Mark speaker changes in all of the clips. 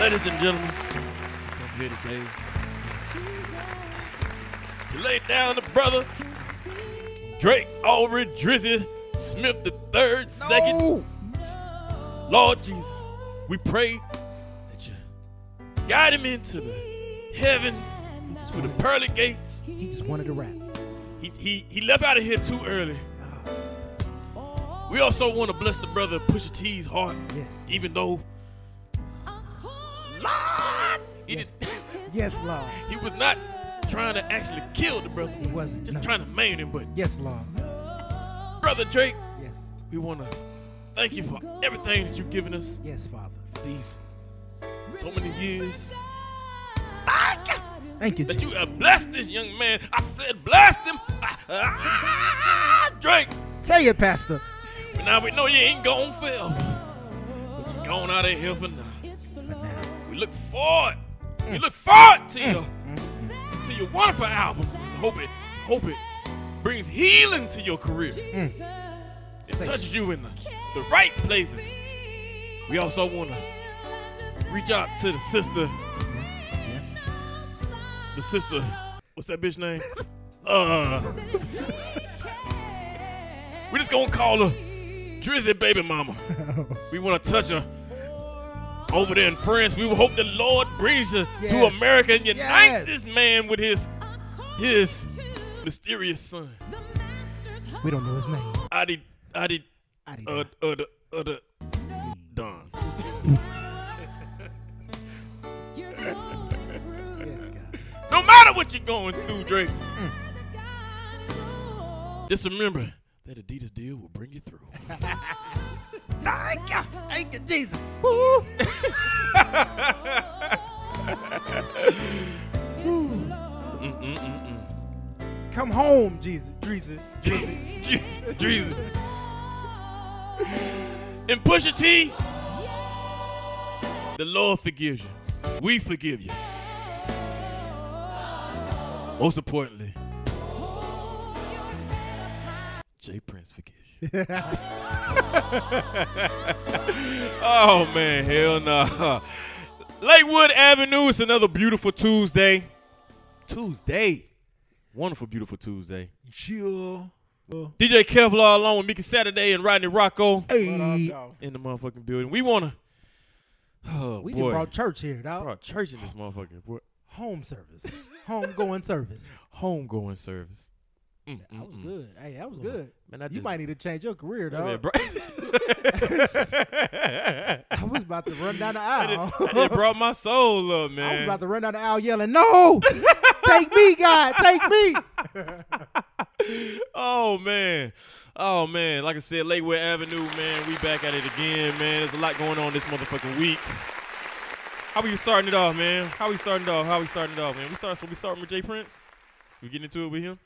Speaker 1: Ladies and gentlemen, I'm here today to lay down the brother Drake Aubrey Drizzy Smith the third, second.
Speaker 2: No.
Speaker 1: Lord Jesus, we pray that you guide him into the heavens through the pearly gates.
Speaker 2: He just wanted to rap.
Speaker 1: He, he, he left out of here too early.
Speaker 2: Ah,
Speaker 1: We also want to bless the brother Pusha T's heart,
Speaker 2: Yes.
Speaker 1: even though Lord, he, did,
Speaker 2: Yes, Lord.
Speaker 1: he was not trying to actually kill the brother,
Speaker 2: He wasn't.
Speaker 1: just
Speaker 2: no.
Speaker 1: trying to maim him. But
Speaker 2: Yes, Lord.
Speaker 1: brother Drake,
Speaker 2: Yes.
Speaker 1: we want to thank you for everything that you've given us
Speaker 2: Yes, Father.
Speaker 1: these so many years.
Speaker 2: Thank you.
Speaker 1: That
Speaker 2: Jesus.
Speaker 1: you have blessed this young man. I said, blessed him. Ah, ah, Drake.
Speaker 2: Tell your pastor.
Speaker 1: But now we know you ain't gone forever. But you gone out of here for now. We look forward. We look forward to your to your wonderful album. And hope it, hope it brings healing to your career. It
Speaker 2: Say-
Speaker 1: touches you in the, the right places. We also want to reach out to the sister. The sister, what's that bitch name? Uh we just gonna call her Drizzy Baby Mama. We wanna touch her over there in France. We hope the Lord brings her to
Speaker 2: Yes.
Speaker 1: America and unite
Speaker 2: Yes.
Speaker 1: this man with his his mysterious son.
Speaker 2: We don't know his name.
Speaker 1: I did I did
Speaker 2: I didn't.
Speaker 1: uh uh the uh the Don.
Speaker 2: yes, God.
Speaker 1: No matter what you're going through, Drake, just remember that Adidas deal will bring you through.
Speaker 2: Thank you. Thank you, Jesus. Woo. Come home, Jesus. Jesus.
Speaker 1: Drizzy. And Pusha T, the Lord forgives you. We forgive you. Most importantly, Jay Prince forgives you. oh man, hell no. Lakewood Avenue, it's another beautiful Tuesday. Tuesday. Wonderful, beautiful Tuesday.
Speaker 2: Chill.
Speaker 1: DJ Kevlar along with Mika Saturday and Rodney Rocco
Speaker 2: Hey.
Speaker 1: in the motherfucking building. We wanna Oh
Speaker 2: We
Speaker 1: boy.
Speaker 2: done brought church here, dog.
Speaker 1: Brought church in this motherfucking boy.
Speaker 2: Home service. Home going service.
Speaker 1: homegoing service. Mm, mm,
Speaker 2: That was
Speaker 1: mm.
Speaker 2: good. Hey, that was good.
Speaker 1: Man, I
Speaker 2: you
Speaker 1: just-
Speaker 2: might need to change your career,
Speaker 1: That man
Speaker 2: dog.
Speaker 1: brought-
Speaker 2: I was about to run down the
Speaker 1: That
Speaker 2: aisle.
Speaker 1: just- that just brought my soul up, man.
Speaker 2: I was about to run down the aisle yelling, "No! take me, God! Take me!"
Speaker 1: Oh man. Oh man. Like I said, Lakewood Avenue, man. We back at it again, man. There's a lot going on this motherfucking week. How are you starting it off, man? How we starting it off? How we starting it off, man? We start so we starting with Jay Prince? We getting into it with him?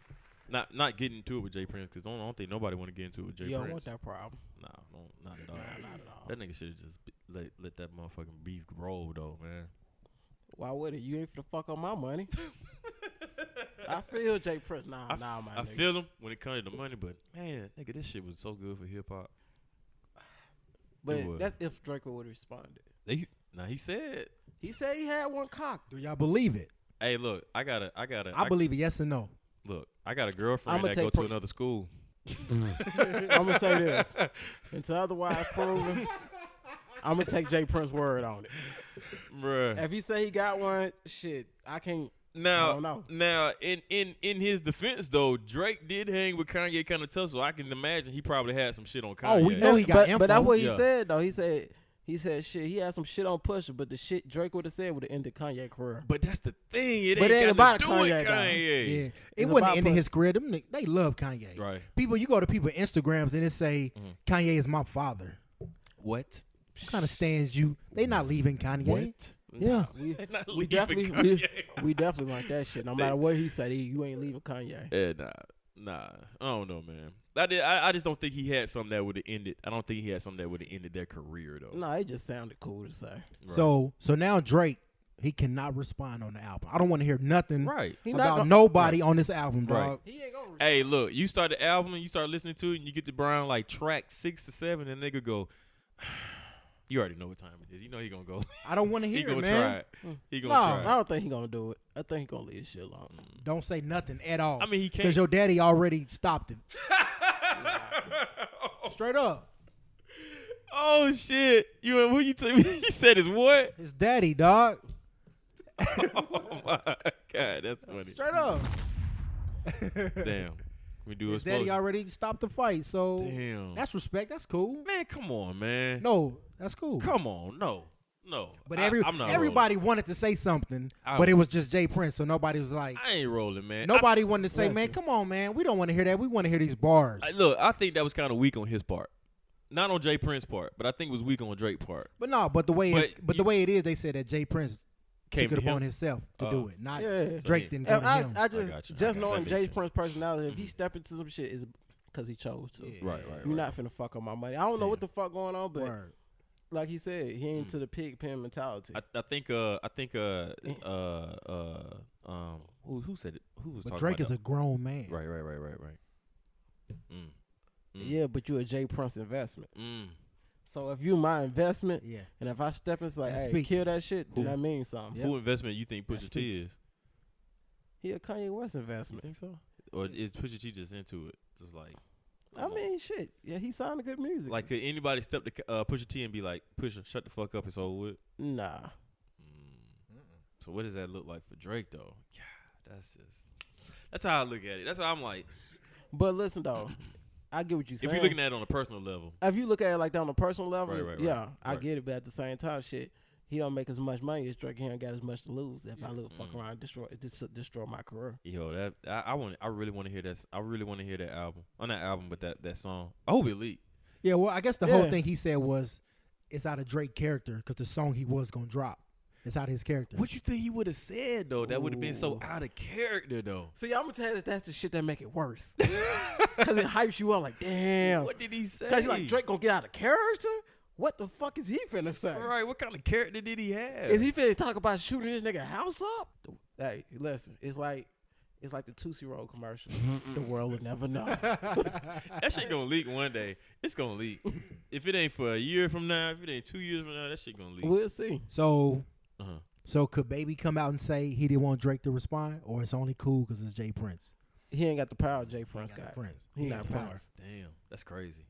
Speaker 1: Not not getting into it with Jay Prince, because don't, I don't think nobody wanna get into it with Jay
Speaker 2: You don't
Speaker 1: Prince.
Speaker 2: want that problem.
Speaker 1: Nah, no, not at all. That nigga should have just be- let, let that motherfucking beef roll though, man.
Speaker 3: Why would it? You ain't for the fuck on my money. I feel Jay Prince. Nah,
Speaker 1: I,
Speaker 3: nah, my
Speaker 1: I
Speaker 3: nigga.
Speaker 1: feel him when it comes to money, but man, nigga, this shit was so good for hip hop. it was.
Speaker 3: but that's if Draco would have responded.
Speaker 1: They now he said
Speaker 3: He said he had one cocked.
Speaker 2: Do y'all believe it?
Speaker 1: Hey, look, I got a, I got a,
Speaker 2: I, believe it. Yes and no.
Speaker 1: Look, I got a girlfriend
Speaker 3: I'ma
Speaker 1: that
Speaker 3: take
Speaker 1: go
Speaker 3: pro-
Speaker 1: to another school.
Speaker 3: I'm gonna say this until otherwise proven. I'm gonna take Jay Prince's word on it.
Speaker 1: Bruh.
Speaker 3: If he say he got one, shit, I can't. I don't
Speaker 1: Now,
Speaker 3: know.
Speaker 1: now, in in in his defense though, Drake did hang with Kanye kind of tough, so I can imagine he probably had some shit on Kanye.
Speaker 2: Oh, we know he got
Speaker 3: but,
Speaker 2: info.
Speaker 3: but that's what he
Speaker 1: Yeah.
Speaker 3: said though. He said he said shit. He had some shit on Pusha, but the shit Drake would have said would have ended Kanye career.
Speaker 1: But that's the thing. It ain't,
Speaker 3: But it ain't
Speaker 1: got
Speaker 3: about
Speaker 1: to do
Speaker 3: Kanye,
Speaker 1: with
Speaker 3: though.
Speaker 1: Kanye.
Speaker 2: yeah, it
Speaker 3: It's
Speaker 2: wasn't
Speaker 3: about
Speaker 2: the end of
Speaker 3: put-
Speaker 2: his career. Them ni- they love
Speaker 1: Right.
Speaker 2: Kanye.
Speaker 1: Mm-hmm.
Speaker 2: People, you go to people Instagrams and it say Kanye is my father.
Speaker 1: What?
Speaker 2: Kind of stands you. They not leaving Kanye.
Speaker 1: What?
Speaker 2: Yeah.
Speaker 3: We,
Speaker 1: not
Speaker 3: we
Speaker 1: leaving
Speaker 3: definitely we,
Speaker 1: Kanye.
Speaker 3: we definitely like that shit. No matter what he said, he, you ain't leaving Kanye.
Speaker 1: Yeah, Eh, nah, nah. I don't know, man. I did. I, I just don't think he had something that would have ended. I don't think he had something that would have ended their career though.
Speaker 3: No, it just sounded cool to say.
Speaker 2: So so now Drake, he cannot respond on the album. I don't want to hear nothing
Speaker 1: Right.
Speaker 3: He not
Speaker 2: about
Speaker 3: gonna-
Speaker 2: nobody on this album,
Speaker 1: Right.
Speaker 2: dog.
Speaker 3: He ain't gonna.
Speaker 1: Hey, look, you start the album and you start listening to it, and you get to Brown like track six or seven, and nigga go, You already know what time it is. You know he gonna go.
Speaker 2: I don't want to
Speaker 1: he
Speaker 2: hear
Speaker 1: gonna
Speaker 2: it, man.
Speaker 1: try it.
Speaker 3: Mm.
Speaker 1: He
Speaker 3: No,
Speaker 1: gonna
Speaker 3: I
Speaker 1: try. It.
Speaker 3: don't think he's gonna do it. I think he's gonna leave this shit alone.
Speaker 2: Don't say nothing at all.
Speaker 1: I mean, he
Speaker 2: because
Speaker 1: can't.
Speaker 2: your daddy already stopped it. Straight up,
Speaker 1: oh shit! You and who you? T- you said is what?
Speaker 2: his daddy, dog.
Speaker 1: Oh my god, that's funny.
Speaker 2: Straight up,
Speaker 1: Damn, we do
Speaker 2: his daddy
Speaker 1: explosion.
Speaker 2: already stopped the fight. So
Speaker 1: Damn,
Speaker 2: that's respect. That's cool.
Speaker 1: man. Come on, man.
Speaker 2: No, that's cool.
Speaker 1: come on, no, no.
Speaker 2: But
Speaker 1: I-
Speaker 2: every
Speaker 1: I'm not
Speaker 2: everybody wanted to say something,
Speaker 1: I-
Speaker 2: but it was just Jay Prince, so nobody was like,
Speaker 1: Rolling. I ain't rolling, man. I-
Speaker 2: nobody wanted to say, man,
Speaker 3: Listen.
Speaker 2: come on, man, we don't want to hear that. We want to hear these bars.
Speaker 1: I- look, I think that was kind of weak on his part. Not on Jay Prince part, but I think it was weak on Drake part.
Speaker 2: but no, but the way
Speaker 1: But
Speaker 2: it's, but
Speaker 1: you-
Speaker 2: the way it is, they said that Jay Prince
Speaker 1: Came
Speaker 2: took it
Speaker 1: to him.
Speaker 2: upon himself to
Speaker 1: Uh,
Speaker 2: do it. Not
Speaker 3: yeah.
Speaker 1: So,
Speaker 2: Drake didn't
Speaker 3: And
Speaker 2: give it
Speaker 3: I,
Speaker 2: him.
Speaker 3: I
Speaker 1: got
Speaker 3: Mm-hmm. just
Speaker 1: you. I got
Speaker 3: just
Speaker 1: you.
Speaker 3: knowing
Speaker 1: That makes
Speaker 3: Jay
Speaker 1: sense.
Speaker 3: Prince's personality, if he step into some shit, is because he chose to.
Speaker 2: Yeah.
Speaker 1: Right, right,
Speaker 3: You're
Speaker 1: right.
Speaker 3: not finna fuck up my money. I don't know what the fuck going on, but
Speaker 2: Word.
Speaker 3: like he said, he ain't to the pig pen mentality.
Speaker 1: I, I think uh I think uh uh uh um who who said it? Who was
Speaker 2: But
Speaker 1: talking
Speaker 2: Drake
Speaker 1: about
Speaker 2: is a grown man.
Speaker 1: that? right right right right right. Mm. Mm.
Speaker 3: Yeah, but you a Jay Prince investment.
Speaker 1: Mm.
Speaker 3: So if you my investment,
Speaker 2: Yeah.
Speaker 3: and if I step in, it's like,
Speaker 2: That
Speaker 3: hey,
Speaker 2: speaks.
Speaker 3: kill that shit, then
Speaker 1: Who?
Speaker 3: that means something.
Speaker 1: Who investment you think
Speaker 3: That
Speaker 1: Pusha T
Speaker 3: speaks.
Speaker 1: is?
Speaker 3: He a Kanye West
Speaker 1: You
Speaker 3: investment.
Speaker 1: think so? Or is Pusha T just into it? Just like
Speaker 3: I mean, shit. Yeah, he signed a good music.
Speaker 1: like could anybody step to K- uh, Pusha T and be like Pusha shut the fuck up it's over with?
Speaker 3: nah.
Speaker 1: So what does that look like for Drake though? God, that's just that's how I look at it. That's why I'm like
Speaker 3: But listen though, I get what you
Speaker 1: if
Speaker 3: saying.
Speaker 1: you're looking at it on a personal level.
Speaker 3: if you look at it like that on a personal level,
Speaker 1: Right, right, right,
Speaker 3: yeah, I
Speaker 1: right.
Speaker 3: get it. But at the same time, shit, he don't make as much money as Drake. He don't got as much to lose. If I look fuck
Speaker 1: Mm.
Speaker 3: around, and destroy dis- destroy my career.
Speaker 1: Yo, that I, I want. I really want to hear that. s- I really want to hear that album. Or not album, but that that song. Oh, I hope it leaked.
Speaker 2: Yeah, well, I guess the whole
Speaker 3: Yeah.
Speaker 2: thing he said was it's out of Drake character because the song he was gonna drop, it's out of his character.
Speaker 1: What you think he would have said though? That would have been so
Speaker 3: Ooh.
Speaker 1: out of character though.
Speaker 3: See, I'm gonna tell you that that's the shit that make it worse because it hypes you up like damn.
Speaker 1: What did he say?
Speaker 3: Because you like Drake gonna get out of character. What the fuck is he finna say?
Speaker 1: Right. What kind of character did he have?
Speaker 3: Is he finna talk about shooting this nigga house up? Hey, listen, it's like it's like the Tootsie Roll commercial. the world will never know.
Speaker 1: that shit gonna leak one day. It's gonna leak. if it ain't for a year from now, if it ain't two years from now, that shit gonna leak.
Speaker 3: we'll see.
Speaker 2: So,
Speaker 1: Uh-huh.
Speaker 2: so could Baby come out and say he didn't want Drake to respond, or it's only cool because it's Jay Prince?
Speaker 3: He ain't got the power Jay Prince
Speaker 2: Got
Speaker 3: got.
Speaker 2: Prince.
Speaker 3: He,
Speaker 2: He got
Speaker 3: not
Speaker 2: the power.
Speaker 3: Prince.
Speaker 1: Damn, that's crazy.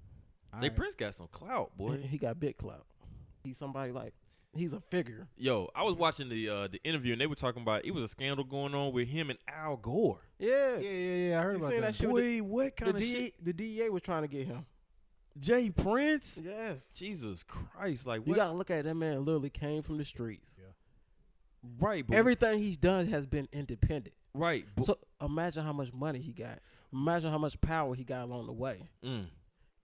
Speaker 2: All
Speaker 1: Jay
Speaker 2: right.
Speaker 1: Prince got some clout, boy.
Speaker 3: He got big clout. He's somebody like he's a figure.
Speaker 1: Yo, I was watching the uh, the interview and they were talking about it was a scandal going on with him and Al Gore.
Speaker 2: Yeah,
Speaker 3: Yeah.
Speaker 2: yeah, yeah. I heard
Speaker 3: You
Speaker 2: about
Speaker 3: seen
Speaker 2: that.
Speaker 3: that shit? with
Speaker 1: Boy, what
Speaker 3: The,
Speaker 1: kind
Speaker 3: the,
Speaker 1: of shit?
Speaker 3: D, the DEA was trying to get him.
Speaker 1: Jay Prince?
Speaker 3: Yes.
Speaker 1: Jesus Christ! Like
Speaker 3: You
Speaker 1: what?
Speaker 3: gotta look at it, that man. Literally came from the streets.
Speaker 1: right, but
Speaker 3: Everything he's done has been independent.
Speaker 1: right, but,
Speaker 3: So imagine how much money he got. Imagine how much power he got along the way.
Speaker 1: mm,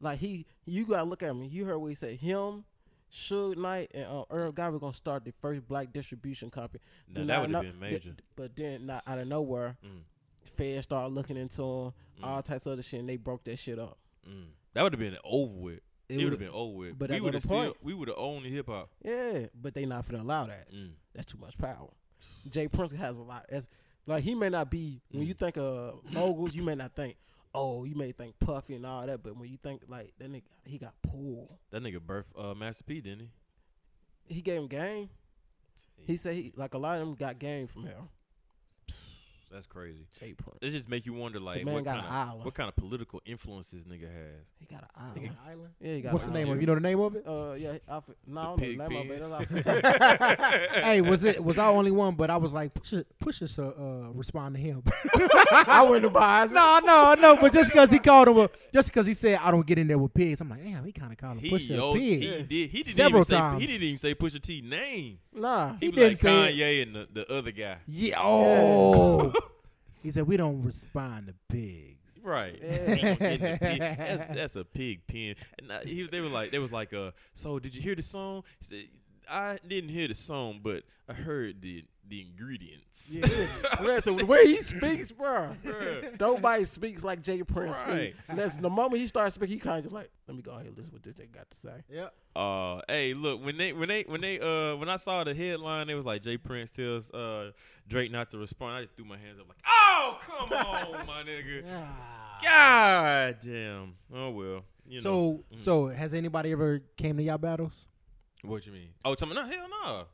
Speaker 3: Like he, you gotta look at me. You heard what he said. Him, Suge Knight, and uh, Earl Guy were gonna start the first black distribution company.
Speaker 1: Now,
Speaker 3: Then
Speaker 1: that
Speaker 3: out of
Speaker 1: would've
Speaker 3: no-
Speaker 1: been major.
Speaker 3: th- but then, not out of nowhere,
Speaker 1: Mm.
Speaker 3: Fed started looking into him, all types of other shit, and they broke that shit up.
Speaker 1: mm. that would have been over with. It, would have
Speaker 3: would've-
Speaker 1: been over with.
Speaker 3: but
Speaker 1: we
Speaker 3: at
Speaker 1: would have
Speaker 3: what
Speaker 1: still,
Speaker 3: point?
Speaker 1: we would have owned hip hop.
Speaker 3: Yeah, but they not finna allow that.
Speaker 1: Mm.
Speaker 3: That's too much power. Jay Prince has a lot. That's like he may not be when you
Speaker 1: Mm.
Speaker 3: think of moguls, you may not think. Oh, you may think Puffy and all that, but when you think like that nigga, he got pulled.
Speaker 1: That nigga birth uh, Master P, didn't he?
Speaker 3: He gave him game. He said he like a lot of them got game from him.
Speaker 1: That's crazy.
Speaker 3: Jay Prince.
Speaker 1: It just make you wonder, like
Speaker 3: man
Speaker 1: what
Speaker 3: got
Speaker 1: kind
Speaker 3: an
Speaker 1: of
Speaker 3: island.
Speaker 1: what kind of political influence this nigga has.
Speaker 3: He got an island.
Speaker 2: Island?
Speaker 3: Yeah, he got.
Speaker 2: What's
Speaker 3: an
Speaker 2: the name of
Speaker 3: island.
Speaker 2: it? You know the name of it?
Speaker 3: Uh, yeah, I, f- no, I don't
Speaker 1: The
Speaker 3: know the name
Speaker 1: pig
Speaker 3: of it. That's all I forgot.
Speaker 2: hey, was it was I only one? But I was like, push it, push us, uh, uh, respond to him. I wouldn't advise. No, no, no. But just because he called him, a, just because he said I don't get in there with pigs, I'm like, damn, he kind of called him
Speaker 1: He
Speaker 2: push a
Speaker 1: yo,
Speaker 2: pig.
Speaker 1: he did. He didn't
Speaker 2: Several
Speaker 1: even say he
Speaker 2: times.
Speaker 1: didn't even say Pusha T name.
Speaker 3: nah,
Speaker 1: He,
Speaker 2: He
Speaker 1: was like
Speaker 2: didn't say it.
Speaker 1: Kanye and the, the other guy.
Speaker 2: Yeah. Oh. he said we don't respond to pigs.
Speaker 1: Right.
Speaker 3: Yeah.
Speaker 1: He gonna get in the pig. That's, that's a pig pen. And I, he, they were like, they was like, uh, so did you hear the song? He said, I didn't hear the song, but I heard the the ingredients.
Speaker 3: yeah. That's the way he speaks, bro.
Speaker 1: Bruh.
Speaker 3: Nobody speaks like Jay Prince.
Speaker 1: Right.
Speaker 3: Right. That's the moment he starts speaking, he kind of just like, let me go ahead and listen to what this nigga got to say.
Speaker 1: Uh, hey, look when they when they when they uh when I saw the headline, it was like Jay Prince tells uh Drake not to respond. I just threw my hands up like, oh come on, my nigga, god damn. Oh well, you know. Mm.
Speaker 2: So, so has anybody ever came to y'all battles?
Speaker 1: What you mean? Oh, tell me, no, hell no.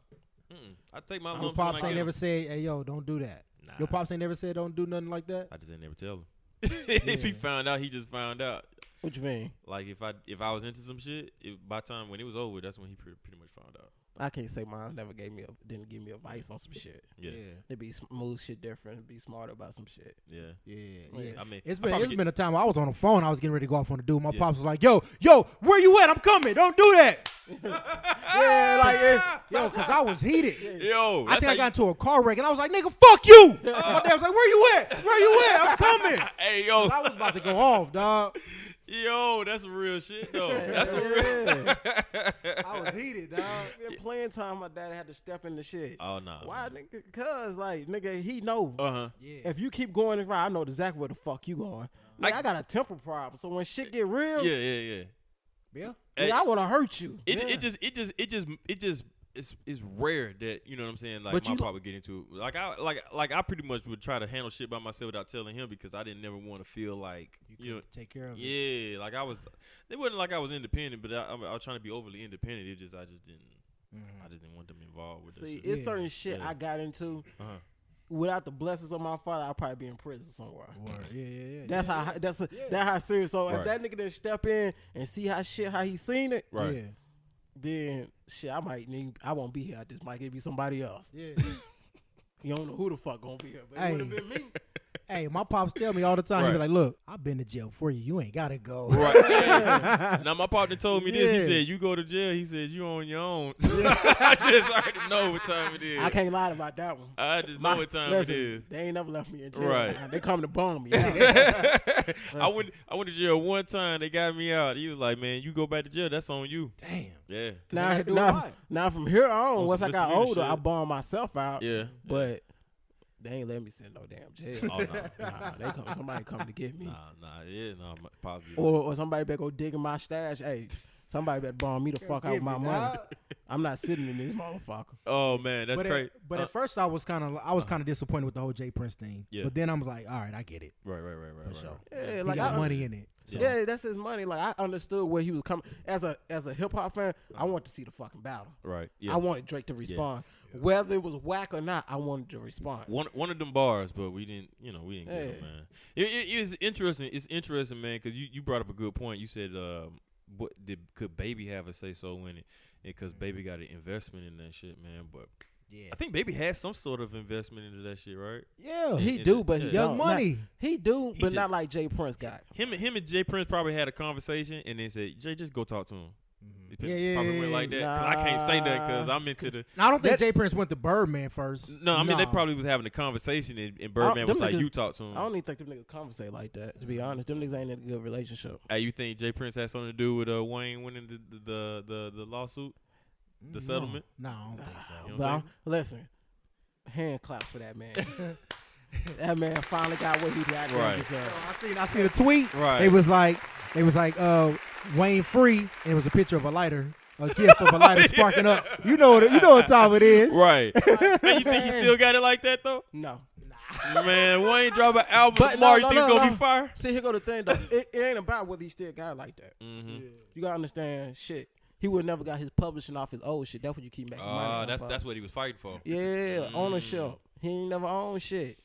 Speaker 1: Mm-mm. I take my
Speaker 2: Your
Speaker 1: lumps
Speaker 2: pops
Speaker 1: when I
Speaker 2: ain't
Speaker 1: get 'em.
Speaker 2: Oh, never said, "Hey, yo, don't do that."
Speaker 1: Nah,
Speaker 2: Your pops ain't never said, "Don't do nothing like that."
Speaker 1: I just ain't never tell him. if he
Speaker 2: Yeah.
Speaker 1: found out, he just found out.
Speaker 3: What you mean?
Speaker 1: Like if I if I was into some shit, it, by the time when it was over, that's when he pretty, pretty much found out.
Speaker 3: I can't say mine never gave me a didn't give me advice on some shit.
Speaker 1: Yeah, yeah.
Speaker 3: They be smooth shit different. Be smarter about some shit.
Speaker 2: yeah, yeah.
Speaker 3: Like,
Speaker 2: yeah.
Speaker 1: I mean,
Speaker 2: It's
Speaker 1: I
Speaker 2: been
Speaker 1: probably
Speaker 2: it's
Speaker 1: get-
Speaker 2: been a time I was on the phone. I was getting ready to go off on the dude. My
Speaker 1: Yeah.
Speaker 2: pops was like, "Yo, yo, where you at? I'm coming. Don't do that."
Speaker 3: Yeah, like
Speaker 2: Yo, cause I was heated.
Speaker 1: Ah! yo,
Speaker 2: I
Speaker 1: that's
Speaker 2: think I
Speaker 1: how
Speaker 2: got into a car wreck and I was like, "Nigga, fuck you." My dad was like, "Where you at? Where you at? I'm coming."
Speaker 1: you- Hey yo,
Speaker 2: I was about to go off, dog.
Speaker 1: yo, that's some real shit though. That's some
Speaker 3: Yeah.
Speaker 1: real.
Speaker 2: I was heated, dog.
Speaker 3: in playing time, my dad had to step in the shit.
Speaker 1: oh no.
Speaker 3: Why, nigga? Cause like, nigga, he know.
Speaker 1: Uh huh.
Speaker 2: Yeah,
Speaker 3: if you keep going this route, I know exactly where the fuck you going. Like,
Speaker 1: I-
Speaker 3: I, got a temper problem, so when shit get real,
Speaker 1: Yeah, yeah, yeah.
Speaker 2: yeah.
Speaker 3: nigga,
Speaker 1: Hey,
Speaker 3: I want to hurt you.
Speaker 1: It,
Speaker 3: Yeah.
Speaker 1: it just it just it just it just it's it's rare that you know what I'm saying. Like
Speaker 3: But
Speaker 1: my
Speaker 3: you-
Speaker 1: pop would get into it. like I like like I pretty much would try to handle shit by myself without telling him because I didn't never want to feel like
Speaker 2: You
Speaker 1: you know
Speaker 2: could take care of it.
Speaker 1: yeah like I was it wasn't like I was independent but I, I, was trying to be overly independent. It just I just didn't
Speaker 3: Mm-hmm.
Speaker 1: I just didn't want them involved with
Speaker 3: see,
Speaker 1: that shit.
Speaker 3: it's
Speaker 2: Yeah.
Speaker 3: certain shit
Speaker 1: Yeah.
Speaker 3: I got into
Speaker 1: Uh-huh.
Speaker 3: without the blessings of my father, I'd probably be in prison somewhere.
Speaker 2: Word. Yeah, yeah, yeah.
Speaker 3: That's how that's that how serious. So
Speaker 1: Right.
Speaker 3: if that nigga didn't step in and see how shit how he seen it,
Speaker 1: Right.
Speaker 2: Yeah.
Speaker 3: then shit I might need I won't be here. I just might give you somebody else.
Speaker 2: Yeah.
Speaker 3: You don't know who the fuck gonna be here, but
Speaker 2: Hey.
Speaker 3: it would have been me.
Speaker 2: hey, my pops tell me all the time. He be
Speaker 1: Right.
Speaker 2: like, "Look, I've been to jail for you. You ain't gotta go."
Speaker 1: Right. Yeah. now my partner told me this. He
Speaker 2: Yeah.
Speaker 1: said, "You go to jail." He said, "You on your own." I just already know what time it is.
Speaker 3: I can't lie about that one.
Speaker 1: I just know what time
Speaker 3: Listen,
Speaker 1: it is.
Speaker 3: They ain't never left me in jail.
Speaker 1: Right.
Speaker 3: They come to bum me.
Speaker 1: I went I went to jail one time. They got me out. He was like, "Man, you go back to jail. That's on you."
Speaker 2: Damn.
Speaker 1: Yeah,
Speaker 2: I
Speaker 3: now,
Speaker 2: could do it
Speaker 3: now,
Speaker 2: live.
Speaker 3: now from here on,
Speaker 1: some
Speaker 3: once I got
Speaker 1: misdemeanor
Speaker 3: older, I
Speaker 1: shit.
Speaker 3: bummed myself out.
Speaker 1: yeah.
Speaker 3: But they ain't let me sit in no damn jail.
Speaker 1: Oh no,
Speaker 3: nah, they come, somebody come to get me.
Speaker 1: nah, nah, yeah, nah. my- Probably.
Speaker 3: Or, or somebody better go dig in my stash. Hey, somebody better bomb me the fuck
Speaker 2: Give
Speaker 3: out with my
Speaker 2: me,
Speaker 3: money.
Speaker 2: dawg.
Speaker 3: I'm not sitting in this motherfucker.
Speaker 1: oh man, that's
Speaker 2: but
Speaker 1: crazy.
Speaker 2: At, but
Speaker 1: Uh, uh-huh.
Speaker 2: at first, I was kind of I was kind of disappointed with the whole Jay Prince thing.
Speaker 1: Yeah.
Speaker 2: But then I was like, all right, I get it.
Speaker 1: right, right, right, right, right.
Speaker 2: sure.
Speaker 1: right.
Speaker 3: Yeah,
Speaker 2: He
Speaker 3: like
Speaker 2: got
Speaker 3: I,
Speaker 2: money in it. So
Speaker 3: Yeah, that's his money. Like I understood where he was coming as a as a hip hop fan. I want to see the fucking battle.
Speaker 1: Right. Yeah.
Speaker 3: I wanted Drake to respond, whether it was whack or not. I wanted the response.
Speaker 1: one one of them bars, but we didn't. You know, we didn't get
Speaker 3: Hey.
Speaker 1: it, man. It, it is interesting. It's interesting, man, because you, you brought up a good point. You said, um, what did could Baby have a say so in it? Because Baby got an investment in that shit, man. But
Speaker 2: yeah,
Speaker 1: I think Baby had some sort of investment into that shit, right?
Speaker 2: yeah.
Speaker 3: he
Speaker 1: Yeah.
Speaker 3: do, but he
Speaker 1: Yeah.
Speaker 2: Young
Speaker 3: don't.
Speaker 2: Money.
Speaker 3: Not- he do,
Speaker 1: He
Speaker 3: but
Speaker 1: just-
Speaker 3: not like Jay Prince got.
Speaker 1: Him and him and Jay Prince probably had a conversation, and they said, "Jay, just go talk to him." It
Speaker 2: Yeah, yeah,
Speaker 1: probably
Speaker 2: yeah,
Speaker 1: went
Speaker 2: yeah.
Speaker 1: like that. 'cause I can't say that because
Speaker 3: Nah.
Speaker 1: I'm into the.
Speaker 2: Now, I don't think Jay Prince went to Birdman first.
Speaker 1: No, I mean they
Speaker 2: Nah.
Speaker 1: probably was having a conversation, and, and Birdman was
Speaker 3: them
Speaker 1: like,
Speaker 3: niggas-
Speaker 1: "You talk to him."
Speaker 3: I don't even think them niggas conversate like that. To be honest, them niggas ain't in a good relationship.
Speaker 1: Hey, you think Jay Prince had something to do with uh, Wayne winning the the the, the, the lawsuit, the settlement?
Speaker 2: No, I don't think so.
Speaker 1: You don't
Speaker 3: But
Speaker 1: think
Speaker 3: I'm- listen, hand clap for that man. that man finally got what he got.
Speaker 1: Right.
Speaker 3: Right. Deserved.
Speaker 2: I seen I seen a tweet.
Speaker 1: Right.
Speaker 2: It was like it was like uh Wayne Free and it was a picture of a lighter. A gift of a lighter sparking up. You know what you know what time it is.
Speaker 1: Right. Man, you think he still got it like that though?
Speaker 3: No.
Speaker 1: Man, Wayne drop an album
Speaker 3: But no,
Speaker 1: tomorrow. you
Speaker 3: no,
Speaker 1: think it's
Speaker 3: no,
Speaker 1: gonna
Speaker 3: no.
Speaker 1: be fire?
Speaker 3: See, here go the thing though. it, it ain't about whether he still got it like that.
Speaker 1: Mm-hmm.
Speaker 3: You gotta understand, shit. He would never got his publishing off his old shit. That's what you keep making money.
Speaker 1: Uh,
Speaker 3: off
Speaker 1: that's
Speaker 3: of.
Speaker 1: that's what he was fighting for.
Speaker 3: yeah,
Speaker 1: Mm.
Speaker 3: ownership. He ain't never owned shit.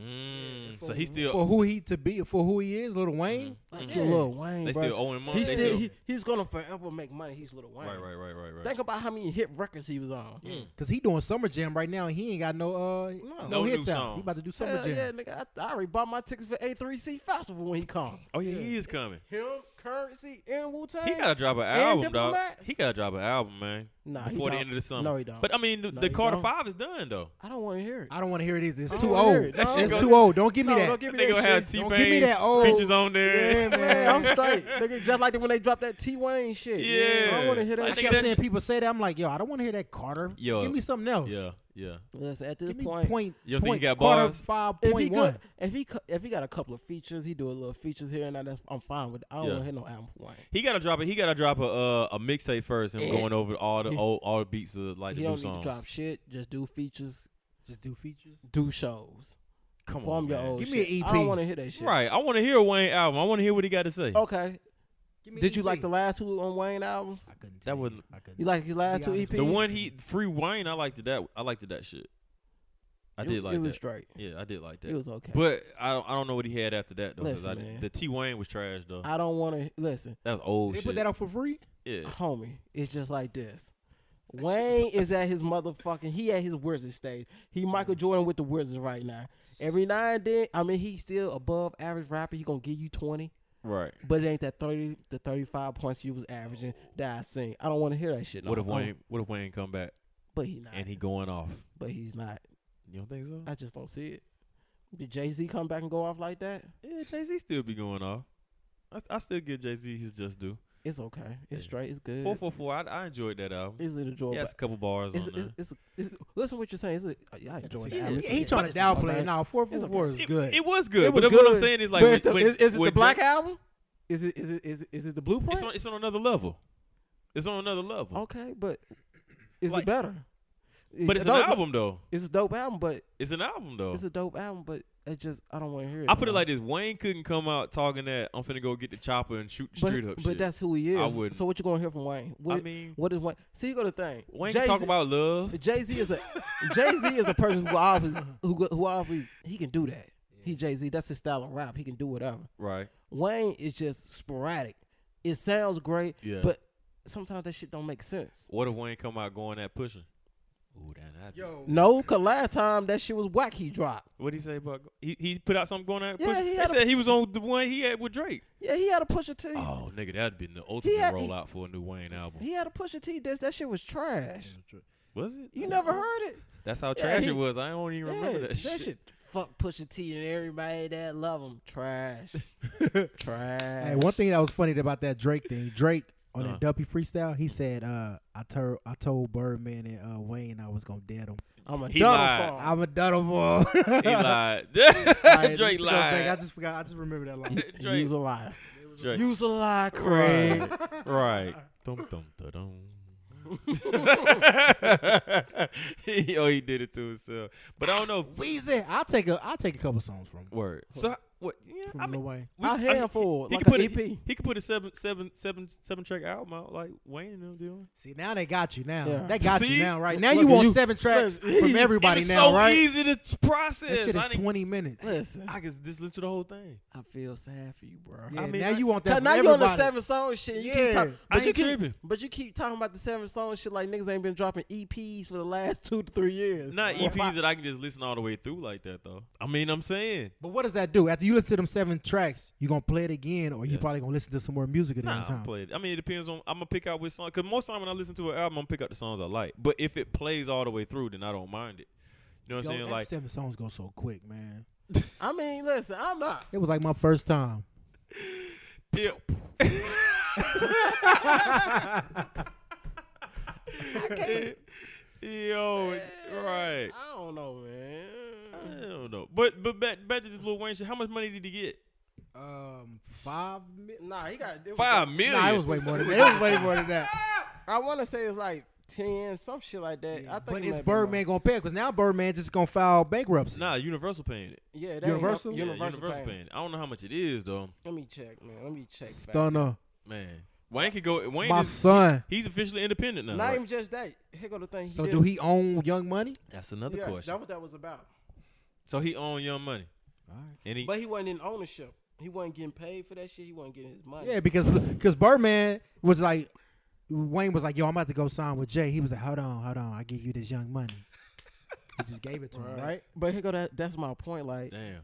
Speaker 1: Mm.
Speaker 3: for-
Speaker 1: So he still
Speaker 2: For who he to be for who he is, Little
Speaker 1: Mm-hmm.
Speaker 2: Wayne.
Speaker 3: Like
Speaker 2: Mhm.
Speaker 3: you,
Speaker 2: Yeah.
Speaker 3: Lil Wayne.
Speaker 1: they
Speaker 3: bruh.
Speaker 1: still owing money.
Speaker 3: he
Speaker 1: They
Speaker 3: still he, he's gonna forever make money. He's Little Wayne.
Speaker 1: right, right, right, right, right.
Speaker 3: Think about how many hit records he was on.
Speaker 1: Mm.
Speaker 2: Cause he doing summer jam right now and he ain't got no uh no,
Speaker 1: No new
Speaker 2: hits out.
Speaker 1: songs.
Speaker 2: He about to do summer
Speaker 3: Hell
Speaker 2: jam.
Speaker 3: yeah, nigga. I, I already bought my tickets for A3C Festival when he come.
Speaker 1: Oh yeah, he is coming.
Speaker 3: Him, Currency, and Wu Tang.
Speaker 1: He gotta drop an
Speaker 3: And
Speaker 1: album, dog.
Speaker 3: Diplomats?
Speaker 1: He gotta drop an album, man.
Speaker 3: Nah, he
Speaker 1: before the
Speaker 3: don't.
Speaker 1: end of the summer.
Speaker 3: No, he don't.
Speaker 1: But I mean, the,
Speaker 3: No,
Speaker 1: the
Speaker 3: he
Speaker 1: Carter
Speaker 3: don't.
Speaker 1: Five is done though.
Speaker 3: I don't want to hear it.
Speaker 2: I don't want to hear it either. It's
Speaker 3: I
Speaker 2: too
Speaker 3: don't wanna
Speaker 2: old.
Speaker 3: hear it. No,
Speaker 2: it's
Speaker 1: don't-
Speaker 2: too old. Don't give me
Speaker 3: no,
Speaker 2: that.
Speaker 3: don't give
Speaker 1: That
Speaker 3: me
Speaker 1: nigga
Speaker 3: that
Speaker 1: gonna have
Speaker 3: shit.
Speaker 1: T
Speaker 2: Don't give me
Speaker 1: Pain's
Speaker 2: that old-
Speaker 1: features on there.
Speaker 2: Yeah, man.
Speaker 3: Yeah, I'm straight. Nigga, just like when they dropped that T Wayne shit. I
Speaker 1: Yeah.
Speaker 3: don't want to hear
Speaker 1: I
Speaker 3: that
Speaker 2: I
Speaker 1: think
Speaker 3: shit.
Speaker 2: kept
Speaker 1: that-
Speaker 2: seeing people say that. I'm like, yo, I don't want to hear that Carter.
Speaker 1: Yo.
Speaker 2: Give me something else.
Speaker 1: Yeah, yeah.
Speaker 3: Listen, at this
Speaker 2: Give me
Speaker 3: oh,
Speaker 2: point.
Speaker 3: point,
Speaker 2: point
Speaker 1: You don't think he got
Speaker 2: Carter
Speaker 1: bars?
Speaker 2: Five
Speaker 3: if he
Speaker 2: point one.
Speaker 3: could, if he co- if he got a couple of features, he do a little features here and there. That's, I'm fine with. It. I don't
Speaker 1: Yeah.
Speaker 3: want to hear no album for Wayne.
Speaker 1: He gotta drop it. He gotta drop a uh, a mixtape first. Him
Speaker 3: Yeah.
Speaker 1: going over all the
Speaker 3: Yeah.
Speaker 1: old all the beats of like
Speaker 3: He
Speaker 1: the new
Speaker 3: don't need
Speaker 1: songs.
Speaker 3: to drop shit. Just do features,
Speaker 2: Just do features.
Speaker 3: do shows.
Speaker 1: Come
Speaker 3: Perform
Speaker 1: on,
Speaker 3: your
Speaker 1: man.
Speaker 3: old
Speaker 2: Give me an
Speaker 3: shit. Oh, I
Speaker 2: EP.
Speaker 3: don't want to hear that shit.
Speaker 1: Right. I want to hear a Wayne album. I want to hear what he got to say.
Speaker 3: Okay. Did
Speaker 2: E
Speaker 3: you like the last two on Wayne albums?
Speaker 2: I couldn't.
Speaker 1: That
Speaker 2: tell you.
Speaker 1: wasn't-
Speaker 2: I couldn't.
Speaker 3: You like his last
Speaker 2: Be
Speaker 3: two E
Speaker 2: honest.
Speaker 3: EPs?
Speaker 1: The one he free Wayne, I liked that. I liked that shit. I
Speaker 3: It-
Speaker 1: did like
Speaker 3: it
Speaker 1: that.
Speaker 3: was straight.
Speaker 1: yeah, I did like that.
Speaker 3: It was okay.
Speaker 1: But I don't, I don't know what he had after that though. 'cause
Speaker 3: Listen,
Speaker 1: I,
Speaker 3: man.
Speaker 1: the T Wayne was trash though.
Speaker 3: I don't want to listen,
Speaker 1: that was old
Speaker 2: They
Speaker 1: shit.
Speaker 2: put that out for free.
Speaker 1: yeah,
Speaker 3: homie. It's just like this. Wayne is at his motherfucking. He at his Wizards stage. He Michael Jordan with the Wizards right now. Every now and then, I mean, he's still above average rapper. He gonna give you twenty,
Speaker 1: right.
Speaker 3: but it ain't that thirty to thirty-five points you was averaging that I seen. I don't want to hear that shit. No
Speaker 1: What if
Speaker 3: more.
Speaker 1: Wayne? What if Wayne come back
Speaker 3: But he not.
Speaker 1: and he going off?
Speaker 3: but he's not.
Speaker 1: You don't think so?
Speaker 3: I just don't see it. Did Jay Z come back and go off like that?
Speaker 1: Yeah, Jay Z still be going off. I, I still give Jay Z his just due.
Speaker 3: It's okay. It's
Speaker 1: Yeah.
Speaker 3: straight. It's good.
Speaker 1: Four four four. I, I enjoyed that album.
Speaker 3: It was enjoyable.
Speaker 1: He has a couple bars
Speaker 3: It's,
Speaker 1: on there.
Speaker 3: it's, it's, it's, listen what you're saying. It's a, oh, I enjoy
Speaker 2: Yeah,
Speaker 3: that.
Speaker 2: he, he trying to downplay it. Nah, four four
Speaker 3: It's okay.
Speaker 2: four is
Speaker 1: It-
Speaker 2: good.
Speaker 1: It, was good.
Speaker 3: It
Speaker 1: but
Speaker 3: was
Speaker 1: what I'm
Speaker 3: good,
Speaker 1: saying is like,
Speaker 3: Like,
Speaker 1: when,
Speaker 3: is, the,
Speaker 1: when-
Speaker 3: is, is it the
Speaker 1: when
Speaker 3: Black
Speaker 1: Jay-
Speaker 3: Album? Is it is it is it, is it the Blueprint?
Speaker 1: It's on, it's on another level. It's on another level.
Speaker 3: okay, but is
Speaker 1: Like-
Speaker 3: it better? It's
Speaker 1: but
Speaker 3: a
Speaker 1: it's an
Speaker 3: dope,
Speaker 1: album though.
Speaker 3: It's a dope album, but
Speaker 1: It's an album though.
Speaker 3: it's a dope album, but it just I don't want to hear it.
Speaker 1: I put it
Speaker 3: man.
Speaker 1: like this: Wayne couldn't come out talking that I'm finna go get the chopper and shoot the
Speaker 3: but,
Speaker 1: street up.
Speaker 3: but
Speaker 1: shit.
Speaker 3: that's who he is.
Speaker 1: I wouldn't.
Speaker 3: So what you gonna hear from Wayne? What,
Speaker 1: I mean,
Speaker 3: what is Wayne? See, you go to thing.
Speaker 1: Wayne
Speaker 3: Jay-Z-
Speaker 1: can talk about love.
Speaker 3: Jay Z is a Jay Z is a person who always who go- who always he can do that. He Jay Z. That's his style of rap. He can do whatever.
Speaker 1: Right.
Speaker 3: Wayne is just sporadic. It sounds great,
Speaker 1: Yeah.
Speaker 3: but sometimes that shit don't make sense.
Speaker 1: What if Wayne come out going at pushing? Ooh, that I
Speaker 2: Yo,
Speaker 3: No, cause last time that shit was whack. He dropped.
Speaker 1: What he say about go- he? He put out something going at
Speaker 3: Yeah,
Speaker 1: pushing.
Speaker 3: he
Speaker 1: They
Speaker 3: had a-
Speaker 1: said he was on the one he had with Drake.
Speaker 3: Yeah, he had a Pusha T.
Speaker 1: Oh, nigga, that'd been the ultimate
Speaker 3: had-
Speaker 1: rollout for a new Wayne album.
Speaker 3: He had a Pusha T. This that shit was trash.
Speaker 1: was it?
Speaker 3: You never heard it.
Speaker 1: That's how
Speaker 3: Yeah,
Speaker 1: trash
Speaker 3: he-
Speaker 1: it was. I don't even remember
Speaker 3: Yeah,
Speaker 1: that, shit.
Speaker 3: Fuck Pusha T and everybody that love him. Trash. trash.
Speaker 2: Hey, one thing that was funny about that Drake thing, Drake on
Speaker 1: Uh.
Speaker 2: that Dumpy freestyle, he said, uh, "I told I told Birdman and uh, Wayne I was gonna dead him.
Speaker 3: I'm a
Speaker 1: He
Speaker 3: dumb
Speaker 1: lied.
Speaker 3: fuck.
Speaker 2: I'm a dead him all."
Speaker 1: He lied. Drake
Speaker 2: I
Speaker 1: lied.
Speaker 2: just forgot. I just remembered that line.
Speaker 1: Drake.
Speaker 3: Use a lie.
Speaker 1: Drake.
Speaker 3: Use a lie, Craig.
Speaker 1: Right. right. Dum dum da dum. he, oh, he did it to himself. But I don't know. if-
Speaker 2: Weezy, I'll take a I'll take a couple songs from
Speaker 1: Word. So what? Yeah,
Speaker 2: from
Speaker 1: I mean,
Speaker 2: Lil Wayne.
Speaker 1: we-
Speaker 3: A
Speaker 1: I mean,
Speaker 3: handful,
Speaker 1: He, he
Speaker 3: like
Speaker 1: could
Speaker 3: a
Speaker 1: put
Speaker 2: E
Speaker 3: EP.
Speaker 1: A, he, he could put a seven, seven, seven, seven track album out like Wayne and them doing.
Speaker 2: See now they got you now.
Speaker 3: Yeah.
Speaker 2: They got
Speaker 1: See?
Speaker 2: you now, right? Now
Speaker 3: Look
Speaker 2: you
Speaker 3: at
Speaker 2: want
Speaker 3: you.
Speaker 2: seven tracks
Speaker 3: Listen,
Speaker 2: from everybody
Speaker 1: it's
Speaker 2: now,
Speaker 1: so
Speaker 2: right?
Speaker 1: easy to t-
Speaker 2: That
Speaker 1: process.
Speaker 2: shit
Speaker 1: I,
Speaker 2: is
Speaker 1: didn't-
Speaker 2: twenty minutes.
Speaker 3: Listen,
Speaker 1: I can just listen to the whole thing.
Speaker 3: I feel sad for you, bro.
Speaker 2: Yeah,
Speaker 1: I mean,
Speaker 2: now
Speaker 1: I-
Speaker 2: you want that
Speaker 3: Cause
Speaker 2: from
Speaker 3: now you on
Speaker 2: everybody.
Speaker 3: the seven song shit. and You keep
Speaker 2: Yeah.
Speaker 3: talking,
Speaker 1: I
Speaker 3: but you
Speaker 1: ain't
Speaker 3: keep,
Speaker 1: tripping.
Speaker 3: but you keep talking about the seven song shit like niggas ain't been dropping EPs for the last two to three years.
Speaker 1: Not
Speaker 2: E
Speaker 3: Or
Speaker 1: EPs
Speaker 3: five-
Speaker 1: that I can just listen all the way through like that though. I mean, I'm saying.
Speaker 2: But what does that do? After you listen to them seven tracks, you gonna play it again, or you
Speaker 1: Yeah.
Speaker 2: probably gonna listen to some more music at the
Speaker 1: Nah,
Speaker 2: end
Speaker 1: I'm
Speaker 2: time.
Speaker 1: play it. I mean, it depends on. I'm gonna pick out which song. Cause most time when I listen to an album, I'm pick out the songs I like. But if it plays all the way through, then I don't mind it. You know what
Speaker 2: Yo,
Speaker 1: I'm saying?
Speaker 2: every
Speaker 1: Like,
Speaker 2: seven songs go so quick, man.
Speaker 3: I mean, listen, I'm not.
Speaker 2: It was like my first time.
Speaker 1: yeah. Yo, right.
Speaker 3: I don't know, man.
Speaker 1: I don't know. But but back back to this Lil Wayne shit. How much money did he get?
Speaker 2: Um, five. Mi-
Speaker 3: Nah, he got it was-
Speaker 1: Five million.
Speaker 2: nah, it was way more than that. It was way more than that.
Speaker 3: I want to say it's like ten, some shit like that. I think
Speaker 2: but is
Speaker 3: it might be more.
Speaker 2: Birdman gonna pay? Because now Birdman just gonna file bankruptcy.
Speaker 1: Nah, Universal paying it.
Speaker 3: Yeah, that
Speaker 2: Universal?
Speaker 3: Universal.
Speaker 1: Yeah,
Speaker 3: Universal,
Speaker 1: Universal
Speaker 3: paying.
Speaker 1: paying. it. I don't know how much it is though.
Speaker 3: Let me check, man. Let me check. back.
Speaker 2: Stunner,
Speaker 1: Man, Wayne could go. Wayne
Speaker 2: uh, my
Speaker 1: is
Speaker 2: son.
Speaker 1: he's officially independent now.
Speaker 3: Not
Speaker 1: right?
Speaker 3: even just that. Here go the thing.
Speaker 2: So
Speaker 3: did-
Speaker 2: do he own Young Money?
Speaker 1: That's another
Speaker 3: yes,
Speaker 1: question.
Speaker 3: That's what that was about.
Speaker 1: so he own Young Money,
Speaker 2: All right.
Speaker 1: and he
Speaker 3: But he wasn't in ownership. He wasn't getting paid for that shit. He wasn't getting his money.
Speaker 2: Yeah, because because Birdman was like, Wayne was like, "Yo, I'm about to go sign with Jay." He was like, "Hold on, hold on, I give you this Young Money." He just gave it to him, right?
Speaker 3: right? But here go that. That's my point. Like
Speaker 1: damn.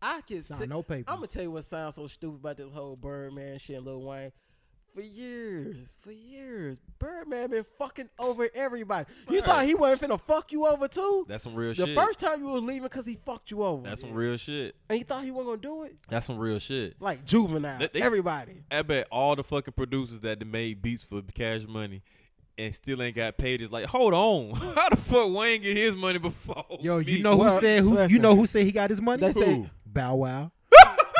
Speaker 3: I can.
Speaker 2: Sign no paper.
Speaker 3: I'm gonna tell you what sounds so stupid about this whole Birdman shit, and Lil Wayne. For years, for years, Birdman been fucking over everybody. You
Speaker 1: Right.
Speaker 3: thought he wasn't finna fuck you over too?
Speaker 1: That's some real
Speaker 3: the
Speaker 1: shit.
Speaker 3: first time you was leaving because he fucked you over,
Speaker 1: That's some real shit.
Speaker 3: and he thought he wasn't gonna do it.
Speaker 1: That's some real shit.
Speaker 3: Like juvenile,
Speaker 1: They- they-
Speaker 3: everybody.
Speaker 1: I bet all the fucking producers that done made beats for Cash Money and still ain't got paid is like, hold on, how the fuck Wayne get his money before?
Speaker 2: Yo,
Speaker 1: me?
Speaker 2: you know who
Speaker 3: Well,
Speaker 2: said who? You
Speaker 3: listen.
Speaker 2: know who said he got his money?
Speaker 3: They say
Speaker 1: Who?
Speaker 2: Bow Wow.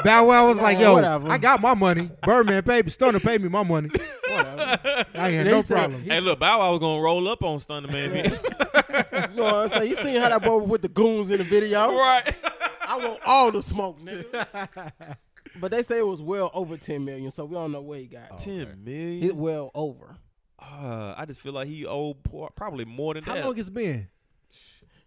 Speaker 2: Bow Wow was like,
Speaker 3: Yeah,
Speaker 2: "Yo,
Speaker 3: whatever.
Speaker 2: I got my money. Birdman paid me. Stunner paid me my money. I ain't had
Speaker 3: They
Speaker 2: no
Speaker 3: said-
Speaker 2: problem."
Speaker 1: Hey, look, Bow Wow was gonna roll up on Stunner Man. if he-
Speaker 3: you know what I'm saying? You seen how that boy was with the goons in the video?
Speaker 1: right.
Speaker 3: I want all the smoke, nigga. but they say it was well over ten million, so we don't know what he got.
Speaker 1: Ten
Speaker 3: It's
Speaker 1: million.
Speaker 3: well over.
Speaker 1: Uh, I just feel like he owed po- probably more than
Speaker 2: How
Speaker 1: that.
Speaker 2: long it's been?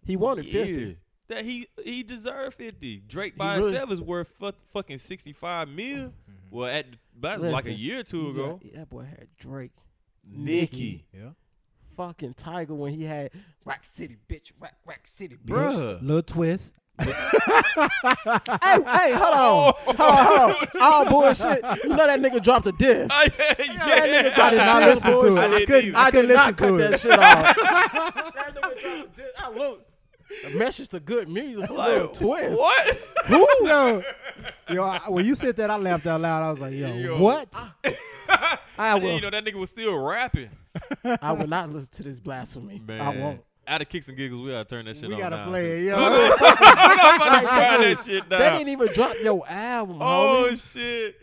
Speaker 3: He wanted fifty.
Speaker 1: Years. That he he deserved fifty. Drake by
Speaker 3: He really-
Speaker 1: himself is worth fuck, fucking sixty five mil. Well, at about like a
Speaker 3: Listen,
Speaker 1: year or two
Speaker 3: Yeah,
Speaker 1: ago,
Speaker 3: that boy had Drake,
Speaker 1: Nicki,
Speaker 2: Yeah.
Speaker 3: fucking Tiger when he had Rock City, bitch, Rock Rock City, bitch.
Speaker 1: bruh.
Speaker 2: Little twist.
Speaker 3: hey, hey, hold on, hold on, hold
Speaker 1: Oh,
Speaker 3: on. all bullshit. You know that nigga dropped a disc.
Speaker 1: yeah,
Speaker 3: that nigga
Speaker 2: I
Speaker 3: tried
Speaker 2: did
Speaker 3: to
Speaker 2: not
Speaker 3: I
Speaker 2: listen to it.
Speaker 1: I
Speaker 2: I
Speaker 1: didn't
Speaker 2: couldn't.
Speaker 1: either.
Speaker 2: I
Speaker 3: I did
Speaker 2: couldn't listen
Speaker 3: not cut
Speaker 2: to
Speaker 3: that
Speaker 2: it.
Speaker 3: shit off. that nigga dropped a disc. I look. The message to good music,
Speaker 1: Like,
Speaker 3: little twist.
Speaker 1: What?
Speaker 2: Who? Yo, yo I, when you said that, I laughed out loud. I was like, yo,
Speaker 1: Yo.
Speaker 2: what?
Speaker 1: I didn't
Speaker 3: will.
Speaker 1: even know that nigga was still rapping.
Speaker 3: I will not listen to this blasphemy.
Speaker 1: Man,
Speaker 3: I won't.
Speaker 1: Out of kicks and giggles, we gotta turn that shit
Speaker 2: we
Speaker 1: on.
Speaker 2: gotta
Speaker 1: now,
Speaker 2: play
Speaker 1: too.
Speaker 2: it, yo.
Speaker 1: I'm about to
Speaker 3: Like,
Speaker 1: find
Speaker 3: dude,
Speaker 1: that shit
Speaker 3: They
Speaker 1: down.
Speaker 3: didn't even drop your album,
Speaker 1: Oh
Speaker 3: homie.
Speaker 1: shit.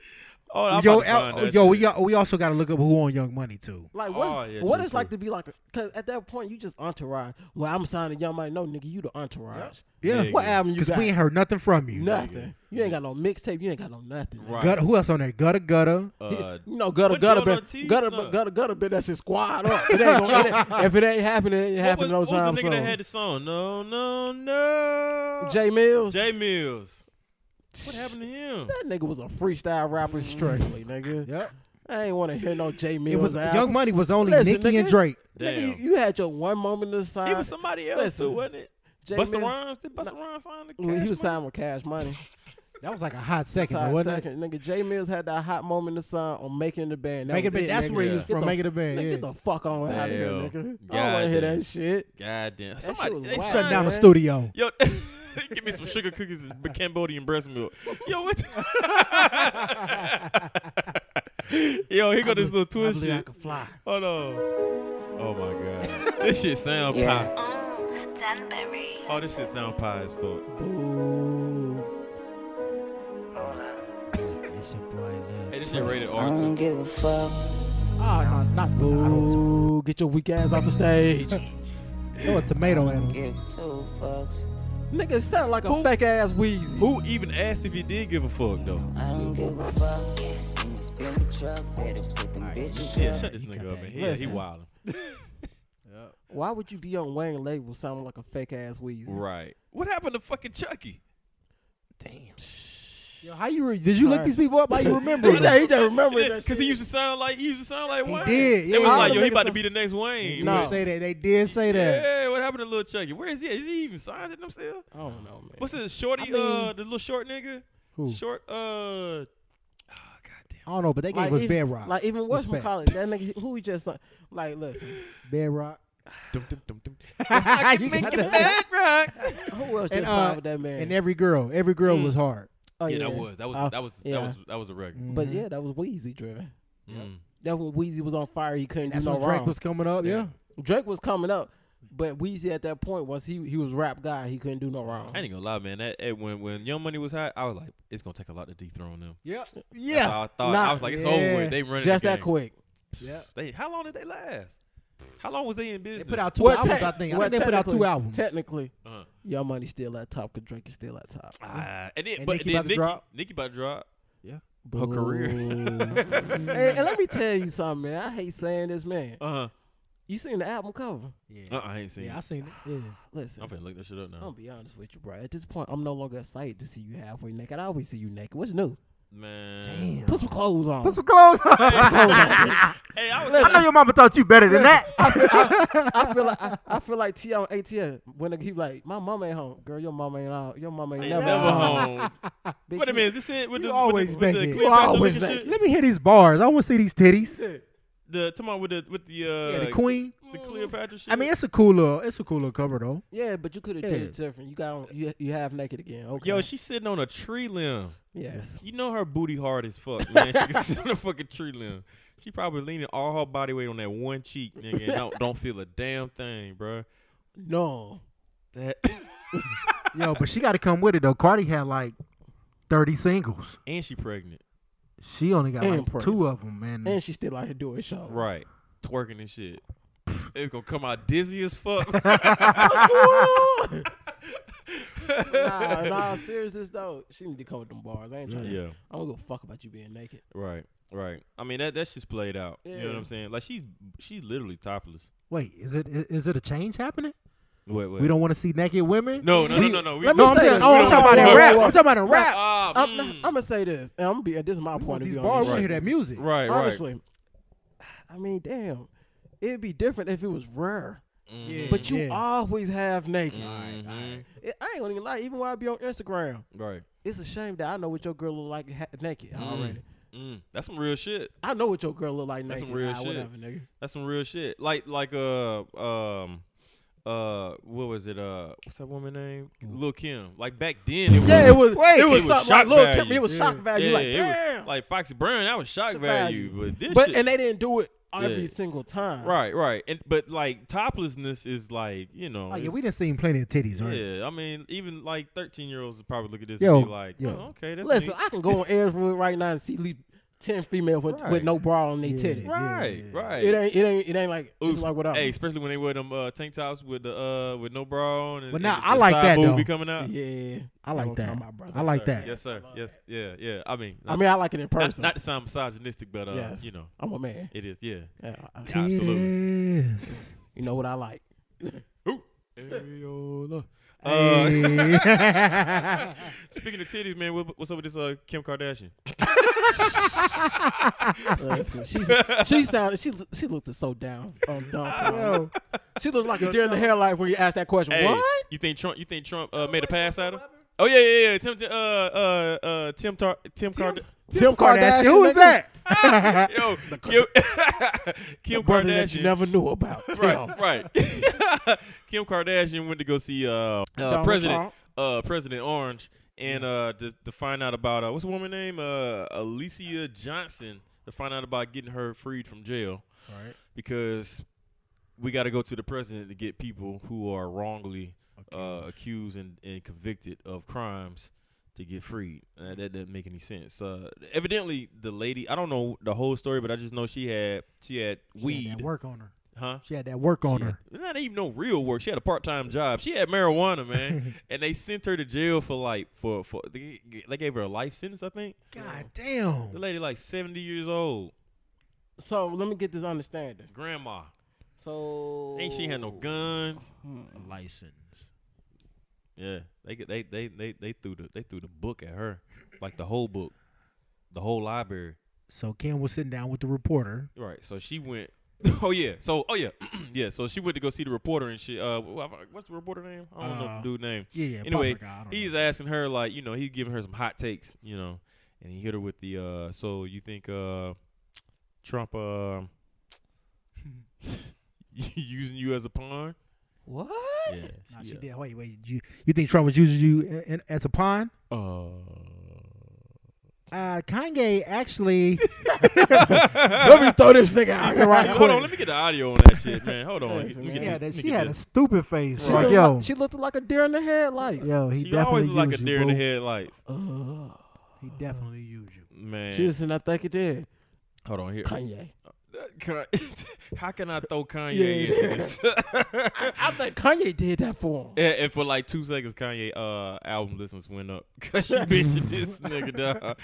Speaker 1: Oh, I'm about
Speaker 2: yo,
Speaker 1: to find
Speaker 2: Al-
Speaker 1: that
Speaker 2: yo,
Speaker 1: shit.
Speaker 2: we, got, we also got to look up who on Young Money too.
Speaker 3: Like what?
Speaker 1: Oh, yeah,
Speaker 3: what
Speaker 1: true,
Speaker 3: it's like to be like? Because at that point, you just entourage. Well, I'm signing young money. No, nigga, you the entourage.
Speaker 2: Yeah,
Speaker 1: Nigga.
Speaker 3: What album you
Speaker 2: because
Speaker 3: got?
Speaker 2: we ain't heard nothing from you.
Speaker 3: nothing. You ain't got no mixtape. You ain't got no nothing. nigga.
Speaker 1: Right.
Speaker 2: Gutter, who else on there? Gutter, gutter.
Speaker 1: Uh,
Speaker 3: You know, gutter,
Speaker 1: What
Speaker 3: gutter,
Speaker 1: Joe
Speaker 3: been,
Speaker 1: Ortiz
Speaker 3: gutter,
Speaker 1: done?
Speaker 3: gutter, gutter, gutter, been that's his squad up. It ain't gonna, it ain't- if it ain't happening, it ain't
Speaker 1: what was,
Speaker 3: happening no
Speaker 1: what was
Speaker 3: time
Speaker 1: the nigga
Speaker 3: soon.
Speaker 1: that had the song? No, no, no.
Speaker 3: J Mills.
Speaker 1: J Mills. What happened to him?
Speaker 3: that nigga was a freestyle rapper strictly, nigga.
Speaker 2: Yep.
Speaker 3: I ain't want to hear no J Mills.
Speaker 2: It was
Speaker 3: album.
Speaker 2: Young Money was only
Speaker 3: Listen,
Speaker 2: Nicki and
Speaker 3: nigga.
Speaker 2: Drake.
Speaker 1: Damn.
Speaker 3: Nigga, you, you had your one moment to sign.
Speaker 1: He was somebody else
Speaker 3: Listen,
Speaker 1: too, wasn't it?
Speaker 3: J
Speaker 1: Busta
Speaker 3: Mills-
Speaker 1: Rhymes. Did Busta Rhymes sign the cash?
Speaker 3: Well, he was
Speaker 1: Money?
Speaker 3: signed with Cash Money.
Speaker 2: That was like a hot second, though,
Speaker 3: Side
Speaker 2: wasn't it?
Speaker 3: second. Nigga, J Mills had that hot moment in the sun on making the band. That
Speaker 2: Make it
Speaker 3: was
Speaker 2: big.
Speaker 3: it,
Speaker 2: That's
Speaker 3: nigga.
Speaker 2: where he
Speaker 1: yeah.
Speaker 2: was from.
Speaker 3: Get the-
Speaker 2: Make it a band.
Speaker 3: Nigga,
Speaker 2: Yeah.
Speaker 3: get the fuck on out of here,
Speaker 1: Damn.
Speaker 3: nigga. I don't want to hear
Speaker 1: Goddamn.
Speaker 3: that shit.
Speaker 1: God damn.
Speaker 3: shit
Speaker 1: Somebody
Speaker 3: was
Speaker 1: they
Speaker 3: wild.
Speaker 2: Shut
Speaker 1: signed
Speaker 2: down the
Speaker 3: man.
Speaker 2: studio.
Speaker 1: Yo, give me some sugar cookies and b- Cambodian breast milk. Yo, what? Yo, here go this little twist shit.
Speaker 2: fly.
Speaker 1: Hold on. Oh my god, this shit sound
Speaker 3: Yeah.
Speaker 1: pie.
Speaker 4: Mm, Danbury.
Speaker 1: Oh, this shit sound pie as fuck.
Speaker 3: Ooh.
Speaker 2: That's your boy, Lil.
Speaker 1: Hey, this shit rated
Speaker 5: I
Speaker 1: R.
Speaker 3: Uh,
Speaker 5: don't
Speaker 1: too.
Speaker 5: give a fuck.
Speaker 2: Oh, no, not I don't-
Speaker 3: Ooh. Get your weak ass off the stage.
Speaker 2: throw a tomato at him.
Speaker 5: Give two fucks.
Speaker 3: nigga sound like a fake ass Weezy.
Speaker 1: Who even asked if he did give a fuck though?
Speaker 5: I don't give a fuck. In this Bentley truck, better put them bitches
Speaker 1: Yeah,
Speaker 5: up.
Speaker 1: shut this nigga up, man. Yeah, he
Speaker 3: Listen.
Speaker 1: wildin'.
Speaker 3: Why would you be on Wayne label sounding like a fake ass Weezy?
Speaker 1: Right. What happened to fucking Chucky?
Speaker 2: Yo, how you re- did you look
Speaker 3: Sorry.
Speaker 2: these people up? How you remember?
Speaker 3: He just-
Speaker 2: them?
Speaker 3: he just remembered that
Speaker 1: Because he
Speaker 3: shit.
Speaker 1: used to sound like he used to sound like Wayne.
Speaker 2: did, yeah.
Speaker 1: They was
Speaker 2: All
Speaker 1: like,
Speaker 2: the
Speaker 1: yo, he
Speaker 2: niggas
Speaker 1: about to
Speaker 2: sound-
Speaker 1: be the next Wayne.
Speaker 3: No.
Speaker 2: They say that they did say that.
Speaker 1: Yeah, what happened to Lil Chucky? Where is he? at? Is he even signed to them still?
Speaker 3: I don't know, man.
Speaker 1: What's his shorty?
Speaker 3: I mean-
Speaker 1: uh, the little short nigga.
Speaker 2: Who?
Speaker 1: Short. Uh, oh,
Speaker 2: I
Speaker 1: goddamn.
Speaker 2: don't know, but they gave us
Speaker 3: even,
Speaker 2: bedrock.
Speaker 3: like even what's from
Speaker 2: Ah, Respect.
Speaker 3: college? That nigga who he just like listen.
Speaker 2: bedrock.
Speaker 1: Dum, dum, dum, dum.
Speaker 2: You
Speaker 1: Make
Speaker 2: got
Speaker 1: it
Speaker 2: that.
Speaker 1: bad rock.
Speaker 3: Who else just
Speaker 2: And,
Speaker 3: signed
Speaker 2: uh,
Speaker 3: with that man?
Speaker 2: And every girl, every girl was hard.
Speaker 3: oh,
Speaker 1: Yeah, that was that was
Speaker 2: Uh,
Speaker 3: Oh,
Speaker 1: that was
Speaker 3: yeah.
Speaker 1: that was that was a record.
Speaker 3: But
Speaker 2: Mm-hmm.
Speaker 3: yeah, that was Weezy driven.
Speaker 1: Mm.
Speaker 3: That when Weezy was on fire, he couldn't
Speaker 2: That's
Speaker 3: do no
Speaker 2: when Drake
Speaker 3: wrong.
Speaker 2: was coming up. Yeah.
Speaker 3: Drake was coming up, but Weezy at that point was he he was rap guy. He couldn't do no wrong.
Speaker 1: I ain't gonna lie, man. That, that when when Young Money was hot, I was like, it's gonna take a lot to dethrone them.
Speaker 2: Yeah.
Speaker 1: That's how
Speaker 2: Yeah.
Speaker 1: I thought. I
Speaker 2: Nah,
Speaker 1: was like, it's
Speaker 2: yeah.
Speaker 1: over with. They running
Speaker 3: Just
Speaker 1: the
Speaker 3: that
Speaker 1: game.
Speaker 3: quick.
Speaker 2: Yeah.
Speaker 1: They, how long did they last? How long was they in business?
Speaker 2: They put out two
Speaker 3: Well,
Speaker 2: albums,
Speaker 3: tec-
Speaker 2: I think. I
Speaker 3: well,
Speaker 2: think they put out two
Speaker 3: technically-
Speaker 2: albums.
Speaker 3: Technically,
Speaker 1: Uh-huh.
Speaker 3: your money still at top because Drake is still at top.
Speaker 1: Ah, and then,
Speaker 2: And
Speaker 1: but
Speaker 2: Nicki
Speaker 1: then
Speaker 2: about to
Speaker 1: Nicki,
Speaker 2: drop.
Speaker 1: Nicki about to drop.
Speaker 3: Her
Speaker 1: career.
Speaker 3: and, and let me tell you something, man. I hate saying this, man.
Speaker 1: Uh huh.
Speaker 3: You seen the album cover?
Speaker 1: Uh, I ain't seen.
Speaker 2: Uh-huh. Yeah, I Oh.
Speaker 1: it.
Speaker 2: seen it. Yeah.
Speaker 3: Listen,
Speaker 1: I'm finna look that shit up
Speaker 3: I'm gonna
Speaker 1: now.
Speaker 3: be honest with you, bro. At this point, I'm no longer excited to see you halfway naked. I always see you naked. What's new?
Speaker 1: Man.
Speaker 3: Put some clothes on.
Speaker 2: Put some clothes on.
Speaker 1: Hey, I was
Speaker 2: I know your mama taught you better than that.
Speaker 3: I feel like I, I feel like T on ATL when he like my mom ain't home. Girl, your mom ain't out. Your mom ain't
Speaker 1: Ain't
Speaker 3: never,
Speaker 1: never home.
Speaker 3: Bitch,
Speaker 1: Wait a
Speaker 3: you-
Speaker 1: minute, is this it? With
Speaker 2: You
Speaker 1: the,
Speaker 2: always
Speaker 1: with the, with
Speaker 2: naked.
Speaker 1: the
Speaker 2: You
Speaker 1: Cleopatra
Speaker 3: always
Speaker 1: looking
Speaker 3: naked.
Speaker 1: shit?
Speaker 2: Let me hear these bars. I want to see these titties.
Speaker 1: The tomorrow with the with the uh,
Speaker 2: Yeah, the queen.
Speaker 1: the Cleopatra shit.
Speaker 2: I mean, it's a cool little, it's a cool little cover though.
Speaker 3: Yeah, but you could have did
Speaker 2: Yeah.
Speaker 3: it different. You got on, you you have naked again. Okay.
Speaker 1: yo, she's sitting on a tree limb.
Speaker 3: yes.
Speaker 1: You know her booty hard as fuck, man. she can sit on a fucking tree limb. She probably leaning all her body weight on that one cheek, nigga, and don't, don't feel a damn thing, bruh.
Speaker 3: No.
Speaker 1: That
Speaker 2: Yo, but she got to come with it though. Cardi had like thirty singles.
Speaker 1: and she pregnant,
Speaker 2: She only got
Speaker 3: And
Speaker 2: like
Speaker 3: pregnant.
Speaker 2: two of them, man.
Speaker 3: And she still out here doing show.
Speaker 1: right? Twerking and shit. It's gonna come out dizzy as fuck.
Speaker 3: nah, in all seriousness though, she need to come with them bars. I ain't trying.
Speaker 1: Yeah.
Speaker 3: I don't give a fuck about you being naked.
Speaker 1: Right, right. I mean that that's just played out. You know what
Speaker 3: Yeah.
Speaker 1: I'm saying? Like she's she's literally topless.
Speaker 2: Wait, is it is, is it a change happening?
Speaker 1: Wait, wait.
Speaker 2: We don't want to see naked women.
Speaker 1: No, no, no,
Speaker 2: We-
Speaker 1: no, no. We,
Speaker 3: Let me
Speaker 2: No, I'm
Speaker 3: say
Speaker 2: saying,
Speaker 3: this.
Speaker 2: oh,
Speaker 1: We
Speaker 2: I'm
Speaker 1: don't
Speaker 2: talking
Speaker 1: want
Speaker 2: about
Speaker 1: to
Speaker 2: in
Speaker 1: see
Speaker 2: rap.
Speaker 3: that.
Speaker 2: I'm talking about in rap.
Speaker 1: Ah,
Speaker 3: I'm,
Speaker 1: mm.
Speaker 3: I'm gonna say this, and I'm gonna be. This is my point of
Speaker 2: These
Speaker 3: view. on
Speaker 2: bars
Speaker 3: this
Speaker 2: want to hear that
Speaker 3: shit.
Speaker 2: music.
Speaker 1: right, right.
Speaker 3: Honestly, I mean, damn, it'd be different if it was rare.
Speaker 1: Mm-hmm.
Speaker 3: But you
Speaker 2: Yeah.
Speaker 3: always have naked.
Speaker 1: Mhm.
Speaker 3: It- I ain't gonna even lie. Even while I be on Instagram,
Speaker 1: Mm-hmm. Right.
Speaker 3: it's a shame that I know what your girl look like ha- naked already.
Speaker 1: Mm. That's some real shit.
Speaker 3: I know what your girl look like
Speaker 1: That's
Speaker 3: naked.
Speaker 1: some real
Speaker 3: Ah,
Speaker 1: shit.
Speaker 3: Whatever, nigga.
Speaker 1: That's some real shit. Like like uh um uh what was it uh what's that woman name? Lil Kim. Like back then it
Speaker 3: Yeah, it
Speaker 1: was
Speaker 3: was.
Speaker 2: Wait.
Speaker 3: it
Speaker 1: It
Speaker 3: was
Speaker 1: was
Speaker 3: something like
Speaker 1: shock
Speaker 3: little
Speaker 1: value.
Speaker 3: Kim- It was shock value. like
Speaker 1: it was-
Speaker 3: damn.
Speaker 1: like Foxy Brown, that was shock
Speaker 3: Shock
Speaker 1: value.
Speaker 3: value.
Speaker 1: But this
Speaker 3: but
Speaker 1: shit
Speaker 3: and they didn't do it every
Speaker 1: Yeah.
Speaker 3: single time.
Speaker 1: Right, right. And but like toplessness is like, you know,
Speaker 2: Oh yeah,
Speaker 1: it's-
Speaker 2: we done seen plenty of titties, right?
Speaker 1: Yeah, I mean, even like thirteen year olds would probably look at this
Speaker 2: Yo,
Speaker 1: and be like,
Speaker 2: yo.
Speaker 1: oh, okay, that's
Speaker 3: Listen,
Speaker 1: neat.
Speaker 3: I can go on Airswood right now and see le- ten females with,
Speaker 1: Right.
Speaker 3: with no bra on their
Speaker 2: Yeah.
Speaker 3: titties.
Speaker 1: right,
Speaker 2: yeah.
Speaker 1: right.
Speaker 3: It ain't. It ain't. It ain't like.
Speaker 1: Ooh,
Speaker 3: It's like what I.
Speaker 1: Hey, especially when they wear them uh, tank tops with the uh with no bra on and,
Speaker 2: But
Speaker 1: and
Speaker 2: now,
Speaker 1: the,
Speaker 2: I
Speaker 1: the
Speaker 2: like
Speaker 1: side
Speaker 2: that,
Speaker 1: boob be
Speaker 2: though.
Speaker 1: coming out.
Speaker 3: Yeah,
Speaker 2: I like
Speaker 3: Don't call
Speaker 2: that.
Speaker 3: my brother,
Speaker 2: I like
Speaker 1: Sir,
Speaker 2: that.
Speaker 1: Yes, sir. Yes, yeah, yeah. I mean,
Speaker 3: I mean, I like it in
Speaker 1: not,
Speaker 3: person.
Speaker 1: not to sound misogynistic, but uh,
Speaker 3: Yes.
Speaker 1: you know,
Speaker 3: I'm a man.
Speaker 1: it is. Yeah,
Speaker 3: Yeah, I- I-
Speaker 1: absolutely.
Speaker 2: Titties.
Speaker 3: you know what I like.
Speaker 1: Areola. Uh,
Speaker 2: Hey.
Speaker 1: speaking of titties, man, what, what's up with this uh, Kim Kardashian?
Speaker 3: Listen, she's, she sounded. She she looked so down. Um, dumb.
Speaker 2: Yo,
Speaker 3: She looked like a deer in the headlight when you asked that question.
Speaker 1: Hey,
Speaker 3: What?
Speaker 1: You think Trump? You think Trump uh, made a pass at him? Oh yeah, yeah, yeah. Tim, uh, uh, uh, Tim, Tar- Tim, Card-
Speaker 3: Tim
Speaker 2: Kardashian, who is
Speaker 3: nigga?
Speaker 2: that?
Speaker 1: Yo, Kim, Kim
Speaker 3: The brother that
Speaker 1: Kardashian.
Speaker 3: you never knew about. Tim.
Speaker 1: right, Uh, right. Kim Kardashian went to go see uh, uh
Speaker 3: Donald
Speaker 1: President
Speaker 3: Trump.
Speaker 1: uh President Orange and uh to, to find out about uh what's the woman name uh Alicia Johnson to find out about getting her freed from jail. Right. Because we got to go to the president to get people who are wrongly uh, accused and, and convicted of crimes to get freed. Uh, that doesn't make any sense. Uh, evidently, the lady I don't know the whole story, but I just know she had she had
Speaker 2: She had
Speaker 1: weed,
Speaker 2: that work on her.
Speaker 1: huh?
Speaker 2: She had that work on
Speaker 1: She
Speaker 2: her.
Speaker 1: had- not even no real work. She had a part time job. She had marijuana, man, and they sent her to jail for like for for they, they gave her a life sentence. I think
Speaker 2: God damn.
Speaker 1: the lady like seventy years old,
Speaker 3: So let me get this understanding.
Speaker 1: grandma.
Speaker 3: So
Speaker 1: Ain't she had no guns?
Speaker 2: License.
Speaker 1: Yeah, they get- they they they they threw the they threw the book at her, like the whole book, the whole library.
Speaker 2: So Kim was sitting down with the reporter.
Speaker 1: Right. So she went. Oh yeah. So oh yeah, yeah. So she went to go see the reporter and shit. Uh, wh- what's the reporter name? I don't know
Speaker 2: Uh,
Speaker 1: the dude name.
Speaker 2: yeah, yeah,
Speaker 1: Anyway,
Speaker 2: Paprika, I don't
Speaker 1: he's asking her like, you know, he's giving her some hot takes, you know, and he hit her with the. uh So you think uh Trump uh using you as a pawn?
Speaker 3: What?
Speaker 1: Yeah.
Speaker 2: Nah,
Speaker 1: she,
Speaker 2: she
Speaker 1: uh,
Speaker 2: did. Wait, wait. You you think Trump was using you a- in, as a pawn? Uh, Kanye actually.
Speaker 3: Let me throw this nigga out here right
Speaker 1: Uh,
Speaker 3: quick.
Speaker 1: hold on, let me get the audio on that shit, man. Hold on.
Speaker 3: Listen,
Speaker 1: Let me get
Speaker 3: man.
Speaker 1: the- let me
Speaker 2: she
Speaker 1: get
Speaker 2: had a
Speaker 1: this.
Speaker 2: stupid face.
Speaker 3: She,
Speaker 2: Like,
Speaker 3: looked
Speaker 2: yo,
Speaker 3: like, she looked like a deer in the headlights.
Speaker 2: yo, he
Speaker 1: She
Speaker 2: definitely
Speaker 1: always look like a
Speaker 2: used you,
Speaker 1: deer in the
Speaker 2: boo.
Speaker 1: headlights,
Speaker 3: Uh,
Speaker 2: He definitely used you.
Speaker 1: man.
Speaker 3: she was in I think it did.
Speaker 1: hold on here.
Speaker 3: Kanye.
Speaker 1: Can I- How can I throw Kanye
Speaker 3: Yeah.
Speaker 1: into this?
Speaker 3: I, I think Kanye did that for him.
Speaker 1: and, and for like two seconds, Kanye uh album listens went up because she bitching this nigga dog.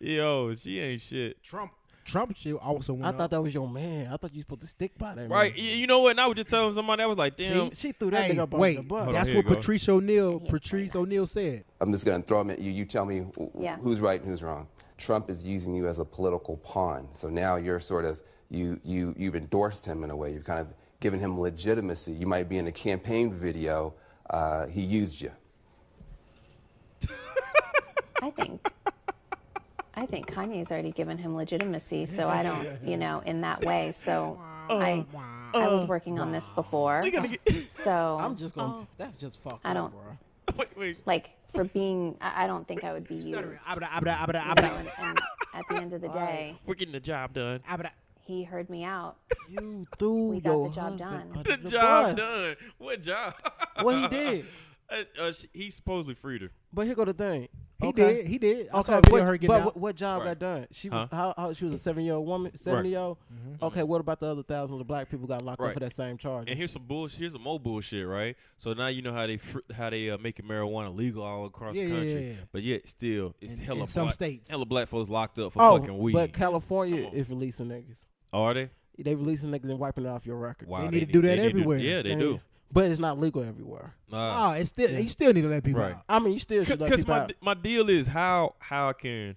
Speaker 1: Yo, she ain't shit.
Speaker 2: Trump. Trump shit also went
Speaker 3: I
Speaker 2: up.
Speaker 3: thought that was your um man. I thought you supposed to stick by that.
Speaker 1: Right?
Speaker 3: Man.
Speaker 1: y- You know what? And I was just telling somebody I was like,
Speaker 3: See,
Speaker 1: damn.
Speaker 3: she threw that
Speaker 2: Hey,
Speaker 3: nigga up
Speaker 2: wait,
Speaker 3: under the bus.
Speaker 1: Hold on,
Speaker 2: that's
Speaker 1: here
Speaker 2: what
Speaker 1: you go.
Speaker 2: Patrice O'Neill, Patrice O'Neill said.
Speaker 6: I'm just going to throw them at you. You tell me wh-
Speaker 7: Yeah.
Speaker 6: who's right and who's wrong. Trump is using you as a political pawn. So now you're sort of you you you've endorsed him in a way. You've kind of given him legitimacy. You might be in a campaign video. Uh, he used you.
Speaker 7: I think. I think Kanye's already given him legitimacy, so I don't, you know, in that way. So
Speaker 2: Oh,
Speaker 7: I, I was working on this before.
Speaker 3: I'm
Speaker 7: So,
Speaker 3: just gonna. that's just fucked
Speaker 7: Oh. I
Speaker 3: up,
Speaker 7: don't-
Speaker 3: bro.
Speaker 1: wait, wait.
Speaker 7: like, for being, I, I don't think I would be used. you know,
Speaker 2: Abra, abra, abra, abra,
Speaker 7: And, and at the end of the day,
Speaker 1: We're getting the job done.
Speaker 2: abra.
Speaker 7: he heard me out.
Speaker 3: You threw
Speaker 7: We got
Speaker 3: your
Speaker 7: the job
Speaker 3: husband
Speaker 7: done.
Speaker 3: under
Speaker 1: The, job
Speaker 3: bus.
Speaker 1: done. What job?
Speaker 3: What he did.
Speaker 1: Uh, uh, she- he supposedly freed her.
Speaker 3: But here go the thing.
Speaker 2: He
Speaker 3: Okay.
Speaker 2: did. He did. I saw a
Speaker 3: Okay,
Speaker 2: video
Speaker 3: what,
Speaker 2: of her getting
Speaker 3: but
Speaker 2: out.
Speaker 3: what, what job got done? She was
Speaker 1: Uh-huh.
Speaker 3: how, how she was a seven year old woman, seven year old. Okay, what about the other thousands of black people got locked
Speaker 1: Mm-hmm. Right.
Speaker 3: up for that same charge?
Speaker 1: And here's some bullshit. Here's some more bullshit, right? So now you know how they fr- how they uh, making marijuana legal all across
Speaker 2: Yeah,
Speaker 1: the
Speaker 2: yeah,
Speaker 1: country,
Speaker 2: yeah, yeah.
Speaker 1: but yet still it's
Speaker 2: In-
Speaker 1: hella
Speaker 2: in some
Speaker 1: black-
Speaker 2: states.
Speaker 1: hella black folks locked up for
Speaker 3: oh,
Speaker 1: fucking weed.
Speaker 3: but California
Speaker 1: Come on.
Speaker 3: is releasing niggas.
Speaker 1: Are they?
Speaker 3: They releasing niggas and wiping it off your record.
Speaker 1: Wow,
Speaker 2: They need to do that
Speaker 1: they
Speaker 2: everywhere.
Speaker 1: yeah, they
Speaker 3: And-
Speaker 1: do.
Speaker 3: but it's not legal everywhere.
Speaker 1: Nah.
Speaker 2: oh, it's still you still need to let people
Speaker 1: Right.
Speaker 2: out.
Speaker 3: I mean, you still should let
Speaker 1: because
Speaker 3: people
Speaker 1: my
Speaker 3: out.
Speaker 1: my deal is how how can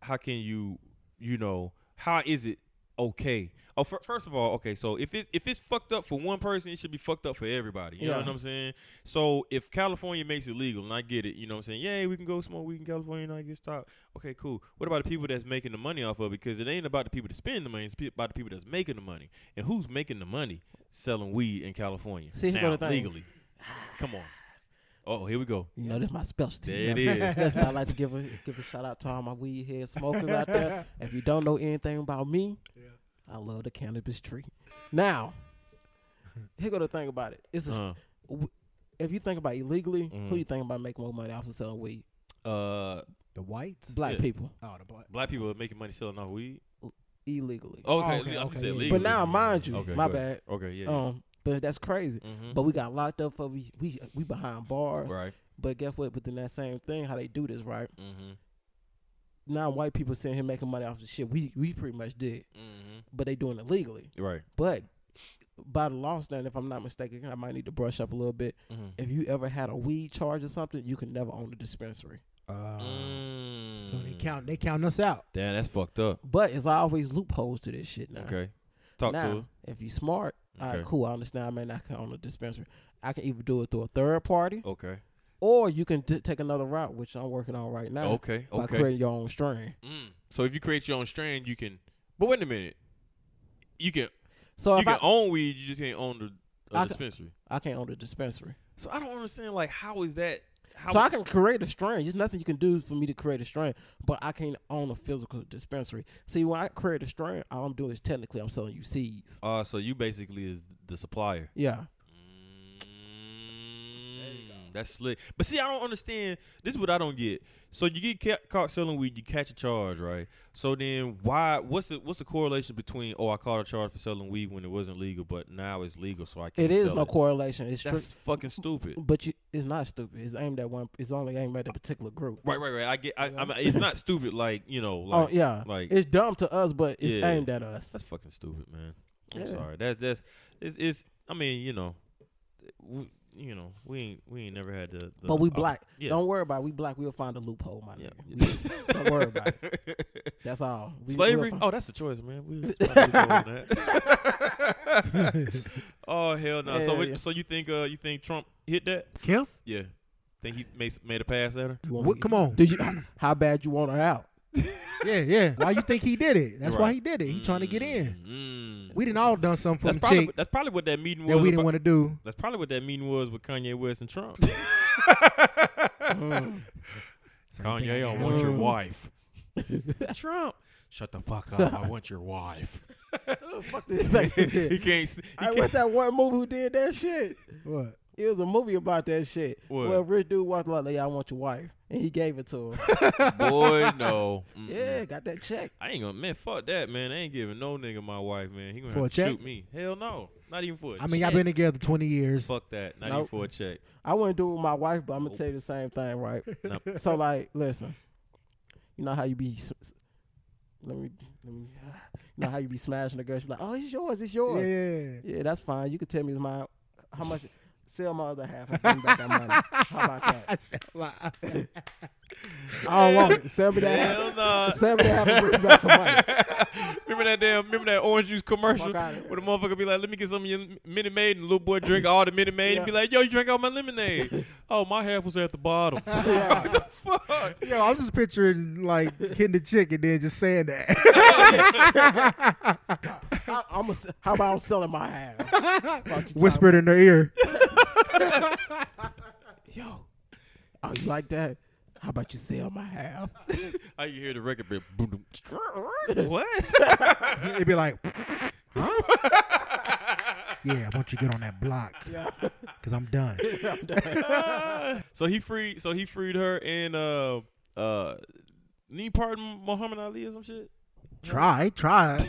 Speaker 1: how can you you know how is it okay? Oh, fir- first of all, okay. So if it if it's fucked up for one person, it should be fucked up for everybody. You know
Speaker 3: Yeah.
Speaker 1: what I'm saying? So if California makes it legal, and I get it, you know what I'm saying? Yay, we can go smoke weed in California and I get stopped. Okay, cool. What about the people that's making the money off of it? Because it ain't about the people that spend the money. It's pe- about the people that's making the money. And who's making the money selling weed in California
Speaker 3: See, here go
Speaker 1: now
Speaker 3: the thing.
Speaker 1: legally? Come on. Oh, here we go.
Speaker 3: You know, that's my specialty.
Speaker 1: There it
Speaker 3: you know.
Speaker 1: is.
Speaker 3: That's why I like to give a give a shout out to all my weed head smokers out there. If you don't know anything about me, I love the cannabis tree. Now, here go the thing about it. It's a,
Speaker 1: Uh-huh.
Speaker 3: w- if you think about illegally, who
Speaker 1: Mhm.
Speaker 3: you think about making more money off of selling weed?
Speaker 1: Uh,
Speaker 2: The whites.
Speaker 3: Black
Speaker 1: Yeah.
Speaker 3: people
Speaker 2: Oh, the black.
Speaker 1: black people are making money selling off weed.
Speaker 3: illegally.
Speaker 1: Okay,
Speaker 2: okay,
Speaker 1: le- I'm
Speaker 2: okay,
Speaker 1: gonna say
Speaker 2: yeah. But
Speaker 1: legally.
Speaker 3: but now, mind you,
Speaker 1: Oh, Okay,
Speaker 3: my
Speaker 1: go
Speaker 3: bad.
Speaker 1: ahead. Okay, yeah. yeah.
Speaker 3: Um, but that's crazy.
Speaker 1: Mhm.
Speaker 3: But we got locked up for we we we behind bars.
Speaker 1: right.
Speaker 3: But guess what? Within that same thing, how they do this, right?
Speaker 1: Mm-hmm.
Speaker 3: Now white people sitting here making money off the shit we we pretty much did,
Speaker 1: Mm-hmm.
Speaker 3: but they doing it legally.
Speaker 1: Right.
Speaker 3: But by the law stand, if I'm not mistaken, I might need to brush up a little bit.
Speaker 1: Mm-hmm.
Speaker 3: If you ever had a weed charge or something, you can never own a dispensary.
Speaker 2: Uh,
Speaker 3: Uh,
Speaker 2: So
Speaker 1: Mm.
Speaker 2: they count. They count us out.
Speaker 1: Damn, that's fucked up.
Speaker 3: But it's always loopholes to this shit now.
Speaker 1: Okay. Talk
Speaker 3: now,
Speaker 1: to her.
Speaker 3: if you smart, all right,
Speaker 1: Okay.
Speaker 3: cool. I understand. I may not can own a dispensary. I can either do it through a third party,
Speaker 1: Okay.
Speaker 3: or you can d- take another route, which I'm working on right now.
Speaker 1: Okay.
Speaker 3: By
Speaker 1: Okay.
Speaker 3: creating your own strain.
Speaker 1: Mm. So if you create your own strand, you can. But wait a minute. You can
Speaker 3: So
Speaker 1: you
Speaker 3: if
Speaker 1: can
Speaker 3: I,
Speaker 1: own weed. You just can't own the
Speaker 3: I
Speaker 1: uh,
Speaker 3: c-
Speaker 1: dispensary.
Speaker 3: I can't own a dispensary.
Speaker 1: So I don't understand. Like, how is that? How
Speaker 3: so I can create a strain. There's nothing you can do for me to create a strain, but I can own a physical dispensary. See, when I create a strain, all I'm doing is technically I'm selling you seeds.
Speaker 1: Uh, so you basically is the supplier.
Speaker 3: Yeah.
Speaker 1: Mm, That's slick. But see, I don't understand. This is what I don't get. So you get ca- caught selling weed, you catch a charge, right? So then, why? What's the what's the correlation between? Oh, I caught a charge for selling weed when it wasn't legal, but now it's legal, so I can't.
Speaker 3: It is
Speaker 1: sell
Speaker 3: no correlation. It's
Speaker 1: That's
Speaker 3: strict,
Speaker 1: fucking stupid.
Speaker 3: but you, it's not stupid. It's aimed at one. It's only aimed at a particular group.
Speaker 1: Right, right, right. I get. I, I mean, it's not stupid. Like you know,
Speaker 3: Oh
Speaker 1: like
Speaker 3: yeah.
Speaker 1: like
Speaker 3: it's dumb to us, but it's
Speaker 1: Yeah.
Speaker 3: aimed at us.
Speaker 1: That's fucking stupid, man. I'm
Speaker 3: Yeah.
Speaker 1: sorry. That's that's it's, it's. I mean, you know, we, you know, we ain't we ain't never had the. the
Speaker 3: But we
Speaker 1: opp-
Speaker 3: black.
Speaker 1: Oh, yeah.
Speaker 3: Don't worry about it. We black. We'll find a loophole, my
Speaker 1: Yeah.
Speaker 3: nigga. We- Don't worry about it. That's all. We- we'll
Speaker 1: Slavery?
Speaker 3: find-
Speaker 1: Oh, that's a choice, man. We was probably doing that. oh hell no! so
Speaker 3: Yeah,
Speaker 1: it-
Speaker 3: yeah.
Speaker 1: so you think uh you think Trump hit that?
Speaker 2: Kim,
Speaker 1: Yeah. Think he made made a pass at her?
Speaker 3: You want
Speaker 2: what,
Speaker 3: me-
Speaker 2: come on.
Speaker 3: Do you? How bad you want her out?
Speaker 2: yeah, yeah. Why you think he did it? That's why
Speaker 1: Right.
Speaker 2: he did it. He trying to get in.
Speaker 1: Mm.
Speaker 2: We didn't all done something for
Speaker 1: That's
Speaker 2: the
Speaker 1: probably
Speaker 2: chick
Speaker 1: that's probably what that meeting
Speaker 2: that
Speaker 1: was.
Speaker 2: we didn't
Speaker 1: about-
Speaker 2: want to do.
Speaker 1: that's probably what that meeting was with Kanye West and Trump. Kanye, I want your wife. Trump, shut the fuck up! I want your wife.
Speaker 3: Fuck
Speaker 1: he
Speaker 3: this.
Speaker 1: can't. s- He
Speaker 3: I
Speaker 1: can't
Speaker 3: what's that one movie who did that shit?
Speaker 2: What?
Speaker 3: It was a movie about that shit.
Speaker 1: What?
Speaker 3: Well, rich dude walked like, "Yeah, I want your wife," and he gave it to her.
Speaker 1: boy, no. Mm-mm.
Speaker 3: yeah, got that check.
Speaker 1: I ain't gonna man, fuck that, man. I ain't giving no nigga my wife, man. He gonna
Speaker 2: For
Speaker 1: have
Speaker 2: a
Speaker 1: to
Speaker 2: check?
Speaker 1: shoot me. Hell no. Not even for a
Speaker 2: I mean, y'all
Speaker 1: check.
Speaker 2: been together twenty years.
Speaker 1: fuck that. Not even
Speaker 3: Nope.
Speaker 1: for a check.
Speaker 3: I wouldn't do it with my wife, but I'm gonna tell you the same thing, right?
Speaker 1: No.
Speaker 3: so, like, listen, you know how you be. s- s- Let me, let me. uh, You know how you be smashing the girl? She be like, "Oh, it's yours, it's yours."
Speaker 2: Yeah.
Speaker 3: Yeah, that's fine. You can tell me it's mine. How much? Sell my other half and bring back that money. How about that? I don't want it. Sell me that
Speaker 1: Hell
Speaker 3: half.
Speaker 1: no.
Speaker 3: Sell me that half and bring back some money.
Speaker 1: remember that damn remember that orange juice commercial
Speaker 3: Fuck outta here.
Speaker 1: where the motherfucker be like, Let me get some of your Minute Maid and the little boy drink all the Minute Maid and be like, Yo, you drank all my lemonade. oh, my half was at the bottom. what the fuck?
Speaker 2: Yo, I'm just picturing like hitting the chick and then just saying that.
Speaker 3: I, I'm a, how about I'm selling my half? Fuck you
Speaker 2: Whispered in her ear.
Speaker 3: talking- Yo, oh, you like that? How about you sell my half?
Speaker 1: How you hear the record bit boom, boom. What?
Speaker 2: It'd be like, huh? yeah, I want you to get on that block. Cause I'm done.
Speaker 1: so he freed so he freed her and uh uh, knee pardon Muhammad Ali or some shit.
Speaker 2: Try, try.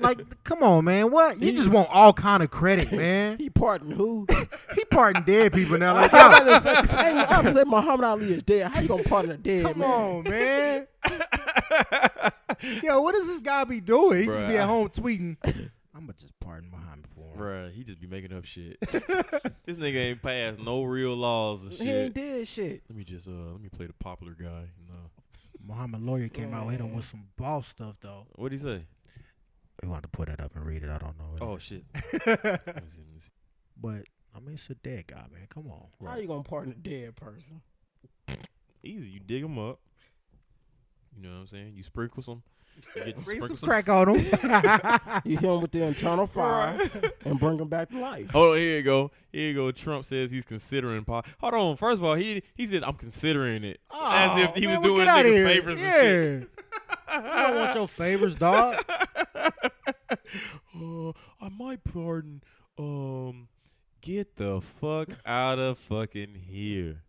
Speaker 2: like, come on, man. What? You just want all kind of credit, man.
Speaker 3: He pardoned who?
Speaker 2: he pardon dead people now. Like,
Speaker 3: I'm
Speaker 2: yo,
Speaker 3: gonna say, I'm gonna say Muhammad Ali is dead. How you gonna pardon a dead
Speaker 2: come
Speaker 3: man?
Speaker 2: on, man. Yo, what does this guy be doing? He just
Speaker 1: Bruh,
Speaker 2: be
Speaker 1: I-
Speaker 2: at home tweeting. I'm gonna just pardon Muhammad for him.
Speaker 1: Bruh, he just be making up shit. this nigga ain't passed no real laws and
Speaker 3: He ain't
Speaker 1: shit.
Speaker 3: did shit.
Speaker 1: Let me just uh, let me play the popular guy. No,
Speaker 2: Muhammad lawyer came out hit him with some ball stuff though.
Speaker 1: what'd he say?
Speaker 2: We want to put it up and read it. I don't know. what it
Speaker 1: Oh
Speaker 2: is.
Speaker 1: shit. Let me see, let me see.
Speaker 2: but I mean, it's a dead guy, man. Come on.
Speaker 3: How you gonna pardon a dead person?
Speaker 1: Easy, you dig him up. You know what I'm saying? You sprinkle some. You get
Speaker 2: Bring some
Speaker 1: sprinkle
Speaker 2: crack on him.
Speaker 3: You hit him with the internal fire and bring him back to life.
Speaker 1: Hold on, here you go. Here you go. Trump says he's considering pot. Hold on. First of all, he he said I'm considering it, as if he
Speaker 2: man,
Speaker 1: was
Speaker 2: well,
Speaker 1: doing
Speaker 2: get outta
Speaker 1: niggas
Speaker 2: here.
Speaker 1: favors
Speaker 2: yeah.
Speaker 1: and shit.
Speaker 2: I don't want your favors, dog.
Speaker 1: Uh, I might pardon. Um, get the fuck out of fucking here.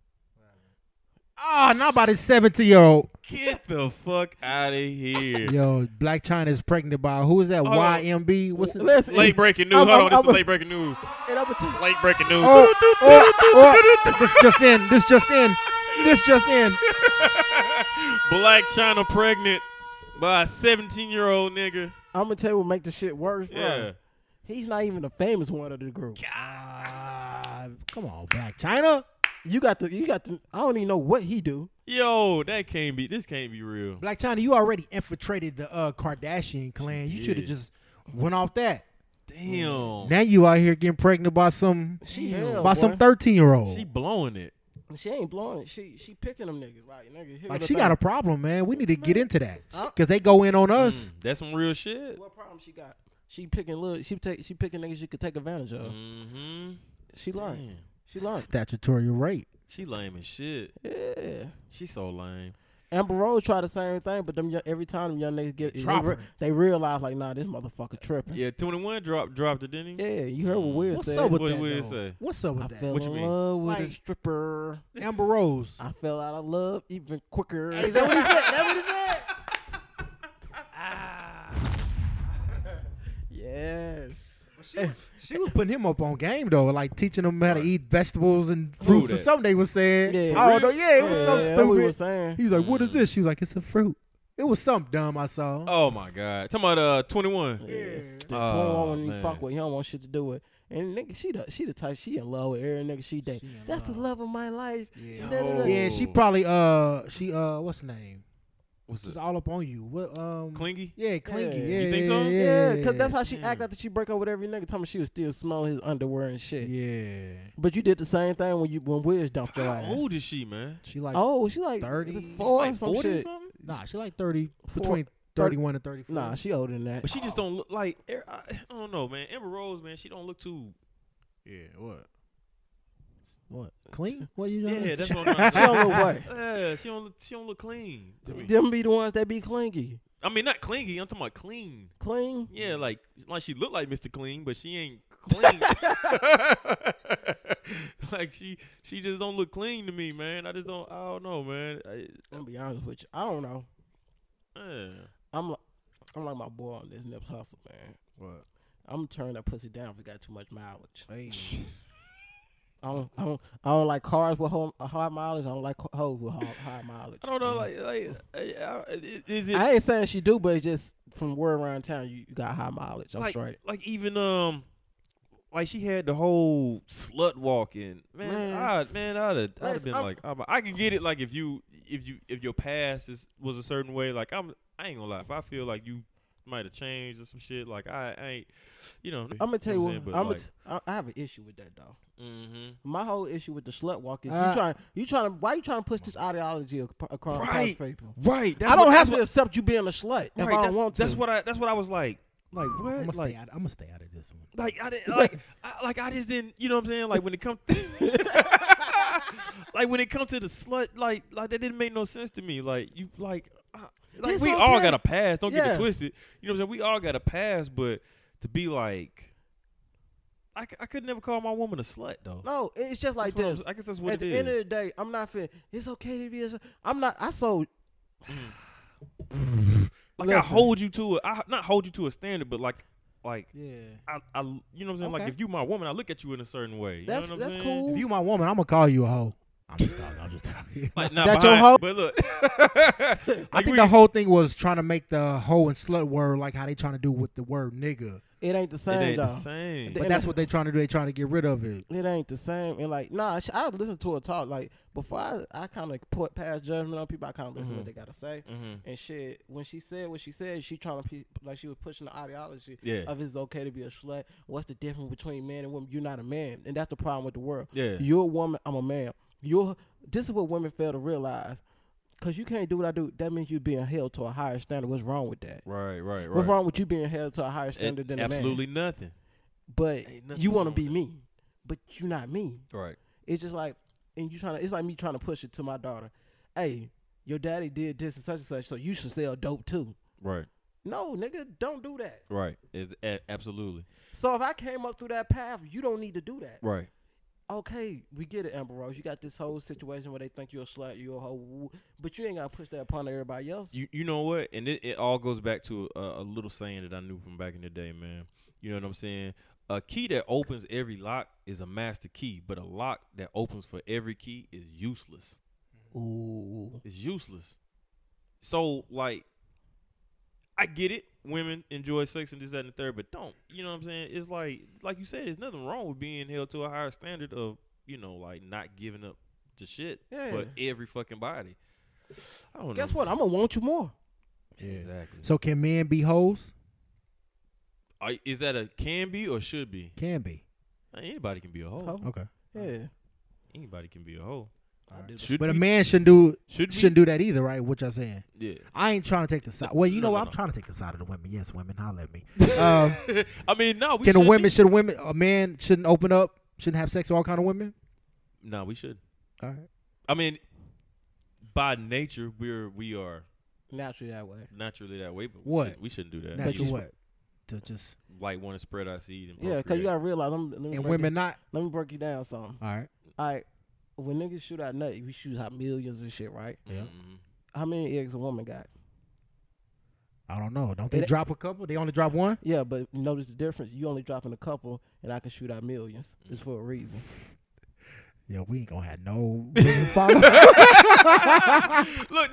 Speaker 2: Oh, not about his 17 year old.
Speaker 1: Get the fuck out of here.
Speaker 2: Yo, Black China is pregnant by who is that?
Speaker 1: Hold on.
Speaker 2: YMB? What's it?
Speaker 3: Listen,
Speaker 1: Late breaking news.
Speaker 3: I'm-
Speaker 1: Hold on,
Speaker 3: I'm-
Speaker 1: this is late breaking news.
Speaker 3: and I'm gonna tell you,
Speaker 1: Late breaking news.
Speaker 2: Oh, oh, oh, this just in. This just in. This just in.
Speaker 1: Black China pregnant by a 17 year old nigga.
Speaker 3: I'm gonna tell you what make the shit worse. Bro.
Speaker 1: Yeah.
Speaker 3: He's not even the famous one of the group.
Speaker 2: Ah, come on, Black China.
Speaker 3: You got the, you got the. I don't even know what he do.
Speaker 1: Yo, that can't be. This can't be real.
Speaker 2: Black China, you already infiltrated the uh, Kardashian clan. You should have
Speaker 1: Yeah.
Speaker 2: just went off that.
Speaker 1: Damn.
Speaker 2: Now you out here getting pregnant by some
Speaker 3: She hell,
Speaker 2: by
Speaker 3: boy.
Speaker 2: some 13 year old.
Speaker 1: She blowing it.
Speaker 3: She ain't blowing it. She she picking them niggas like nigga. here
Speaker 2: Like
Speaker 3: the
Speaker 2: she
Speaker 3: thing.
Speaker 2: got a problem, man. We need to get into that because they go in on us.
Speaker 1: Mm, that's some real shit.
Speaker 3: What problem she got? She picking look. She take she picking niggas she could take advantage of.
Speaker 1: Mm-hmm.
Speaker 3: She lying.
Speaker 1: Damn.
Speaker 3: She lying.
Speaker 2: Statutory rape.
Speaker 1: She lame as shit.
Speaker 3: Yeah.
Speaker 1: She so lame.
Speaker 3: Amber Rose tried the same thing, but them young, every time them young niggas get they,
Speaker 2: Drop
Speaker 3: re-
Speaker 2: her.
Speaker 3: they realize like nah, this motherfucker tripping. Yeah.
Speaker 1: Yeah, 21 dropped dropped it, didn't he?
Speaker 3: you heard what Will
Speaker 2: What's
Speaker 3: said.
Speaker 2: up with
Speaker 1: What
Speaker 2: that?
Speaker 1: we
Speaker 2: though?
Speaker 1: say?
Speaker 2: What's up with
Speaker 3: I
Speaker 2: that?
Speaker 3: fell
Speaker 1: What you
Speaker 3: in
Speaker 1: mean?
Speaker 3: love with
Speaker 2: Like-
Speaker 3: a stripper.
Speaker 2: Amber Rose.
Speaker 3: I fell out of love even quicker.
Speaker 2: Is that what he said? That what he said?
Speaker 3: Ah. yes.
Speaker 2: She was putting him up on game though, like teaching him how to eat vegetables and fruits or
Speaker 1: that?
Speaker 2: something. They were saying,
Speaker 3: Yeah.
Speaker 2: I
Speaker 1: For
Speaker 2: don't know.
Speaker 1: real?
Speaker 2: Yeah, it was
Speaker 3: Yeah,
Speaker 2: something
Speaker 3: that's
Speaker 2: stupid.
Speaker 3: what we were saying.
Speaker 2: He was like, "What is this?" She was like, "It's a fruit." It was something dumb I saw.
Speaker 1: Oh my god. Talking about uh 21.
Speaker 3: Yeah. The
Speaker 1: Oh,
Speaker 3: 21 when you
Speaker 1: man.
Speaker 3: fuck with, he don't want shit to do with. And nigga, she the she the type she in love with every nigga she date. That's the love of my life.
Speaker 2: Yeah.
Speaker 3: Da-da-da.
Speaker 1: Oh.
Speaker 2: Yeah, she probably uh she uh what's her name?
Speaker 1: What's
Speaker 2: She's
Speaker 1: this?
Speaker 2: all up on you. What um
Speaker 1: Clingy?
Speaker 2: Yeah, clingy.
Speaker 3: Yeah.
Speaker 2: Yeah,
Speaker 1: You think
Speaker 2: yeah,
Speaker 1: so?
Speaker 2: Yeah,
Speaker 3: Yeah, cause that's how she
Speaker 1: Yeah.
Speaker 3: act after she break up with every nigga. Tell me she was still smelling his underwear and shit.
Speaker 2: Yeah,
Speaker 3: But you did the same thing when you when Wiz dumped your
Speaker 1: How
Speaker 3: ass.
Speaker 1: old is she, man?
Speaker 2: she like
Speaker 3: oh, she like
Speaker 2: 30?
Speaker 3: four
Speaker 1: like
Speaker 3: some
Speaker 1: 40 or
Speaker 3: shit.
Speaker 1: something?
Speaker 2: nah, she like thirty
Speaker 3: Four-
Speaker 2: between
Speaker 3: thirty-
Speaker 2: thirty one and thirty four.
Speaker 3: Nah, she older than that.
Speaker 1: But she just don't look like er, I I don't know, man. Amber Rose, man, she don't look too
Speaker 2: yeah, what? What clean? What you doing?
Speaker 1: Yeah, that's what I'm trying to
Speaker 3: She don't look
Speaker 1: say.
Speaker 3: what?
Speaker 1: Yeah, she don't look she don't look clean to me.
Speaker 3: Them be the ones that be clingy,
Speaker 1: I mean not clingy, I'm talking about clean.
Speaker 3: cling.
Speaker 1: Yeah, like like she looked like Mr. Clean, but she ain't clean. like she she just don't look clean to me, man. I just don't I don't know, man. I,
Speaker 3: I'm gonna be honest with you. I don't know.
Speaker 1: yeah.
Speaker 3: I'm like, I'm like my boy on this nip hustle, man.
Speaker 2: What?
Speaker 3: I'm turning that pussy down if it got too much mileage. I don't, I don't, I don't like cars with home, high mileage. I don't like hoes with high, high mileage.
Speaker 1: I don't know, like
Speaker 3: Yeah.
Speaker 1: like I- I- i- is it
Speaker 3: I ain't saying she do, but it's just from word around town, you, you got high mileage. I'm
Speaker 1: like
Speaker 3: straight.
Speaker 1: like even um like she had the whole slut walking man,
Speaker 3: Man.
Speaker 1: I'd man I'd have, I'd have
Speaker 3: Listen,
Speaker 1: been
Speaker 3: I'm-
Speaker 1: like I'm, I could get it like if you if you if your past is, was a certain way like I'm I ain't gonna lie if I feel like you might have changed or some shit like I, I ain't you know
Speaker 3: I'm gonna tell you what.
Speaker 1: I'm, saying? But,
Speaker 3: I'm
Speaker 1: like,
Speaker 3: gonna t- I, I have an issue with that though.
Speaker 1: mhm.
Speaker 3: My whole issue with the slut walk is
Speaker 2: Uh,
Speaker 3: you trying, you trying to, why you trying to push this ideology ac- across,
Speaker 1: right
Speaker 3: across people?
Speaker 1: right that's
Speaker 3: I don't
Speaker 1: what-
Speaker 3: have to
Speaker 1: that's what-
Speaker 3: accept you being a slut if
Speaker 1: right,
Speaker 3: I don't
Speaker 1: that-
Speaker 3: want to.
Speaker 1: that's what I that's what I was like like
Speaker 2: I'm
Speaker 1: what
Speaker 2: gonna
Speaker 1: like
Speaker 2: stay out. I'm gonna stay out of this one.
Speaker 1: Like I didn't like I, like I just didn't. You know what I'm saying? Like when it comes, like when it comes to the slut, like like that didn't make no sense to me. Like you like I, like
Speaker 3: It's
Speaker 1: we all
Speaker 3: okay.
Speaker 1: got a pass. Don't get
Speaker 3: Yeah.
Speaker 1: it twisted. You know what I'm saying? We all got a pass, but to be like I, c- I could never call my woman a slut though.
Speaker 3: No, it's just like
Speaker 1: That's what I'm
Speaker 3: this.
Speaker 1: s- I guess that's what
Speaker 3: At
Speaker 1: it
Speaker 3: the end of
Speaker 1: is.
Speaker 3: the day, I'm not fit. It's okay to be. A, I'm not. I sold.
Speaker 1: like I
Speaker 3: listen.
Speaker 1: hold you to a I not hold you to a standard, but like like
Speaker 3: Yeah.
Speaker 1: I, I you know what I'm saying. Like
Speaker 3: Okay.
Speaker 1: if you my woman, I look at you in a certain way. You
Speaker 3: That's
Speaker 1: know what I'm
Speaker 3: that's
Speaker 1: saying?
Speaker 3: cool.
Speaker 2: If you my woman, I'm gonna call you a hoe. I'm just talking. I'm just talking.
Speaker 1: Like not
Speaker 3: That your
Speaker 1: behind,
Speaker 3: hoe?
Speaker 1: But look,
Speaker 2: I
Speaker 1: Like,
Speaker 2: think
Speaker 1: we-
Speaker 2: the whole thing was trying to make the hoe and slut word like how they trying to do with the word nigga.
Speaker 3: it ain't the
Speaker 1: it
Speaker 3: same
Speaker 1: ain't
Speaker 3: though.
Speaker 1: the same.
Speaker 2: But that's what they trying to do. They trying to get rid of it.
Speaker 3: It ain't the same. And like, nah, sh- I listen to a talk like before. I, I kind of put past judgment on people. I kind of listen to
Speaker 1: Mm-hmm.
Speaker 3: what they gotta say and shit. When she said what she said, she trying to pe- like she was pushing the ideology
Speaker 1: Yeah.
Speaker 3: of it's okay to be a slut. What's the difference between man and woman? You're not a man, and that's the problem with the world.
Speaker 1: Yeah.
Speaker 3: you're a woman. I'm a man. You're. This is what women fail to realize. Cause you can't do what I do. That means you being held to a higher standard. What's wrong with that?
Speaker 1: Right, right, right.
Speaker 3: What's wrong with you being held to a higher
Speaker 1: And
Speaker 3: standard than a man?
Speaker 1: absolutely nothing.
Speaker 3: But
Speaker 1: Ain't nothing
Speaker 3: you want
Speaker 1: wrong
Speaker 3: to be me, but you're not me.
Speaker 1: Right.
Speaker 3: It's just like, and you trying to. It's like me trying to push it to my daughter. Hey, your daddy did this and such and such, so you should sell dope too.
Speaker 1: Right.
Speaker 3: No, nigga, don't do that.
Speaker 1: Right. It's a- absolutely.
Speaker 3: So if I came up through that path, you don't need to do that.
Speaker 1: Right.
Speaker 3: Okay, we get it, Amber Rose. You got this whole situation where they think you're a slut, you're a hoe, woo, but you ain't gotta push that upon everybody else.
Speaker 1: You you know what? And it, it all goes back to a, a little saying that I knew from back in the day, man. You know what I'm saying? A key that opens every lock is a master key, but a lock that opens for every key is useless.
Speaker 3: Ooh,
Speaker 1: It's useless. So like, I get it. Women enjoy sex and this, that, and the third, but don't. You know what I'm saying? It's like, like you said, there's nothing wrong with being held to a higher standard of, you know, like not giving up to shit for every fucking body. I don't
Speaker 3: guess
Speaker 1: know.
Speaker 3: what? I'm gonna want you more.
Speaker 1: exactly.
Speaker 2: So can men be hoes?
Speaker 1: Are, is that a can be or should be?
Speaker 2: Can be.
Speaker 1: Anybody can be a hoe.
Speaker 3: Hoe.
Speaker 2: Okay.
Speaker 3: Yeah,
Speaker 1: Anybody can be a hoe.
Speaker 3: did
Speaker 1: Should
Speaker 2: But a
Speaker 1: be-
Speaker 2: man shouldn't do
Speaker 1: Should be.
Speaker 2: shouldn't do that either, right? What y'all saying?
Speaker 1: Yeah.
Speaker 2: I ain't trying to take the side. Well, you
Speaker 1: No,
Speaker 2: know
Speaker 1: no,
Speaker 2: what? I'm
Speaker 1: no.
Speaker 2: trying to take the side of the women. Yes, women, holla at me. Um,
Speaker 1: I mean, no. We
Speaker 2: can a
Speaker 1: should
Speaker 2: women should a women a man shouldn't open up? Shouldn't have sex with all kind of women?
Speaker 1: No, we should.
Speaker 2: All right.
Speaker 1: I mean, by nature, we're we are
Speaker 3: naturally that way.
Speaker 1: naturally that way. But we
Speaker 2: What?
Speaker 1: shouldn't- we shouldn't do that.
Speaker 2: Now
Speaker 1: We
Speaker 2: you
Speaker 1: just,
Speaker 2: what? Mm, To just
Speaker 1: Like want to spread our seed and
Speaker 3: Yeah, cause you gotta realize. Let me, let me break
Speaker 2: and
Speaker 3: it-
Speaker 2: women not.
Speaker 3: let me break you down something.
Speaker 2: All right.
Speaker 3: All right, when niggas shoot out nut, we shoot out millions and shit, right?
Speaker 2: Yeah.
Speaker 1: hmm
Speaker 3: How many eggs a woman got?
Speaker 2: I don't know. Don't they
Speaker 3: It-
Speaker 2: drop a couple? They only drop one.
Speaker 3: Yeah, but notice the difference. You only dropping a couple, and I can shoot out millions. It's for a reason.
Speaker 2: Yeah, we ain't gonna have no women follow.
Speaker 1: Look,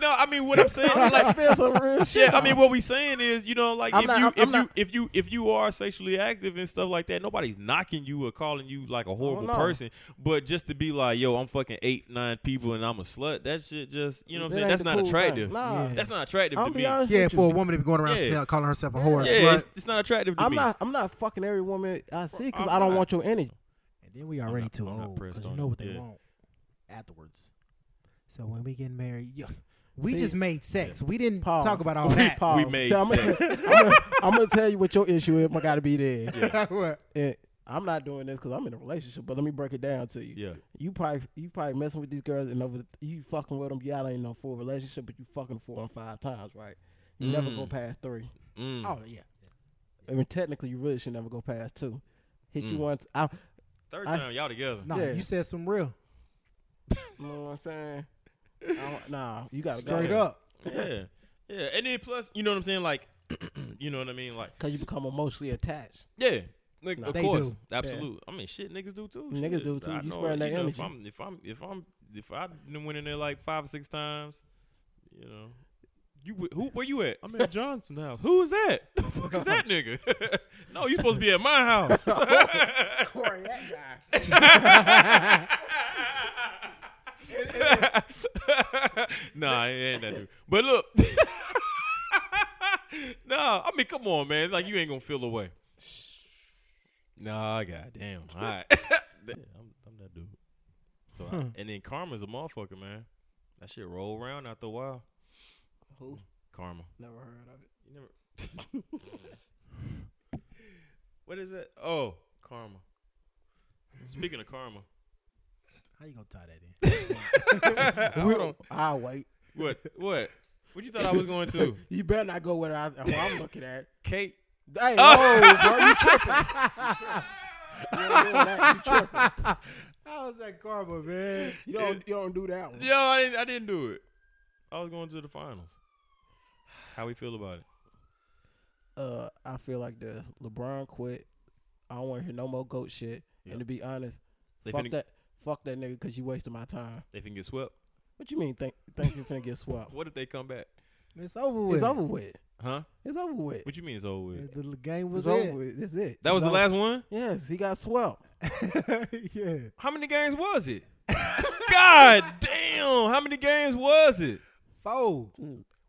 Speaker 1: no, I mean what I'm saying,
Speaker 3: I
Speaker 1: like,
Speaker 3: feel some real shit.
Speaker 1: yeah, I mean what we saying is, you know, like
Speaker 3: I'm
Speaker 1: if
Speaker 3: not-
Speaker 1: you
Speaker 3: I'm-
Speaker 1: if
Speaker 3: I'm
Speaker 1: you
Speaker 3: not-
Speaker 1: if you if you are sexually active and stuff like that, nobody's knocking you or calling you like a horrible
Speaker 3: know.
Speaker 1: person. But just to be like, yo, I'm fucking eight nine people and I'm a slut. That shit just, you know, what I'm
Speaker 3: It
Speaker 1: saying,
Speaker 3: ain't
Speaker 1: that's
Speaker 3: the
Speaker 1: not
Speaker 3: cool thing.
Speaker 1: attractive.
Speaker 3: Nah.
Speaker 1: That's not attractive
Speaker 3: I'm
Speaker 1: to
Speaker 3: be
Speaker 1: me.
Speaker 3: honest
Speaker 2: yeah,
Speaker 3: with
Speaker 2: for a
Speaker 3: you.
Speaker 2: woman to be going around
Speaker 1: Yeah.
Speaker 2: saying- calling herself a whore.
Speaker 1: Yeah,
Speaker 2: slut.
Speaker 1: it's, it's not attractive to
Speaker 3: I'm
Speaker 1: me.
Speaker 3: not. I'm not fucking every woman I see because
Speaker 1: I'm
Speaker 3: I don't
Speaker 1: not.
Speaker 3: want your energy.
Speaker 2: And then we already
Speaker 1: not-
Speaker 2: too
Speaker 1: I'm not
Speaker 2: old
Speaker 1: pressed
Speaker 2: because you
Speaker 1: on
Speaker 2: know
Speaker 1: it.
Speaker 2: what they
Speaker 1: Yeah.
Speaker 2: want afterwards. So when we get married, yeah, we
Speaker 3: See-
Speaker 2: just made sex. We didn't
Speaker 3: Pause.
Speaker 2: talk about all
Speaker 3: We-
Speaker 2: that.
Speaker 3: Pause.
Speaker 1: We made
Speaker 3: So I'm, gonna,
Speaker 1: sense.
Speaker 3: I'm gonna- I'm gonna tell you what your issue is. I gotta be there.
Speaker 1: Yeah.
Speaker 3: And I'm not doing this because I'm in a relationship. But let me break it down to you.
Speaker 1: yeah.
Speaker 3: You probably you probably messing with these girls and over you fucking with them. Y'all ain't no full relationship, but you fucking four and five times, right? You never
Speaker 1: Mm.
Speaker 3: go past three.
Speaker 1: Mm.
Speaker 2: Oh yeah,
Speaker 3: I mean, technically, you really should never go past two. Hit you
Speaker 1: Mm.
Speaker 3: once. I,
Speaker 1: Third
Speaker 3: I-
Speaker 1: time y'all together.
Speaker 2: no,
Speaker 3: Yeah.
Speaker 2: you said some real
Speaker 3: you know what I'm saying? I don't- nah, you gotta go.
Speaker 2: straight
Speaker 1: Yeah.
Speaker 2: up.
Speaker 1: Yeah. Yeah. And then plus, you know what I'm saying? Like, you know what I mean? Like,
Speaker 3: Cause you become emotionally attached.
Speaker 1: yeah. Like, of
Speaker 2: They
Speaker 1: course,
Speaker 2: do.
Speaker 1: absolutely. I mean, shit, niggas do too.
Speaker 3: Niggas
Speaker 1: shit.
Speaker 3: do too.
Speaker 1: I
Speaker 3: You
Speaker 1: know,
Speaker 3: spreading that
Speaker 1: know, If
Speaker 3: energy.
Speaker 1: I'm, if I'm, if I'm, if I done went in there like five or six times, you know, you wi- who? Where you at? I'm at Johnson house. Who is that? The fuck is that nigga? no, you supposed to be at my house.
Speaker 3: Corey, that guy.
Speaker 1: nah, it ain't that dude. But look, nah, I mean, come on, man. Like you ain't gonna feel away. Nah, goddamn. All right, Hmm. yeah, I'm, I'm that dude. So, I- and then karma's a motherfucker, man. That shit roll around after a while.
Speaker 3: Who?
Speaker 1: Karma.
Speaker 3: Never heard of it.
Speaker 1: You never. what is it? Oh, karma. Speaking of karma,
Speaker 2: How you gonna tie that in? Ah,
Speaker 1: hold on.
Speaker 3: I'll wait.
Speaker 1: What? What? What you thought I was going to?
Speaker 3: You better not go where, I, where I'm looking at.
Speaker 1: Kate.
Speaker 3: Hey, oh, bro, you tripping? You ain't doing that. You tripping.
Speaker 2: How's that karma, man?
Speaker 3: You don't, you don't do that one.
Speaker 1: Yo, I didn't, I didn't do it. I was going to the finals. How we feel about it?
Speaker 3: uh, I feel like this. LeBron quit. I don't want to hear no more goat shit.
Speaker 1: Yeah.
Speaker 3: And to be honest,
Speaker 1: They
Speaker 3: fuck
Speaker 1: finna-
Speaker 3: that, fuck that nigga, cause you wasted my time.
Speaker 1: They can get swept.
Speaker 3: What you mean? Think think you finna get swapped?
Speaker 1: What if they come back?
Speaker 2: It's over with.
Speaker 3: it's over with.
Speaker 1: Huh?
Speaker 3: It's over with.
Speaker 1: What you mean it's over with?
Speaker 2: The the game was
Speaker 3: It's over
Speaker 2: over.
Speaker 3: with. That's it.
Speaker 1: That was the
Speaker 3: It's
Speaker 1: last one?
Speaker 3: over. Yes, he got swapped.
Speaker 2: yeah.
Speaker 1: How many games was it? God damn. How many games was it?
Speaker 2: Four.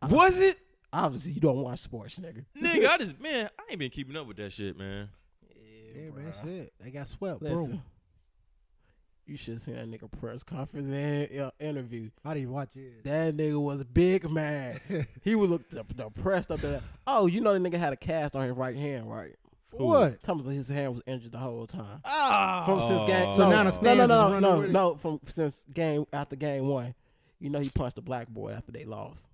Speaker 1: Was it?
Speaker 3: Obviously, you don't watch sports, nigga.
Speaker 1: Nigga, I just man, I ain't been keeping up with that shit, man.
Speaker 2: Yeah, man. Shit. They got swept,
Speaker 3: Listen,
Speaker 2: bro.
Speaker 3: you should have seen that nigga press conference and uh, interview.
Speaker 2: I didn't watch it.
Speaker 3: That nigga was big man. he was looked up, depressed up there. Oh, you know the nigga had a cast on his right hand, right?
Speaker 1: Who?
Speaker 2: What?
Speaker 3: Thomas, his hand was injured the whole time.
Speaker 1: Ah.
Speaker 3: From since game,
Speaker 2: So now the
Speaker 3: no, no, no,
Speaker 2: stands is
Speaker 3: no,
Speaker 2: running
Speaker 3: no,
Speaker 2: with it?
Speaker 3: no, From since game after game one, you know he punched the black boy after they lost.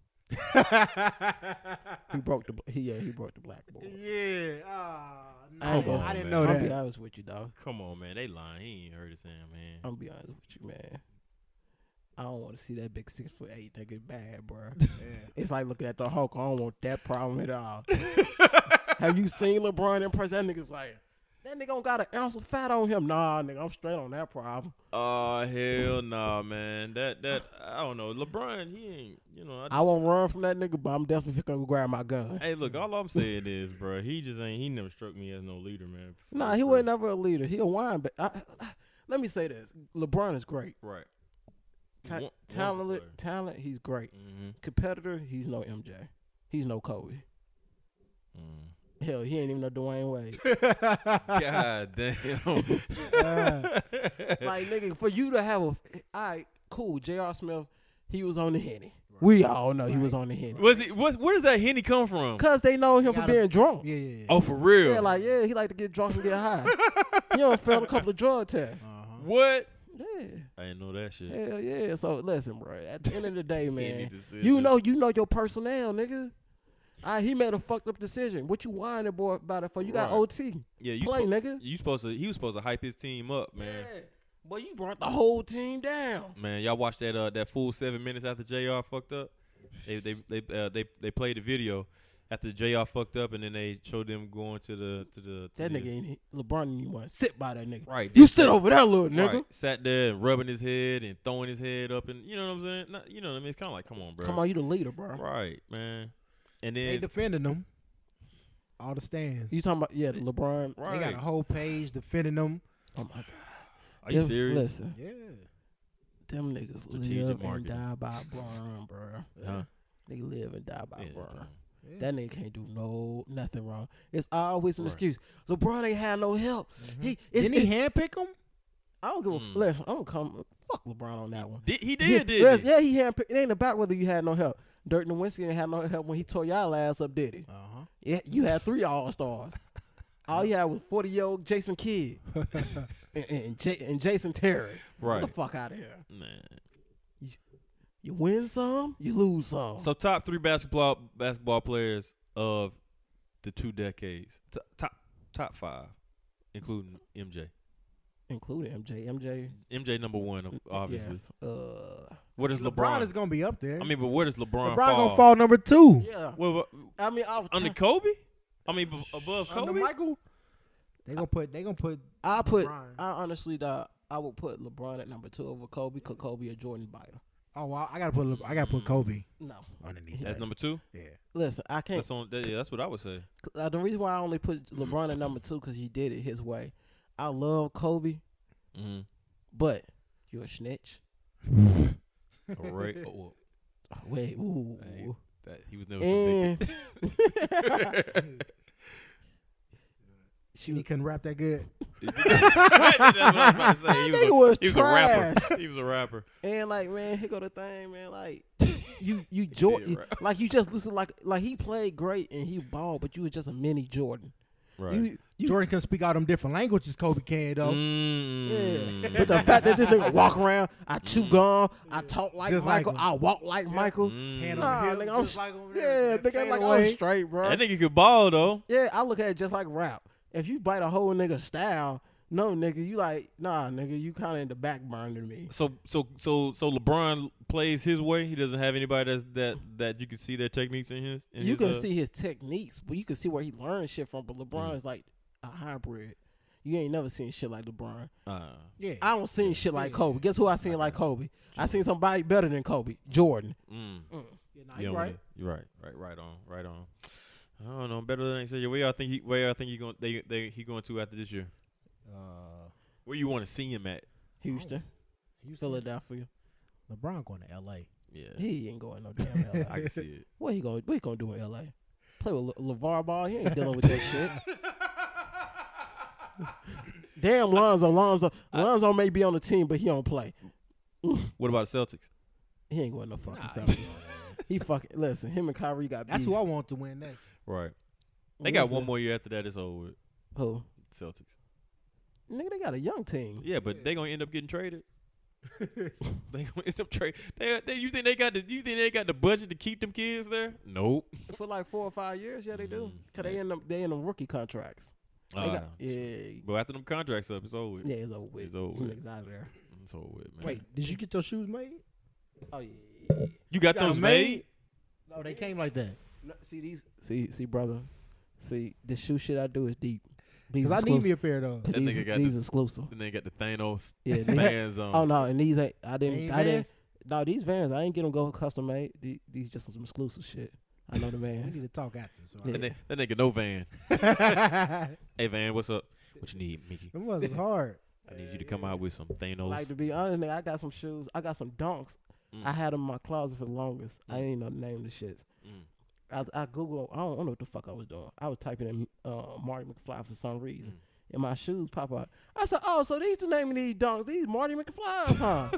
Speaker 3: he broke the he yeah he broke the black boy.
Speaker 2: Yeah. Ah,
Speaker 3: I
Speaker 2: no.
Speaker 3: didn't-
Speaker 1: I didn't
Speaker 3: I'm
Speaker 1: know
Speaker 3: gonna be honest with you, dog.
Speaker 1: Come on, man. They lying. He ain't heard his sound, man.
Speaker 3: I'm gonna be honest with you, man. I don't want to see that big six foot eight nigga bad, bro. It's like looking at the Hulk. I don't want that problem at all. Have you seen LeBron in person? That nigga's like, that nigga don't got an ounce of fat on him. Nah, nigga, I'm straight on that problem.
Speaker 1: Oh hell nah, man. That that I don't know. LeBron, he ain't you know, I, just,
Speaker 3: I won't run from that nigga, but I'm definitely gonna grab my gun.
Speaker 1: Hey look, all I'm saying is, bro, he just ain't he never struck me as no leader, man.
Speaker 3: Nah, he wasn't never a leader. He a wine, but I, I- let me say this: LeBron is great,
Speaker 1: Right.
Speaker 3: Ta- talented, talent. He's great.
Speaker 1: Mm-hmm.
Speaker 3: Competitor, he's no MJ. He's no Kobe. Hell, he ain't even no Dwayne Wade.
Speaker 1: God damn.
Speaker 3: like nigga, for you to have a, I cool. J.R. Smith, he was on the henny. We all know he was on the henny.
Speaker 1: was it what where does that henny come from?
Speaker 3: Cause they know him for
Speaker 2: Gotta-
Speaker 3: being drunk.
Speaker 2: Yeah, yeah, yeah.
Speaker 1: Oh for real.
Speaker 3: Yeah, like yeah, he like to get drunk and get high. he don't fail a couple of drug tests.
Speaker 1: what?
Speaker 3: Yeah.
Speaker 1: I didn't know that shit.
Speaker 3: Hell yeah. So listen, bro. At the end of the day, man,
Speaker 1: Any decision.
Speaker 3: you know you know your personnel, nigga. Ah, he made a fucked up decision. What you whining boy about it for? You got
Speaker 1: Right.
Speaker 3: OT.
Speaker 1: Yeah, you
Speaker 3: Play,
Speaker 1: suppo-
Speaker 3: nigga.
Speaker 1: You supposed to he was supposed to hype his team up, man.
Speaker 3: Boy, you brought the whole team down.
Speaker 1: Man, y'all watched that uh, that full seven minutes after Jr. fucked up. They they they uh, they they played the video after Jr. fucked up, and then they showed them going to the to the. To
Speaker 3: That
Speaker 1: the,
Speaker 3: nigga ain't LeBron didn't even want to sit by that nigga.
Speaker 1: Right.
Speaker 3: You sit over there, little nigga.
Speaker 1: Right, sat there and rubbing his head and throwing his head up, and you know what I'm saying? Not, you know what I mean? It's kind of like, come on, bro.
Speaker 3: Come on, you the leader, bro.
Speaker 1: Right, man. And
Speaker 2: They
Speaker 1: then
Speaker 2: defending them. All the stands.
Speaker 3: You talking about yeah, the LeBron?
Speaker 2: They got
Speaker 1: right.
Speaker 2: a whole page defending them.
Speaker 3: Oh my god.
Speaker 1: Are you
Speaker 3: Them-
Speaker 1: serious?
Speaker 3: Listen,
Speaker 2: Yeah.
Speaker 3: them niggas
Speaker 1: Strategic
Speaker 3: live
Speaker 1: marketing.
Speaker 3: and die by Bron, bro.
Speaker 1: Huh?
Speaker 3: They live and die by
Speaker 1: Yeah,
Speaker 3: LeBron.
Speaker 1: bro.
Speaker 3: That nigga can't do no nothing wrong. It's always an
Speaker 1: Right.
Speaker 3: excuse. LeBron ain't had no help. Mm-hmm. He it's,
Speaker 2: Didn't he
Speaker 3: it-
Speaker 2: handpick them?
Speaker 3: I don't give a
Speaker 1: Mm.
Speaker 3: listen. I don't come fuck LeBron on that one.
Speaker 1: Did, he did, did
Speaker 3: Yes,
Speaker 1: he?
Speaker 3: yeah, he handpicked. It ain't about whether you had no help. Dirk Nowitzki didn't have no help when he tore y'all ass up, did he?
Speaker 2: Uh-huh.
Speaker 3: Yeah, you had three All Stars. All you had was forty year old Jason Kidd and and, J- and Jason Terry.
Speaker 1: Right.
Speaker 3: Get the fuck out of here.
Speaker 1: Man.
Speaker 3: You win some, you lose some.
Speaker 1: So top three basketball basketball players of the two decades. T- top top five, including MJ.
Speaker 3: including MJ, MJ,
Speaker 1: MJ number one, of- obviously.
Speaker 3: yes, uh,
Speaker 1: What is
Speaker 2: LeBron,
Speaker 1: LeBron?
Speaker 2: is gonna be up there.
Speaker 1: I mean, but where does LeBron,
Speaker 2: LeBron
Speaker 1: fall?
Speaker 2: gonna fall number two.
Speaker 3: yeah.
Speaker 1: Well, well,
Speaker 3: I mean, off
Speaker 1: under Kobe? I mean, b- above
Speaker 2: Under
Speaker 1: Kobe.
Speaker 2: Michael. They gonna put. They gonna put.
Speaker 3: I put.
Speaker 2: LeBron.
Speaker 3: I honestly, uh, I would put LeBron at number two over Kobe. Cause Kobe a Jordan biter.
Speaker 2: Oh, wow, I gotta put. Le- I gotta put Kobe
Speaker 3: No,
Speaker 2: underneath.
Speaker 1: That's number two.
Speaker 3: listen, I can't.
Speaker 1: That's on. That, yeah, that's what I would say.
Speaker 3: uh, the reason why I only put LeBron at number two because he did it his way. I love Kobe,
Speaker 1: Mm-hmm.
Speaker 3: but you're a snitch.
Speaker 1: All right. Oh, well,
Speaker 3: Oh, wait, ooh.
Speaker 1: Hey, that he was never
Speaker 3: And
Speaker 1: convicted.
Speaker 3: she
Speaker 2: She
Speaker 3: was,
Speaker 2: couldn't rap that good.
Speaker 1: that's what I was about to say. He was,
Speaker 3: nigga
Speaker 1: a,
Speaker 3: was
Speaker 1: he was a rapper. He was a rapper.
Speaker 3: and like man, here go the thing, man. Like you, you Jordan,
Speaker 1: right.
Speaker 3: like you just listen, like like he played great and he balled, but you was just a mini Jordan.
Speaker 1: Right.
Speaker 3: You, you,
Speaker 2: Jordan can speak all them different languages. Kobe can though.
Speaker 1: Mm.
Speaker 3: Yeah. But the fact that this nigga walk around, I chew gum, I talk like
Speaker 2: Just like
Speaker 3: Michael,
Speaker 2: him.
Speaker 3: I walk like Michael.
Speaker 1: Mm.
Speaker 2: Hand
Speaker 3: Nah,
Speaker 2: on the hip,
Speaker 3: nigga, I'm
Speaker 2: just
Speaker 3: sh-
Speaker 2: like oh, over there,
Speaker 3: Yeah,
Speaker 2: that
Speaker 3: nigga, like I'm
Speaker 2: fadeaway.
Speaker 3: straight, bro.
Speaker 1: That nigga could ball though.
Speaker 3: Yeah, I look at it just like rap. If you bite a whole nigga style, No, nigga, you like nah, nigga, you kind of in the back burner to me.
Speaker 1: So so so so LeBron plays his way. He doesn't have anybody that's that that you can see their techniques in his. In
Speaker 3: you
Speaker 1: his,
Speaker 3: can
Speaker 1: uh,
Speaker 3: see his techniques, but you can see where he learned shit from. But LeBron is like a hybrid. You ain't never seen shit like LeBron.
Speaker 1: uh,
Speaker 2: Yeah.
Speaker 3: I don't seen shit like Kobe. Guess who I seen like Kobe? I seen somebody better than Kobe, Jordan.
Speaker 1: mm.
Speaker 3: Oh,
Speaker 2: yeah, nah,
Speaker 1: You
Speaker 2: you
Speaker 1: don't
Speaker 2: right.
Speaker 1: wanna- You're right. Right. Right on. Right on. I don't know. Better than next year. Where y'all think he? Where y'all think he going? They, they he going to after this year?
Speaker 8: Uh,
Speaker 1: Where you want to see him at?
Speaker 3: Houston, Philadelphia.
Speaker 8: LeBron going to L.A.
Speaker 1: Yeah,
Speaker 3: He ain't going no damn LA.
Speaker 1: I can see it.
Speaker 3: What he gonna What he gonna do in LA? Play with Le- LeVar Ball? He ain't dealing with that shit. Damn Lonzo, Lonzo, Lonzo may be on the team, but he don't play.
Speaker 1: What about the Celtics?
Speaker 3: He ain't going no fucking
Speaker 8: Nah,
Speaker 3: Celtics. he fucking listen. Him and Kyrie got
Speaker 2: That's
Speaker 3: beef.
Speaker 2: who I want to win that.
Speaker 1: Right. They got
Speaker 3: Listen,
Speaker 1: one more year after that. It's over. With.
Speaker 3: Who?
Speaker 1: Celtics.
Speaker 3: Nigga, they got a young team.
Speaker 1: Yeah, but they gonna end up getting traded. they gonna end up trade. They, they, you think they got the? You think they got the budget to keep them kids there? Nope.
Speaker 3: For like four or five years, yeah, they do.
Speaker 1: Mm,
Speaker 3: Cause they in them, they in them rookie contracts. They
Speaker 1: Uh,
Speaker 3: got, yeah,
Speaker 1: But after them contracts up, it's over. With.
Speaker 3: yeah, it's over with.
Speaker 1: It's over with.
Speaker 3: Niggas out of there.
Speaker 1: It's over with, man.
Speaker 2: Wait, did you get your shoes made?
Speaker 3: Oh yeah.
Speaker 1: you got,
Speaker 2: you got
Speaker 1: those
Speaker 2: 'em
Speaker 1: made?
Speaker 2: made? No, they came like that.
Speaker 3: No, see these. See, see, brother. See, the shoe shit I do is deep. These
Speaker 2: Cause I need
Speaker 3: exclusive.
Speaker 2: me a pair though.
Speaker 1: That
Speaker 3: these,
Speaker 1: nigga got
Speaker 3: these
Speaker 1: the-
Speaker 3: exclusive.
Speaker 1: And they got the Thanos
Speaker 3: Yeah. They,
Speaker 1: bands on.
Speaker 3: oh no, and these ain't. I didn't.
Speaker 2: Ain't
Speaker 3: I didn't. No, these vans. I ain't get them go custom made. These, these just some exclusive shit. I know the
Speaker 2: We need
Speaker 3: vans.
Speaker 2: to talk after. So
Speaker 1: That, ni- that nigga no van.
Speaker 2: I-
Speaker 1: Hey van, what's up? What you need, Mickey?
Speaker 2: it was hard.
Speaker 1: I need you to come out with some Thanos.
Speaker 3: Like to be honest, nigga, I got some shoes. I got some donks.
Speaker 1: Mm.
Speaker 3: I had them in my closet for the longest. I didn't know the name of the shits.
Speaker 1: Mm.
Speaker 3: I, I Googled. I don't, I don't know what the fuck I was doing. I was typing in uh, Marty McFly for some reason,
Speaker 1: Mm.
Speaker 3: and my shoes pop out. I said, "Oh, so these the name of these donks? These Marty McFly's, huh?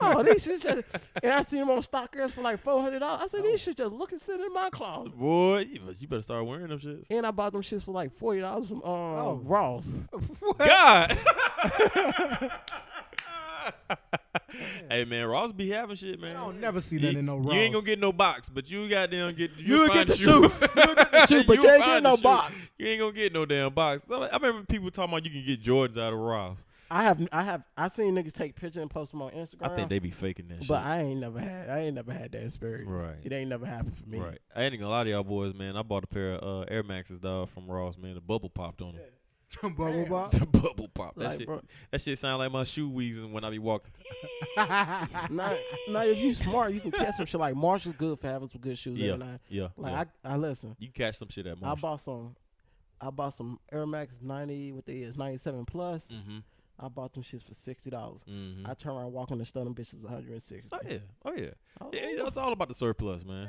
Speaker 3: oh, these shit just." And I seen them on Stockers for like four hundred dollars. I said,
Speaker 1: Oh.
Speaker 3: "These shit just looking sitting in my closet."
Speaker 1: Boy, you bet- you better start wearing them shits.
Speaker 3: And I bought them shits for like forty dollars from um,
Speaker 1: Oh.
Speaker 3: Ross.
Speaker 1: God. hey man, Ross be having shit, man.
Speaker 2: I don't never see that
Speaker 1: you,
Speaker 2: in no Ross.
Speaker 1: You ain't gonna get no box, but you goddamn get you
Speaker 3: You'll
Speaker 1: find
Speaker 3: get the shoe.
Speaker 1: shoe.
Speaker 3: You'll get the shoe, but
Speaker 1: You'll
Speaker 3: you ain't
Speaker 1: find
Speaker 3: get
Speaker 1: the
Speaker 3: no
Speaker 1: shoe.
Speaker 3: box.
Speaker 1: You ain't gonna get no damn box. I I remember people talking about you can get Jordans out of Ross.
Speaker 3: I have, I have, I seen niggas take pictures and post them on Instagram.
Speaker 1: I think they be faking that shit.
Speaker 3: But I ain't never had I ain't never had that experience.
Speaker 1: Right.
Speaker 3: It ain't never happened for me.
Speaker 1: Right. I ain't gonna lie to y'all boys, man. I bought a pair of uh, Air Maxes, dog, from Ross, man. The bubble popped on them.
Speaker 2: Bubble Bob.
Speaker 1: The bubble pop. That
Speaker 3: Like,
Speaker 1: shit.
Speaker 3: bro.
Speaker 1: That shit sound like my shoe wheezing when I be walking.
Speaker 3: Now, now if you smart, you can catch some shit like Marshall's good for having some good shoes
Speaker 1: Yeah.
Speaker 3: every night.
Speaker 1: Yeah.
Speaker 3: Like
Speaker 1: yeah.
Speaker 3: I, I listen.
Speaker 1: you can catch some shit at
Speaker 3: I
Speaker 1: Marshall.
Speaker 3: bought some. I bought some Air Max ninety. What they is ninety seven plus.
Speaker 1: Mhm.
Speaker 3: I bought them shits for sixty dollars.
Speaker 1: Mhm.
Speaker 3: I turn around walking the stun them bitches one hundred and sixty.
Speaker 1: Oh yeah, oh yeah. yeah it- it's all about the surplus, man.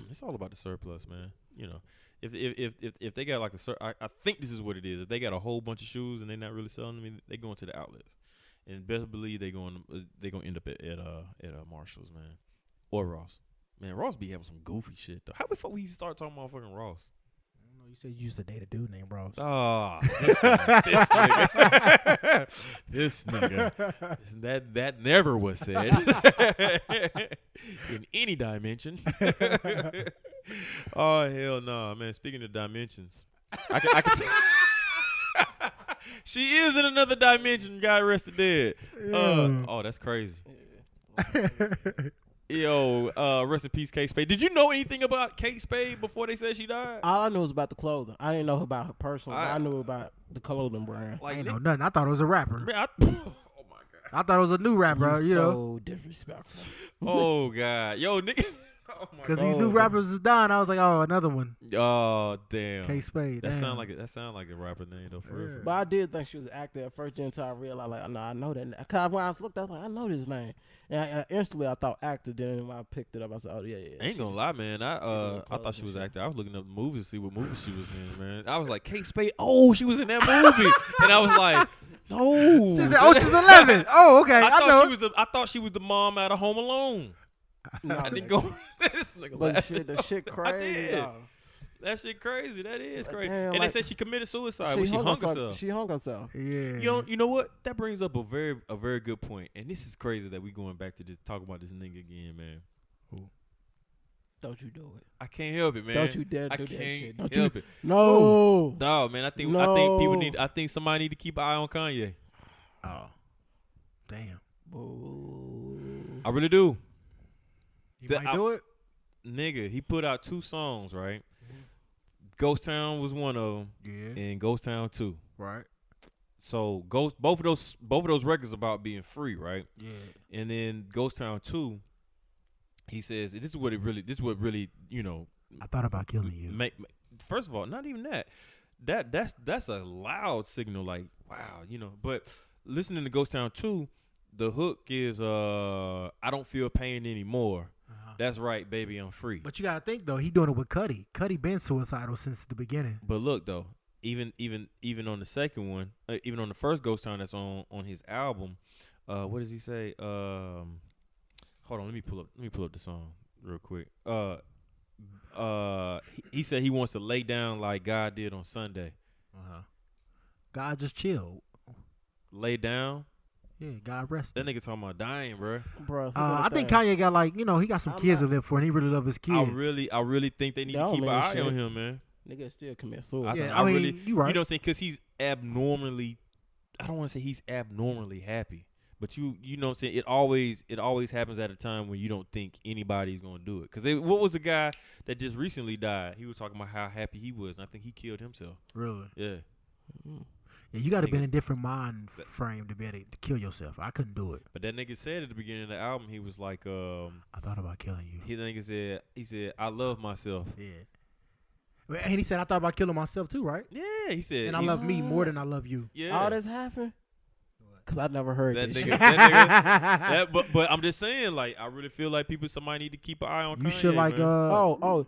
Speaker 1: it's all about the surplus, man. You know, if if if if, if they got like a sur- I, I think this is what it is. If they got a whole bunch of shoes and they're not really selling them, they going to the outlets, and best believe they going uh, they going to end up at at uh, at uh, Marshalls, man, or Ross. Man, Ross be having some goofy shit though. How the fuck we start talking about fucking Ross?
Speaker 2: You said you used to date a dude named Ross.
Speaker 1: Oh, this nigga. this nigga. this nigga. That, that never was said in any dimension. oh, hell no, man. Speaking of dimensions, I can. I can she is in another dimension. God rest her dead. Uh, oh, that's crazy. Yo, uh, rest in peace, K Spade. Did you know anything about K Spade before they said she died?
Speaker 3: All I knew was about the clothing. I didn't know about her personal. but
Speaker 1: I-
Speaker 3: I, knew about the clothing brand.
Speaker 1: Like,
Speaker 2: I ain't
Speaker 1: nigga,
Speaker 2: know nothing. I thought it was a rapper.
Speaker 1: Man, I- oh my god.
Speaker 2: I thought it was a new rapper. You know,
Speaker 3: so disrespectful.
Speaker 1: Oh god. Yo, nigga. Oh my
Speaker 2: because
Speaker 1: god.
Speaker 2: these new rappers is dying. I was like, oh, another one.
Speaker 1: Oh damn.
Speaker 2: K Spade.
Speaker 1: that
Speaker 2: damn.
Speaker 1: sound like a, that sound like a rapper name though for real, for real.
Speaker 3: But I did think she was an actor at first until I realized, like, no, I know that. na- Cause when I looked, I was like, I know this name, and I, I instantly I thought actor. Then when I picked it up, I said, oh yeah, yeah.
Speaker 1: Ain't
Speaker 3: she-
Speaker 1: gonna lie, man. I uh, I
Speaker 3: clothes
Speaker 1: thought she
Speaker 3: and
Speaker 1: was
Speaker 3: shit.
Speaker 1: acting. I was looking up movies to see what movie she was in, man. I was like, Kate Spade. Oh, she was in that movie, and I was like, no.
Speaker 2: She said, oh, she's eleven. Oh, okay.
Speaker 1: I,
Speaker 2: I,
Speaker 1: thought
Speaker 2: know.
Speaker 1: she was. A, I thought she was the mom out of Home Alone.
Speaker 3: No,
Speaker 1: I didn't
Speaker 3: nigga.
Speaker 1: go. this nigga
Speaker 3: But
Speaker 1: laughing.
Speaker 3: shit, the shit crazy.
Speaker 1: did.
Speaker 3: dawg.
Speaker 1: That shit crazy. That is
Speaker 3: But
Speaker 1: crazy.
Speaker 3: damn,
Speaker 1: and
Speaker 3: like-
Speaker 1: they said she committed suicide when she hung herself.
Speaker 3: She hung herself.
Speaker 2: yeah.
Speaker 1: You know, you know what? That brings up a very a very good point. And this is crazy that we going back to this talk about this nigga again, man.
Speaker 2: Who?
Speaker 3: Don't you do it.
Speaker 1: I can't help it, man.
Speaker 3: Don't you dare
Speaker 1: I
Speaker 3: do that
Speaker 1: can't
Speaker 3: shit. Don't you-
Speaker 1: help it.
Speaker 3: No.
Speaker 1: No, man. I think I think people
Speaker 3: No.
Speaker 1: need. I think somebody need to keep an eye on Kanye.
Speaker 2: Oh, damn.
Speaker 1: I really do.
Speaker 8: You
Speaker 1: Th-
Speaker 8: might
Speaker 1: I-
Speaker 8: do it.
Speaker 1: Nigga, he put out two songs, right?
Speaker 3: Mm-hmm.
Speaker 1: Ghost Town was one of them,
Speaker 8: Yeah.
Speaker 1: and Ghost Town two.
Speaker 8: Right.
Speaker 1: So Ghost, both of those, both of those records about being free, right?
Speaker 8: Yeah.
Speaker 1: And then Ghost Town two, he says this is what it really, this is what really, you know,
Speaker 2: I thought about killing you.
Speaker 1: make, first of all not even that that that's that's a loud signal like wow you know but listening to ghost town 2 the hook is uh i don't feel pain anymore
Speaker 2: Uh-huh.
Speaker 1: that's right baby i'm free but,
Speaker 2: But you gotta think though, he doing it with Cuddy. Cuddy been suicidal since the beginning.
Speaker 1: look though even even even on the second one uh, even on the first ghost town that's on on his album uh what does he say um hold on let me pull up let me pull up the song real quick uh uh he, he said he wants to lay down like god did on sunday
Speaker 8: Uh-huh.
Speaker 2: God just chill.
Speaker 1: lay down
Speaker 2: Yeah, God rest.
Speaker 1: That nigga talking about dying, bro.
Speaker 3: Bro.
Speaker 2: Uh, I think Kanye got like you know he got some
Speaker 3: I'm
Speaker 2: kids
Speaker 3: not-
Speaker 2: to live for, and he really love his kids.
Speaker 1: I really, I really think they need
Speaker 3: That
Speaker 1: to
Speaker 3: don't
Speaker 1: keep an
Speaker 3: mean
Speaker 1: eye
Speaker 3: shit.
Speaker 1: on him, man.
Speaker 3: Nigga still commit
Speaker 1: I,
Speaker 3: suicide.
Speaker 2: Yeah,
Speaker 1: I,
Speaker 2: I mean,
Speaker 1: really,
Speaker 2: you right.
Speaker 1: You know what I'm saying? Because he's abnormally. I don't want to say he's abnormally happy, but you, you know what I'm saying. It always, it always happens at a time when you don't think anybody's gonna do it. Because what was the guy that just recently died? He was talking about how happy he was, and I think he killed himself.
Speaker 2: really.
Speaker 1: Yeah,
Speaker 2: Yeah, you got to be in a
Speaker 1: Niggas-
Speaker 2: different mind
Speaker 1: That-
Speaker 2: frame to be able to kill yourself. I couldn't do it.
Speaker 1: but that nigga said at the beginning of the album, he was like, um,
Speaker 2: I thought about killing you.
Speaker 1: he nigga said, he said, I love myself.
Speaker 2: Yeah. Well, And he said I thought about killing myself too, right?
Speaker 1: Yeah, he said,
Speaker 2: And I
Speaker 1: he-
Speaker 2: love me more than I love you.
Speaker 1: yeah.
Speaker 3: All this happened because I never heard
Speaker 1: That
Speaker 3: that
Speaker 1: nigga,
Speaker 3: shit.
Speaker 1: that nigga, that, but but I'm just saying, like, I really feel like people, somebody need to keep an eye on.
Speaker 2: you
Speaker 1: Kanye,
Speaker 2: should like
Speaker 1: man.
Speaker 2: uh
Speaker 3: Oh, oh.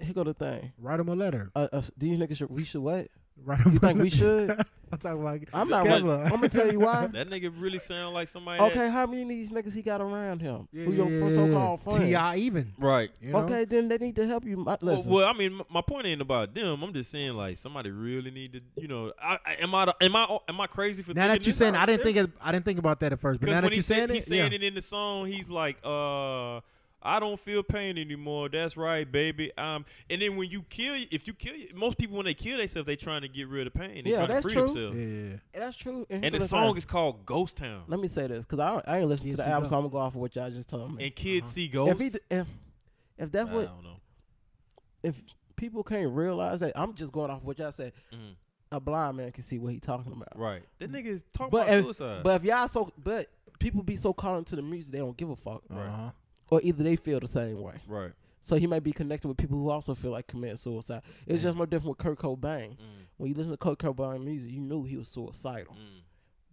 Speaker 3: Here go the thing.
Speaker 2: write him a letter.
Speaker 3: Uh, uh, these niggas should. We should what?
Speaker 2: Write him.
Speaker 3: You think we should?
Speaker 2: I'm talking like
Speaker 3: I'm not.
Speaker 1: That-
Speaker 3: I'm gonna tell you why.
Speaker 1: that nigga really sound like somebody. that-
Speaker 3: Okay, how many of these niggas he got around him? Who your fir- so-called friends?
Speaker 2: Ti even.
Speaker 1: right.
Speaker 2: You know?
Speaker 3: Okay, then they need to help you. My-
Speaker 1: Well,
Speaker 3: Listen,
Speaker 1: well, I mean, m- my point ain't about them. I'm just saying, like, somebody really need to, you know, I, I am I the- am I am I crazy for
Speaker 2: Now
Speaker 1: thinking
Speaker 2: that you
Speaker 1: this?
Speaker 2: saying, I didn't think it, I didn't think about that at first, but
Speaker 1: Because
Speaker 2: now
Speaker 1: when
Speaker 2: that
Speaker 1: he
Speaker 2: you saying
Speaker 1: said
Speaker 2: it,
Speaker 1: he's saying
Speaker 2: yeah.
Speaker 1: it in the song, he's like, uh, I don't feel pain anymore. That's right, baby. Um, and then when you kill, if you kill, most people when they kill themselves, they trying to get rid of pain. They
Speaker 3: Yeah,
Speaker 1: trying to
Speaker 3: that's
Speaker 1: free
Speaker 3: true.
Speaker 1: themselves.
Speaker 8: Yeah.
Speaker 3: and that's true. here
Speaker 1: And
Speaker 3: go
Speaker 1: the
Speaker 3: thing.
Speaker 1: song is called Ghost Town.
Speaker 3: Let me say this because I, don't- I ain't listening
Speaker 2: Yes,
Speaker 3: to the
Speaker 2: he
Speaker 3: album,
Speaker 2: does.
Speaker 3: so I'm gonna go off of what y'all just told me.
Speaker 1: and kids see ghosts.
Speaker 3: If, he, d- if if that's
Speaker 1: I
Speaker 3: what
Speaker 1: don't know.
Speaker 3: if people can't realize that I'm just going off what y'all said.
Speaker 1: Mhm.
Speaker 3: A blind man can see what he talking about.
Speaker 1: Right. That nigga is talking
Speaker 3: But
Speaker 1: about
Speaker 3: if,
Speaker 1: suicide.
Speaker 3: but if y'all so but people be so caught into the music they don't give a fuck,
Speaker 1: Right.
Speaker 3: or either they feel the same way.
Speaker 1: right.
Speaker 3: So he might be connected with people who also feel like committing suicide. It's just no different with Kurt Cobain. When you listen to Kurt Cobain music, you knew he was suicidal,
Speaker 1: Mm.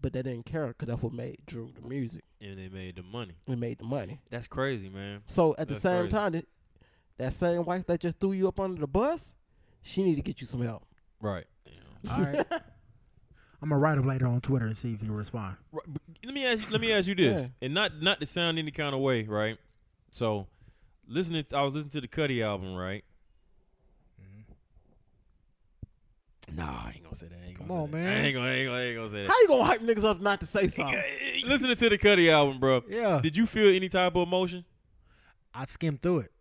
Speaker 3: but they didn't care because that's what made drew the music
Speaker 1: And they made the money.
Speaker 3: and made the money.
Speaker 1: That's crazy, man.
Speaker 3: So at the
Speaker 1: That's
Speaker 3: same
Speaker 1: crazy.
Speaker 3: time, that, that same wife that just threw you up under the bus, she need to get you some help.
Speaker 1: Right.
Speaker 2: All right. I'm gonna write him later on Twitter and see if he respond.
Speaker 1: but Let me ask. Let me ask you this,
Speaker 3: Yeah.
Speaker 1: and not not to sound any kind of way, right? So, listening, I was listening to the Cuddy album, right? Mm-hmm. Nah, I ain't gonna say that. I ain't
Speaker 2: Come
Speaker 1: gonna
Speaker 2: on,
Speaker 1: say That.
Speaker 2: man.
Speaker 1: I ain't gonna, I ain't gonna, I ain't gonna say that.
Speaker 3: How you gonna hype niggas up not to say something?
Speaker 1: Listening to the Cuddy album, bro.
Speaker 2: Yeah.
Speaker 1: Did you feel any type of emotion?
Speaker 2: I skimmed through it.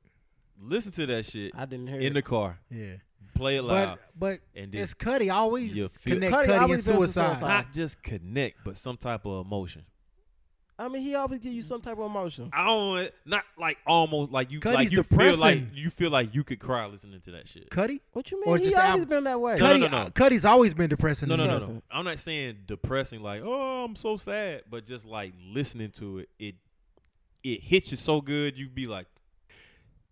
Speaker 1: Listen to that shit
Speaker 3: I didn't hear.
Speaker 1: in the
Speaker 3: it.
Speaker 1: car.
Speaker 2: Yeah.
Speaker 1: Play it loud.
Speaker 2: But but
Speaker 1: And then-
Speaker 2: it's Cuddy I always
Speaker 1: You feel-
Speaker 2: connect
Speaker 3: Cudi
Speaker 2: Cuddy, and
Speaker 3: always been with
Speaker 2: suicide.
Speaker 3: suicide.
Speaker 1: not just connect, but some type of emotion.
Speaker 3: I mean, he always give you some type of emotion.
Speaker 1: I don't not like almost like you
Speaker 2: Cuddy's
Speaker 1: like you feel
Speaker 2: depressing.
Speaker 1: like you feel like you could cry listening to that shit.
Speaker 2: Cuddy?
Speaker 3: What you mean?
Speaker 2: Or
Speaker 3: he
Speaker 2: just the
Speaker 3: always
Speaker 2: album.
Speaker 3: been that way.
Speaker 1: No, no,
Speaker 2: Cuddy,
Speaker 1: no, no.
Speaker 2: uh, Cuddy's always been depressing.
Speaker 1: No,
Speaker 2: to
Speaker 1: no,
Speaker 2: me.
Speaker 1: no, no. I'm not saying depressing like oh I'm so sad, but just like listening to it, it it hits you so good you be like,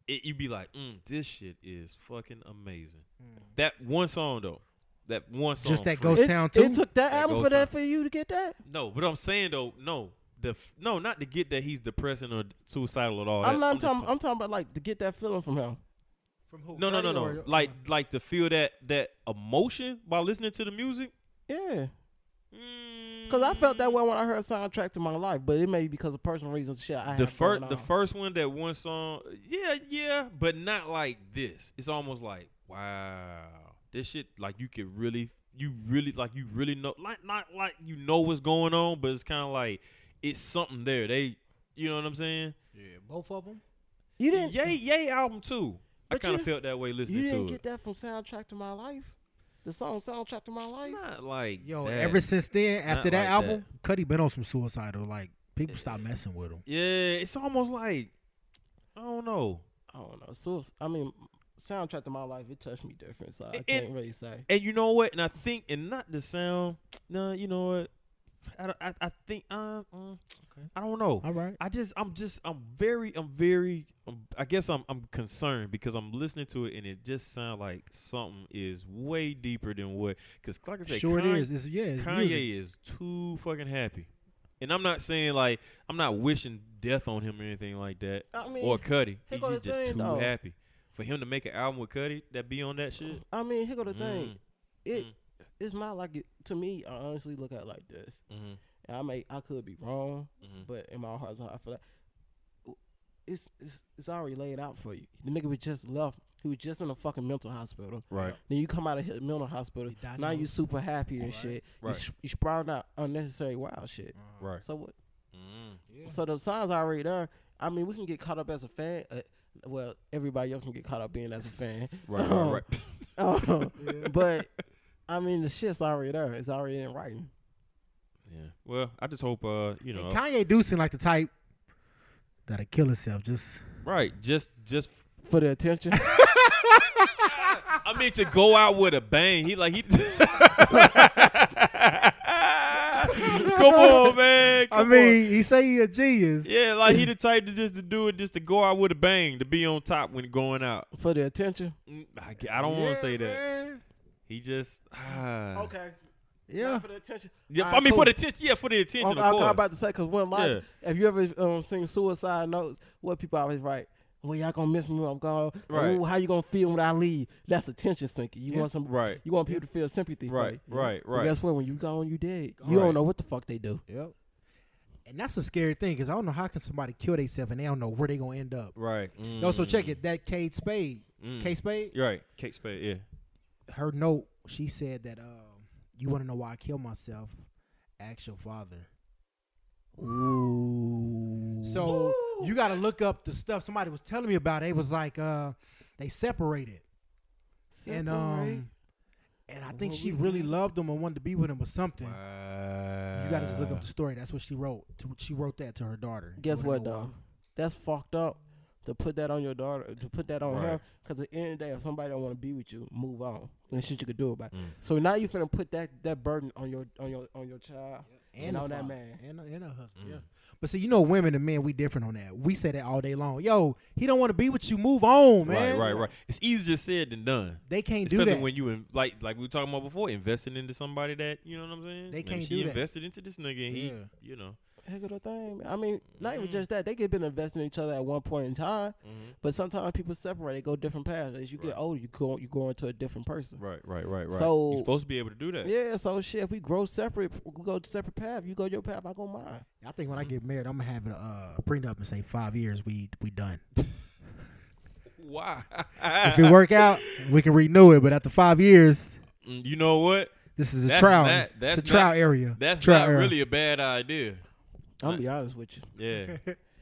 Speaker 1: it you be like, mm, this shit is fucking amazing. That one song though, that one song,
Speaker 2: Just that
Speaker 1: Fred.
Speaker 2: Ghost
Speaker 3: It,
Speaker 2: Town too?
Speaker 3: it took that
Speaker 1: Yeah,
Speaker 3: album
Speaker 1: Ghost
Speaker 3: for
Speaker 1: Town.
Speaker 3: that for you to get that.
Speaker 1: No, but I'm saying though, no, the f- no, not to get that he's depressing or suicidal at all.
Speaker 3: I'm
Speaker 1: Oh, That-
Speaker 3: not I'm
Speaker 1: just
Speaker 3: talking. I'm talking about like to get that feeling from him.
Speaker 1: No, no, no, no. Like, like to feel that that emotion while listening to the music. Mm.
Speaker 3: Yeah. Cause I felt that way when I heard soundtrack to my life, but it may be because of personal reasons. Shit, I
Speaker 1: The
Speaker 3: have going
Speaker 1: first, the
Speaker 3: on.
Speaker 1: first one, that one song. Yeah, yeah, but not like this. It's almost like wow, this shit. Like you could really, you really, like you really know, like not like you know what's going on, but it's kind of like it's something there. They, you know what I'm saying?
Speaker 8: Yeah. Both of them.
Speaker 3: You didn't.
Speaker 1: Yay, Yay album too. I
Speaker 3: But you
Speaker 1: kind of
Speaker 3: didn't-
Speaker 1: felt that way
Speaker 3: You
Speaker 1: listening
Speaker 3: didn't
Speaker 1: to
Speaker 3: get
Speaker 1: it.
Speaker 3: that from soundtrack to my life. The song soundtrack to my life.
Speaker 1: Not like
Speaker 2: Yo,
Speaker 1: that.
Speaker 2: ever since then,
Speaker 1: Not
Speaker 2: after that
Speaker 1: like
Speaker 2: album, Cuddy been on some suicidal. Like people stopped messing with him.
Speaker 1: yeah, it's almost like I don't know.
Speaker 3: I don't know. So I mean, soundtrack to my life. It touched me different, so I
Speaker 1: It-
Speaker 3: can't
Speaker 1: it-
Speaker 3: really say.
Speaker 1: And you know what? And I think, and not the sound. No, you know what? I, don't- I, I think uh, mm, I don't know.
Speaker 2: All right.
Speaker 1: I just I'm just I'm very I'm very um, I guess I'm I'm concerned because I'm listening to it and it just sounds like something is way deeper than what because like I said
Speaker 2: Sure
Speaker 1: Kanye-
Speaker 2: it is. It's yeah. It's
Speaker 1: Kanye
Speaker 2: music.
Speaker 1: is too fucking happy, and I'm not saying like I'm not wishing death on him or anything like that
Speaker 3: I mean,
Speaker 1: or Cuddy.
Speaker 3: here
Speaker 1: He's
Speaker 3: go
Speaker 1: just,
Speaker 3: the
Speaker 1: just
Speaker 3: thing,
Speaker 1: too
Speaker 3: though.
Speaker 1: happy for him to make an album with Cuddy that be on that shit.
Speaker 3: I mean, here go the
Speaker 1: Mm.
Speaker 3: thing. It
Speaker 1: Mm.
Speaker 3: it's not like it to me. I honestly look at it like this.
Speaker 1: Mm-hmm.
Speaker 3: And I may I could be wrong,
Speaker 1: Mhm.
Speaker 3: but in my heart, I feel like w- it's, it's it's already laid out for you. The nigga was just left. He was just in a fucking mental hospital.
Speaker 1: Right.
Speaker 3: Then you come out of his mental hospital.
Speaker 2: diagnosed.
Speaker 3: Now you super happy and shit. You,
Speaker 1: Right. Uh-huh.
Speaker 3: sh- you sprouting out unnecessary wild shit.
Speaker 1: Right.
Speaker 3: So what?
Speaker 1: Mm.
Speaker 3: So the signs are already there. I mean, we can get caught up as a fan. Uh, well, everybody else can get caught up being as a fan.
Speaker 1: Right. Mm. Right. right.
Speaker 3: Um, But I mean, the shit's already there. It's already in writing.
Speaker 1: yeah. Well, I just hope uh you know
Speaker 2: And Kanye do seem like the type that'll kill himself. Just
Speaker 1: right just just
Speaker 3: For the attention,
Speaker 1: I mean to go out with a bang. He like he. Come on, man. Come on.
Speaker 2: he say he a genius.
Speaker 1: Yeah, like he the type to just to do it, just to go out with a bang, to be on top when going out.
Speaker 3: for the attention.
Speaker 1: Mm, I, g- I don't want to say that. He just ah.
Speaker 3: Okay.
Speaker 2: Yeah.
Speaker 3: for the attention.
Speaker 1: Yeah,
Speaker 3: All
Speaker 1: I
Speaker 3: right,
Speaker 1: mean
Speaker 3: cool.
Speaker 1: for the attention. Yeah, for the attention.
Speaker 3: I'm,
Speaker 1: of course.
Speaker 3: about to say because one of my,
Speaker 1: Yeah.
Speaker 3: if you ever um, sing suicide notes, what people always write. Well, y'all gonna miss me when I'm gone.
Speaker 1: Right.
Speaker 3: Ooh, how you gonna feel when I leave? That's attention sinking. You want some,
Speaker 1: Right.
Speaker 3: You want people to feel sympathy, for
Speaker 1: Right,
Speaker 3: you.
Speaker 1: right,
Speaker 3: But
Speaker 1: right.
Speaker 3: Guess what? When you gone, you dead. You
Speaker 1: Right.
Speaker 3: don't know what the fuck they do.
Speaker 2: Yep. And that's a scary thing because I don't know how can somebody kill themselves and they don't know where they gonna end up.
Speaker 1: Right.
Speaker 2: No, so check it. That Kate Spade,
Speaker 1: Mm.
Speaker 2: Kate Spade,
Speaker 1: You're right. Kate Spade. Yeah.
Speaker 2: her note, she said that um, you want to know why I killed myself? Ask your father. Ooh. So you got to look up the stuff somebody was telling me about. It was like uh, they separated, and um, and I think she really loved him and wanted to be with him or something. You got to just look up the story. That's what she wrote. To- She wrote that to her daughter.
Speaker 3: Guess
Speaker 2: You wanna
Speaker 3: what
Speaker 2: know why?
Speaker 3: though? That's fucked up to put that on your daughter, to put that on
Speaker 1: Right.
Speaker 3: her. Because at the end of the day, if somebody don't want to be with you, move on. There's shit you could do about it. So now you finna put that that burden on your on your on your child and
Speaker 2: a
Speaker 3: on that
Speaker 2: father,
Speaker 3: man.
Speaker 2: and a, and a
Speaker 1: Mm.
Speaker 2: husband. Yeah. But see, you know, women and men, we different on that. We say that all day long. Yo, he don't want to be with you. Move on, man.
Speaker 1: Right. Right. Right. It's easier said than done.
Speaker 2: They can't do
Speaker 1: Especially
Speaker 2: that.
Speaker 1: when you in, like like we were talking about before, investing into somebody that you know what I'm saying.
Speaker 2: They
Speaker 1: Maybe
Speaker 2: can't
Speaker 1: she
Speaker 2: do that.
Speaker 1: invested into this nigga, and he,
Speaker 2: Yeah.
Speaker 1: you know,
Speaker 3: Heck of the thing. man. I mean, not even just that. They could been investing in each other at one point in time, but sometimes people separate. They go different paths. As you get older, you go you go into a different person.
Speaker 1: right, right, right, right.
Speaker 3: So-
Speaker 1: you're supposed to be able to do that.
Speaker 3: Yeah, so shit, we grow separate. We go separate path. You go your path. I go mine.
Speaker 2: I think when I get married, I'm gonna have a uh, prenup and say five years. We we done.
Speaker 1: Why?
Speaker 2: if it work out, we can renew it. But after five years,
Speaker 1: Mm, you know what?
Speaker 2: this is a
Speaker 1: That's
Speaker 2: trial.
Speaker 1: not- that's
Speaker 2: it's a trial
Speaker 1: not-
Speaker 2: area.
Speaker 1: That's
Speaker 2: trial
Speaker 1: not
Speaker 2: area.
Speaker 1: really a bad idea.
Speaker 3: I'm gonna be honest with you.
Speaker 1: Yeah,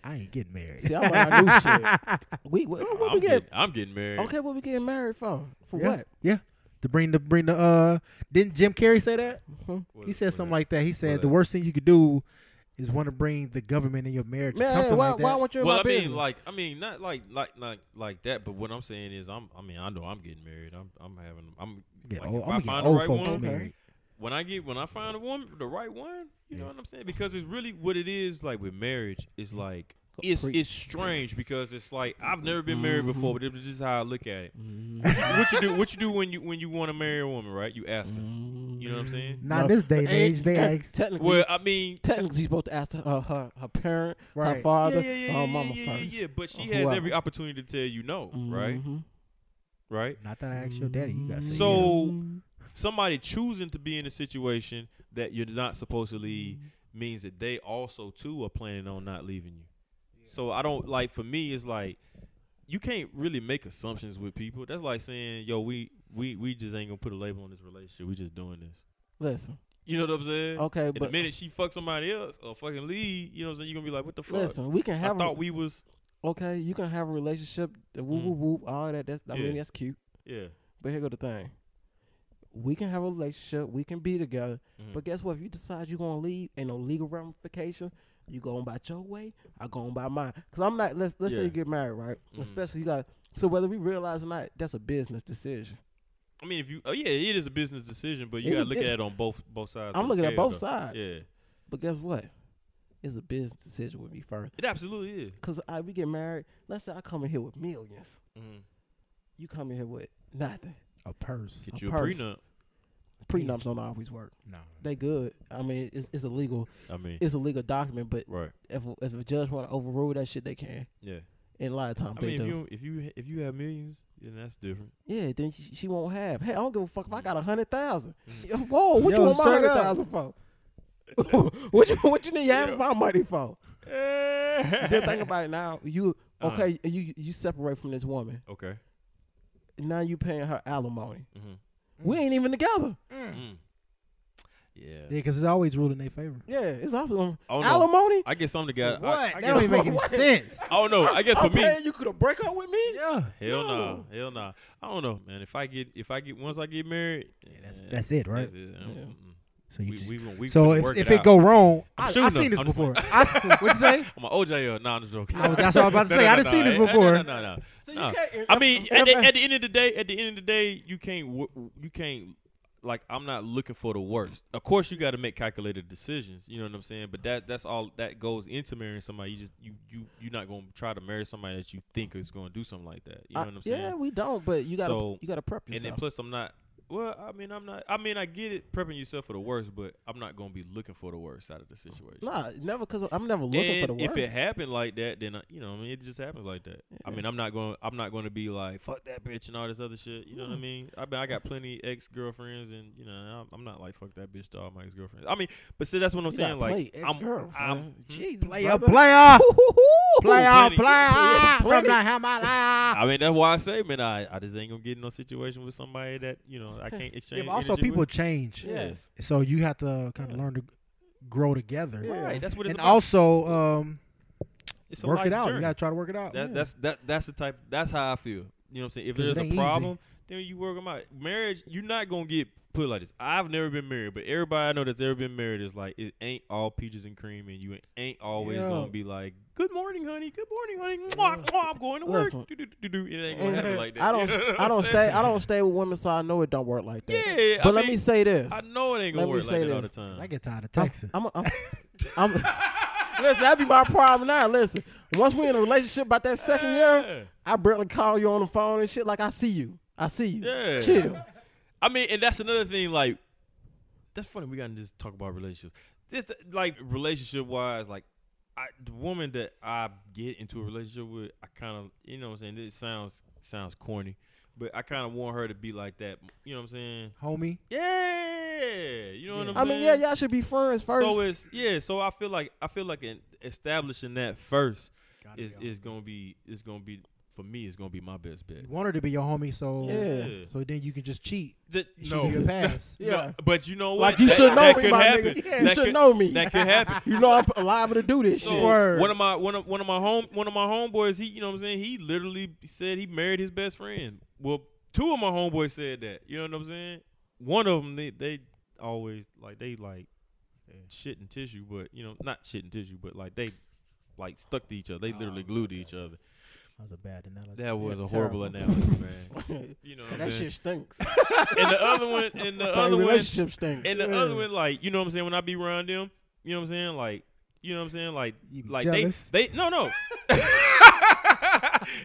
Speaker 2: I ain't getting married.
Speaker 3: See, I'm on new shit. We what, what
Speaker 1: I'm
Speaker 3: we
Speaker 1: getting,
Speaker 3: get?
Speaker 1: I'm getting married.
Speaker 3: Okay, what we getting married for? For
Speaker 2: yeah.
Speaker 3: what?
Speaker 2: Yeah. To bring the bring the uh. Didn't Jim Carrey say that?
Speaker 3: Mm-hmm.
Speaker 1: What-
Speaker 2: He said
Speaker 1: what-
Speaker 2: something like that. He said
Speaker 1: what that?
Speaker 2: the worst thing you could do is want to bring the government in your marriage. or
Speaker 3: Man,
Speaker 2: something
Speaker 3: why,
Speaker 2: like that.
Speaker 3: why want you in
Speaker 1: Well,
Speaker 3: my
Speaker 1: I mean,
Speaker 3: business?
Speaker 1: like, I mean, not like, like, like, like that. But what I'm saying is, I'm, I mean, I know I'm getting married. I'm, I'm having, I'm,
Speaker 2: Yeah,
Speaker 1: like,
Speaker 2: old-
Speaker 1: if
Speaker 2: I'ma
Speaker 1: I
Speaker 2: get
Speaker 1: find the
Speaker 2: old
Speaker 1: right
Speaker 2: folks
Speaker 1: woman,
Speaker 2: married.
Speaker 1: when I get when I find a woman, the right one, you know what I'm saying? Because it's really what it is like with marriage. It's
Speaker 3: Mm-hmm.
Speaker 1: like it's
Speaker 3: preach.
Speaker 1: it's strange because it's like I've never been married
Speaker 3: Mm-hmm.
Speaker 1: before, but this is how I look at it. What you- what you do? What you do when you when you want to marry a woman, right? You ask her.
Speaker 3: Mm-hmm.
Speaker 1: You know what I'm saying?
Speaker 2: Not in this day and age. They
Speaker 3: Eh,
Speaker 2: ask.
Speaker 3: technically,
Speaker 1: Well, I mean,
Speaker 3: technically, you're supposed to ask her, uh, her, her parent, her
Speaker 2: Right.
Speaker 1: yeah,
Speaker 3: father,
Speaker 1: yeah, yeah,
Speaker 3: her
Speaker 1: yeah,
Speaker 3: mama
Speaker 1: yeah, yeah,
Speaker 3: first.
Speaker 1: yeah, But she
Speaker 3: Or
Speaker 1: has
Speaker 3: whoever.
Speaker 1: every opportunity to tell you no, right?
Speaker 3: Mhm.
Speaker 1: Right.
Speaker 2: Not that I asked your daddy. You got
Speaker 1: So somebody choosing to be in a situation that you're not supposed to leave means that they also too are planning on not leaving you. So I don't like for me it's like you can't really make assumptions with people. That's like saying, yo, we we we just ain't gonna put a label on this relationship. We just doing this.
Speaker 3: Listen,
Speaker 1: You know what I'm saying?
Speaker 3: Okay,
Speaker 1: and
Speaker 3: but-
Speaker 1: the minute she fucks somebody else or fucking leave, you know what I'm saying, you're gonna be like, What the fuck?
Speaker 3: listen, we can
Speaker 1: I
Speaker 3: have. a-
Speaker 1: thought we was
Speaker 3: okay, you can have a relationship, the whoop whoop whoop, all that. That's I
Speaker 1: Yeah.
Speaker 3: mean that's cute.
Speaker 1: Yeah.
Speaker 3: But here go the thing. We can have a relationship, we can be together.
Speaker 1: Mm-hmm.
Speaker 3: But guess what? If you decide you're gonna leave, ain't no legal ramification. You going by your way, I going by mine. Cause I'm not. Let's let's say
Speaker 1: Yeah. Mm-hmm.
Speaker 3: you get married, right? Especially you got. So whether we realize or not, that's a business decision.
Speaker 1: I mean, if you, oh yeah, it is a business decision, but you
Speaker 3: It's a
Speaker 1: gotta look at
Speaker 3: bus-
Speaker 1: it on both both sides.
Speaker 3: I'm
Speaker 1: of the
Speaker 3: looking at
Speaker 1: scale,
Speaker 3: both
Speaker 1: though.
Speaker 3: sides.
Speaker 1: Yeah,
Speaker 3: But guess what? It's a business decision with me first.
Speaker 1: it absolutely is.
Speaker 3: Cause I we get married. Let's say I come in here with millions.
Speaker 1: Mhm.
Speaker 3: You come in here with nothing.
Speaker 2: A purse.
Speaker 1: Get
Speaker 3: A
Speaker 1: you a
Speaker 3: purse.
Speaker 1: prenup.
Speaker 3: Prenups don't always work.
Speaker 2: No.
Speaker 3: They good. I mean, it's it's illegal.
Speaker 1: I mean,
Speaker 3: It's a legal document, but
Speaker 1: right?
Speaker 3: if if a judge want to overrule that shit, they can.
Speaker 1: Yeah.
Speaker 3: And a lot of times
Speaker 1: I
Speaker 3: they
Speaker 1: mean, if
Speaker 3: do.
Speaker 1: you if you if you have millions, then that's different.
Speaker 3: yeah, then she, she won't have. Hey, I don't give a fuck
Speaker 1: Mm.
Speaker 3: if I got a hundred thousand. Whoa, what
Speaker 2: Yo,
Speaker 3: you want my
Speaker 2: straight
Speaker 3: hundred
Speaker 2: up.
Speaker 3: thousand for? what you what you need to have my money for? then think about it now. You
Speaker 1: Uh-huh.
Speaker 3: okay? You you separate from this woman.
Speaker 1: Okay.
Speaker 3: Now you paying her alimony.
Speaker 1: Mhm.
Speaker 3: We ain't even together.
Speaker 1: Mm.
Speaker 2: Yeah,
Speaker 1: Yeah.
Speaker 2: because it's always ruled in their favor.
Speaker 3: Yeah, it's awesome.
Speaker 1: Oh, no.
Speaker 3: alimony.
Speaker 1: I guess some of the guys. I,
Speaker 2: What?
Speaker 1: I
Speaker 2: That
Speaker 1: guess,
Speaker 2: don't even make any sense.
Speaker 1: I don't know. I guess for
Speaker 3: I'm
Speaker 1: me,
Speaker 3: paying you could have break up with me.
Speaker 2: Yeah.
Speaker 1: hell no,
Speaker 3: No.
Speaker 1: hell no. I don't know, man. If I get if I get once I get married, yeah,
Speaker 2: that's- that's it, right?
Speaker 1: That's it. I don't-
Speaker 3: Yeah.
Speaker 1: mm-mm.
Speaker 2: So you
Speaker 1: We,
Speaker 2: just,
Speaker 1: we, we, we
Speaker 2: so
Speaker 1: couldn't
Speaker 2: if,
Speaker 1: work
Speaker 2: if
Speaker 1: it,
Speaker 2: it,
Speaker 1: out.
Speaker 2: go wrong,
Speaker 1: I'm
Speaker 2: I,
Speaker 1: shooting
Speaker 2: have seen
Speaker 1: him.
Speaker 2: this
Speaker 1: I'm-
Speaker 2: before. I, what you say?
Speaker 1: I'm an OJ. Or, nah, I'm just joking.
Speaker 2: I was- that's what I was about to say. I done seen this
Speaker 1: nah,
Speaker 2: before.
Speaker 1: No, no, no. no.
Speaker 3: So
Speaker 1: Nah.
Speaker 3: can't.
Speaker 1: Uh, I mean,
Speaker 3: and
Speaker 1: at the,
Speaker 3: if-
Speaker 1: at the end of the day, at the end of the day, you can't wo- you can't like I'm not looking for the worst. Of course, you got to make calculated decisions. You know what I'm saying? But that that's all that goes into marrying somebody. You just you you you're not gonna try to marry somebody that you think is gonna do something like that. You know
Speaker 3: I-
Speaker 1: what I'm saying?
Speaker 3: Uh, yeah, we don't. But you gotta
Speaker 1: So,
Speaker 3: you gotta prep
Speaker 1: and
Speaker 3: yourself.
Speaker 1: then plus, I'm not. Well, I mean, I'm not. I mean, I get it, prepping yourself for the worst, but I'm not gonna be looking for the worst out of the situation.
Speaker 3: Nah, never because I'm never looking for the
Speaker 1: And
Speaker 3: worst.
Speaker 1: If it happened like that, then I, you know, I mean, it just happens like that. I mean, I'm not going. I'm not going to be like fuck that bitch and all this other shit. You know what I mean? I mean, I got plenty ex girlfriends, and you know, I'm, I'm not like fuck that bitch to all my ex girlfririends. I mean, but see, that's what I'm
Speaker 3: You
Speaker 1: saying.
Speaker 3: gotta
Speaker 1: Like,
Speaker 3: play
Speaker 1: I'm, hmm.
Speaker 3: ex-girlfriend.
Speaker 1: I'm
Speaker 3: Jesus,
Speaker 2: Player,
Speaker 3: brother.
Speaker 2: player,
Speaker 3: Woo-hoo-hoo.
Speaker 2: player,
Speaker 1: Plenty.
Speaker 2: player. From
Speaker 3: Plenty.
Speaker 2: the Himalaya.
Speaker 1: I mean, that's why I say, man, I, I just ain't gonna get in no situation with somebody that you know I can't exchange.
Speaker 2: Yeah, but also,
Speaker 1: energy
Speaker 2: people
Speaker 1: with.
Speaker 2: change,
Speaker 1: Yeah.
Speaker 3: Yes.
Speaker 2: so you have to kind of learn to grow together.
Speaker 3: Yeah.
Speaker 1: Right, that's what it's
Speaker 2: And
Speaker 1: about.
Speaker 2: also, um,
Speaker 1: it's a
Speaker 2: work it
Speaker 1: life
Speaker 2: out.
Speaker 1: journey.
Speaker 2: You gotta try to work it
Speaker 3: Oh,
Speaker 2: out.
Speaker 1: That, That's that. That's the type. That's how I feel. You know what I'm saying? If
Speaker 2: 'Cause it
Speaker 1: there's
Speaker 2: ain't
Speaker 1: a
Speaker 2: easy.
Speaker 1: problem, then you work them out. Marriage, you're not gonna get put like this. I've never been married, but everybody I know that's ever been married is like, it ain't all peaches and cream, and you ain't always
Speaker 3: Yeah.
Speaker 1: gonna be like, "Good morning, honey. Good morning, honey. Mwah, mwah, I'm going to work."
Speaker 3: Listen.
Speaker 1: Do-do-do-do-do. It ain't gonna happen like that.
Speaker 3: I
Speaker 1: You
Speaker 3: don't.
Speaker 1: know what
Speaker 3: I
Speaker 1: I'm
Speaker 3: don't
Speaker 1: saying?
Speaker 3: stay. I don't stay with women, so I know it don't work like that.
Speaker 1: Yeah, I
Speaker 3: but let
Speaker 1: mean,
Speaker 3: me say this.
Speaker 1: I know it ain't gonna
Speaker 3: Let me
Speaker 1: work like
Speaker 3: say
Speaker 1: that all the
Speaker 3: this.
Speaker 1: time.
Speaker 2: I get tired of
Speaker 3: I'm-
Speaker 2: texting.
Speaker 3: I'm. I'm, I'm, listen, that be my problem now. Listen, once we in a relationship, about that second year, I barely call you on the phone and shit. Like I see you. I see you.
Speaker 1: Yeah.
Speaker 3: Chill.
Speaker 1: I mean, and that's another thing. Like, that's funny. We gotta just talk about relationships. This, like, relationship wise, like, I the woman that I get into a relationship with, I kind of, you know, what I'm saying, this sounds sounds corny, but I kind of want her to be like that. You know what I'm saying?
Speaker 2: Homie,
Speaker 1: Yeah. You know what I'm
Speaker 3: I
Speaker 1: saying?
Speaker 3: mean, yeah, y'all should be friends first.
Speaker 1: So it's yeah. So I feel like I feel like in establishing that first is is gonna be is gonna be for me. It's gonna be my best bet.
Speaker 2: you want her to be your homie, so
Speaker 3: Yeah.
Speaker 2: so then you can just cheat.
Speaker 1: Th-
Speaker 2: She
Speaker 1: no.
Speaker 2: can get past.
Speaker 1: No,
Speaker 3: Yeah.
Speaker 1: but you know what?
Speaker 3: Like, you
Speaker 1: That-
Speaker 3: should know
Speaker 1: that
Speaker 3: me,
Speaker 1: could
Speaker 3: my
Speaker 1: happen.
Speaker 3: nigga.
Speaker 1: That
Speaker 3: You
Speaker 1: could-
Speaker 3: should know me.
Speaker 1: That could happen.
Speaker 3: you know I'm liable to do this
Speaker 1: So,
Speaker 3: shit.
Speaker 1: One of my one of one of my home one of my homeboys, he you know what I'm saying? He literally said he married his best friend. Well, two of my homeboys said that. You know what I'm saying? One of them they, they always like they like shit and tissue, but you know, not shit and tissue, but like they like stuck to each other. They literally glued to each other.
Speaker 2: That was a bad
Speaker 1: Oh,
Speaker 2: analogy.
Speaker 1: That was
Speaker 3: Yeah,
Speaker 1: a horrible analogy, man. You know what I'm
Speaker 3: that
Speaker 1: saying?
Speaker 3: shit stinks.
Speaker 1: And the other one and the
Speaker 3: So
Speaker 1: other one
Speaker 3: relationship stinks.
Speaker 1: and the other one, like, you know what I'm saying? When I be around them, you know what I'm saying? Like, you know what I'm saying? Like,
Speaker 2: You be
Speaker 1: like
Speaker 2: jealous?
Speaker 1: they, they, no, no.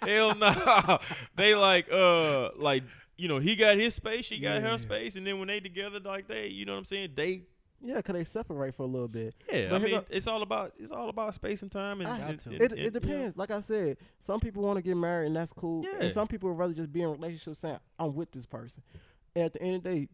Speaker 1: Hell no. They like, uh, like, you know, he got his space, she got her space, and then when they together, like they, you know what I'm saying? They,
Speaker 3: Yeah, cause they separate for a little bit.
Speaker 1: yeah.
Speaker 3: But
Speaker 1: I
Speaker 3: here
Speaker 1: mean,
Speaker 3: go-
Speaker 1: it's all about, it's all about space and time, and,
Speaker 3: I-
Speaker 1: and-
Speaker 2: Got to.
Speaker 1: and-
Speaker 3: It,
Speaker 1: and-
Speaker 3: it
Speaker 1: you know.
Speaker 3: depends. Like I said, some people want to get married and that's cool.
Speaker 1: Yeah.
Speaker 3: And some people would rather just be in a relationship saying, I'm with this person. And at the end of the day,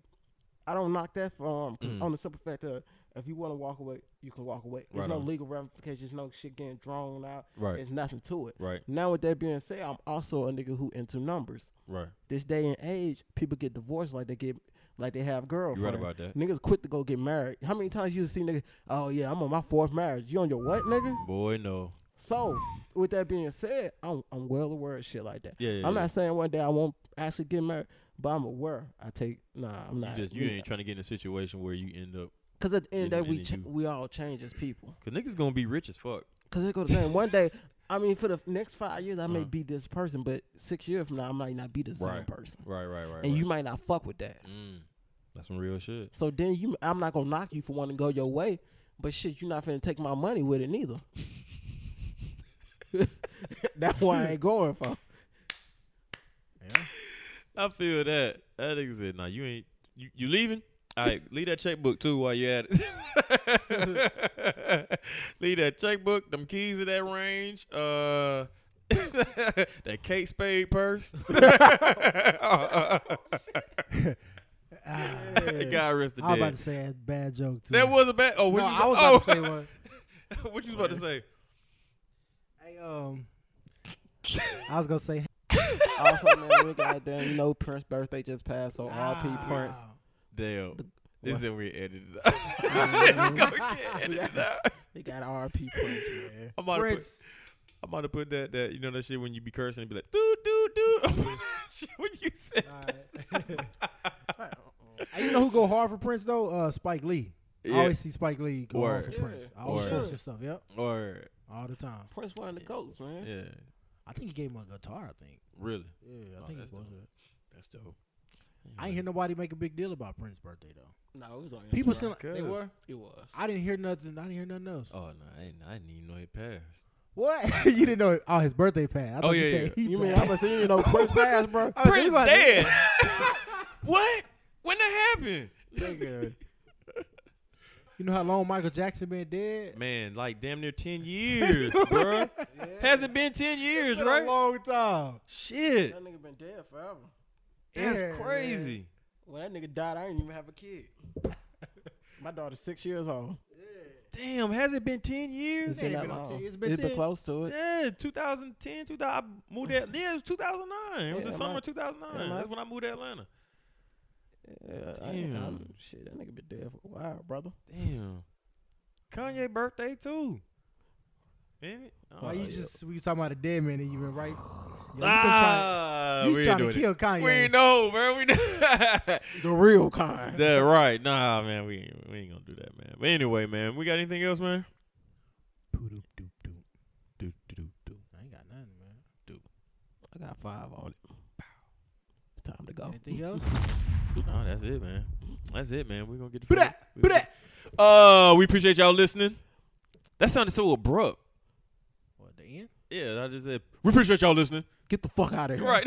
Speaker 3: I don't knock that for um, 'cause
Speaker 1: Mm.
Speaker 3: on the simple fact that if you want to walk away, you can walk away. There's
Speaker 1: Right
Speaker 3: no
Speaker 1: on.
Speaker 3: legal ramifications, no shit getting drawn out.
Speaker 1: Right.
Speaker 3: There's nothing to it.
Speaker 1: Right.
Speaker 3: Now with that being said, I'm also a nigga who into numbers.
Speaker 1: Right.
Speaker 3: This day and age, people get divorced like they get like they have girlfriends.
Speaker 1: about that.
Speaker 3: Niggas quit to go get married. How many times you see niggas? Oh yeah, I'm on my fourth marriage. You on your what, nigga?
Speaker 1: Boy, no.
Speaker 3: So, with that being said, I'm, I'm well aware of shit like that.
Speaker 1: Yeah, yeah,
Speaker 3: I'm
Speaker 1: yeah.
Speaker 3: not saying one day I won't actually get married, but I'm aware. I take nah, I'm
Speaker 1: You
Speaker 3: not.
Speaker 1: just you ain't trying to get in a situation where you end up
Speaker 3: Because at the end of the day,
Speaker 1: and
Speaker 3: we
Speaker 1: then
Speaker 3: ch-
Speaker 1: you-
Speaker 3: we all change as people.
Speaker 1: because niggas gonna be rich as fuck.
Speaker 3: Because it goes the same. One day, I mean, for the next five years, I may
Speaker 1: Uh-huh.
Speaker 3: be this person, but six years from now, I might not be the same person,
Speaker 1: Right, right, right.
Speaker 3: and you might not fuck with that.
Speaker 1: mm, that's some real shit.
Speaker 3: So then you, I'm not gonna knock you for wanting to go your way, but shit, you're not finna take my money with it neither. That's why I ain't going for.
Speaker 1: I feel that. That nigga said, "Nah, you ain't. You, you leaving? All right, leave that checkbook too while you at it. leave that checkbook, them keys of that range, uh, that Kate Spade purse. God rest the
Speaker 2: I was about
Speaker 1: dead.
Speaker 2: to say a bad joke too.
Speaker 1: That was a bad. Oh,
Speaker 2: No,
Speaker 1: what you
Speaker 2: I was about to
Speaker 1: oh,
Speaker 2: say one.
Speaker 1: what you was about to say?
Speaker 2: Hey, um, I was gonna say
Speaker 3: Also, man, we goddamn, you know, Prince birthday just passed, so R.P. Prince.
Speaker 1: Damn. This
Speaker 3: what?
Speaker 1: is we edited it out.
Speaker 2: Mm-hmm.
Speaker 1: it's gonna get edited out.
Speaker 3: We got R.P. Prince, man.
Speaker 1: I'm about, to put,
Speaker 2: Prince.
Speaker 1: I'm about to put that that you know that shit when you be cursing and be like dude dude dude. I'm putting that shit when you said
Speaker 2: Hey, you know who go hard for Prince though? Uh, Spike Lee.
Speaker 1: Yeah.
Speaker 2: I always see Spike Lee go hard
Speaker 1: Word.
Speaker 2: for Prince. I
Speaker 1: Word.
Speaker 2: always post his stuff. Yep,
Speaker 1: or
Speaker 2: all the time.
Speaker 3: Prince one of the goats, man.
Speaker 1: yeah
Speaker 2: I think he gave him a guitar. I think.
Speaker 1: really
Speaker 2: Yeah, I
Speaker 1: Oh,
Speaker 2: think he
Speaker 1: that's
Speaker 2: posted it.
Speaker 1: that's dope.
Speaker 2: I ain't hear nobody make a big deal about Prince's birthday though.
Speaker 3: No, it was on
Speaker 2: People
Speaker 3: Instagram.
Speaker 2: still they were.
Speaker 3: It was.
Speaker 2: I didn't hear nothing. I didn't hear nothing else.
Speaker 1: Oh no, I didn't, I didn't even know it passed.
Speaker 2: What? you didn't know? Oh, his birthday passed. I thought you
Speaker 1: yeah,
Speaker 2: said
Speaker 1: yeah.
Speaker 2: he
Speaker 3: You mean
Speaker 2: passed. Oh,
Speaker 3: I'm gonna see you know Prince pass, bro?
Speaker 2: I was
Speaker 1: Prince
Speaker 2: about to-
Speaker 1: dead. what? When that happened?
Speaker 2: You know how long Michael Jackson been dead?
Speaker 1: Man, like damn near ten years, bro. Has it been ten years,
Speaker 2: Been
Speaker 1: right?
Speaker 2: a long time.
Speaker 1: Shit,
Speaker 3: That nigga been dead forever.
Speaker 1: that's
Speaker 2: Yeah, man.
Speaker 1: crazy.
Speaker 3: When that nigga died, I didn't even have a kid. My daughter's six years old.
Speaker 1: Damn, has it been 10 years?
Speaker 3: It's been,
Speaker 2: ain't
Speaker 3: that
Speaker 2: been on
Speaker 3: long.
Speaker 2: 10. It's been 10.
Speaker 3: close to it.
Speaker 1: Yeah, 2010, 2000, I moved there. Yeah, it was 2009. It was
Speaker 3: Yeah,
Speaker 1: the
Speaker 3: am
Speaker 1: summer
Speaker 3: I-
Speaker 1: of 2009.
Speaker 3: am I-
Speaker 1: That's when I moved to Atlanta.
Speaker 3: Yeah, I-
Speaker 1: Damn.
Speaker 3: I'm- shit, that nigga been dead for a while, brother.
Speaker 1: Damn. Kanye birthday too. Ain't it? Oh,
Speaker 2: Why you
Speaker 1: yeah.
Speaker 2: just we talking about a dead man and you been right? Yo, you been trying-
Speaker 1: Ah,
Speaker 2: you
Speaker 1: we
Speaker 2: trying to
Speaker 1: ain't doing
Speaker 2: kill
Speaker 1: it.
Speaker 2: Kanye.
Speaker 1: We know, bro. We know.
Speaker 3: The real kind.
Speaker 1: that right. Nah, man. We ain't, we ain't gonna do that, man. But anyway, man, we got anything else, man?
Speaker 2: Poo-doop, doop, doop. Doop, doop, doop. I ain't got nothing, man.
Speaker 3: I got five on it. It's time to go.
Speaker 2: Anything else?
Speaker 1: No, that's it, man. That's it, man. We're gonna get the
Speaker 2: Blah,
Speaker 1: we gonna- Uh we appreciate y'all listening. That sounded so abrupt.
Speaker 2: What the end?
Speaker 1: Yeah, I just said we appreciate y'all listening.
Speaker 3: Get the fuck out of here.
Speaker 1: Right.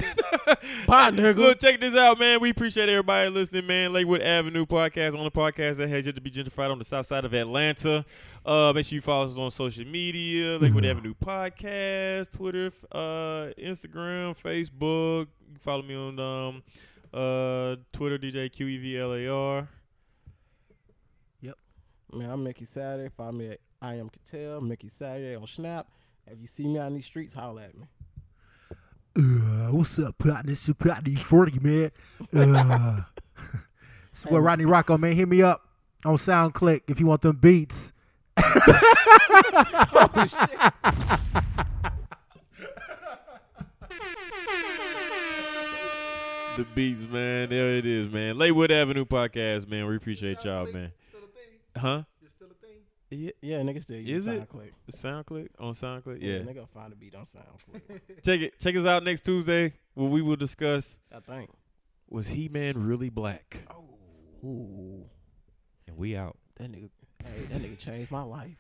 Speaker 3: Bye, nigga.
Speaker 1: Look, check this out, man. We appreciate everybody listening, man. Lakewood Avenue podcast on the podcast that has yet to be gentrified on the south side of Atlanta. Uh, make sure you follow us on social media, Lakewood Avenue podcast, Twitter, f- uh, Instagram, Facebook. You can follow me on um, uh, Twitter, DJ QEVLAR.
Speaker 3: Man, I'm Mickey Saturday. Find me at I am Cattell, Mickey Saturday on Snap. If you see me out in these streets, holler at me.
Speaker 2: Uh, what's up, partner? It's your partner, you 40, man. Uh, it's what Rodney Rocco, man. Hit me up on SoundClick if you want them beats.
Speaker 1: The beats, man. There it is, man. Lakewood Avenue podcast, man. We appreciate y'all, man. Huh?
Speaker 3: Yeah, nigga still
Speaker 1: Is
Speaker 3: use
Speaker 1: it?
Speaker 3: SoundClick.
Speaker 1: SoundClick on SoundClick,
Speaker 3: Yeah,
Speaker 1: yeah.
Speaker 3: nigga find a beat on SoundClick.
Speaker 1: Check it. Check us out next Tuesday where we will discuss
Speaker 3: I think.
Speaker 1: was He Man really black?
Speaker 3: Ooh,
Speaker 1: And we out.
Speaker 3: that nigga. Hey, that nigga changed my life.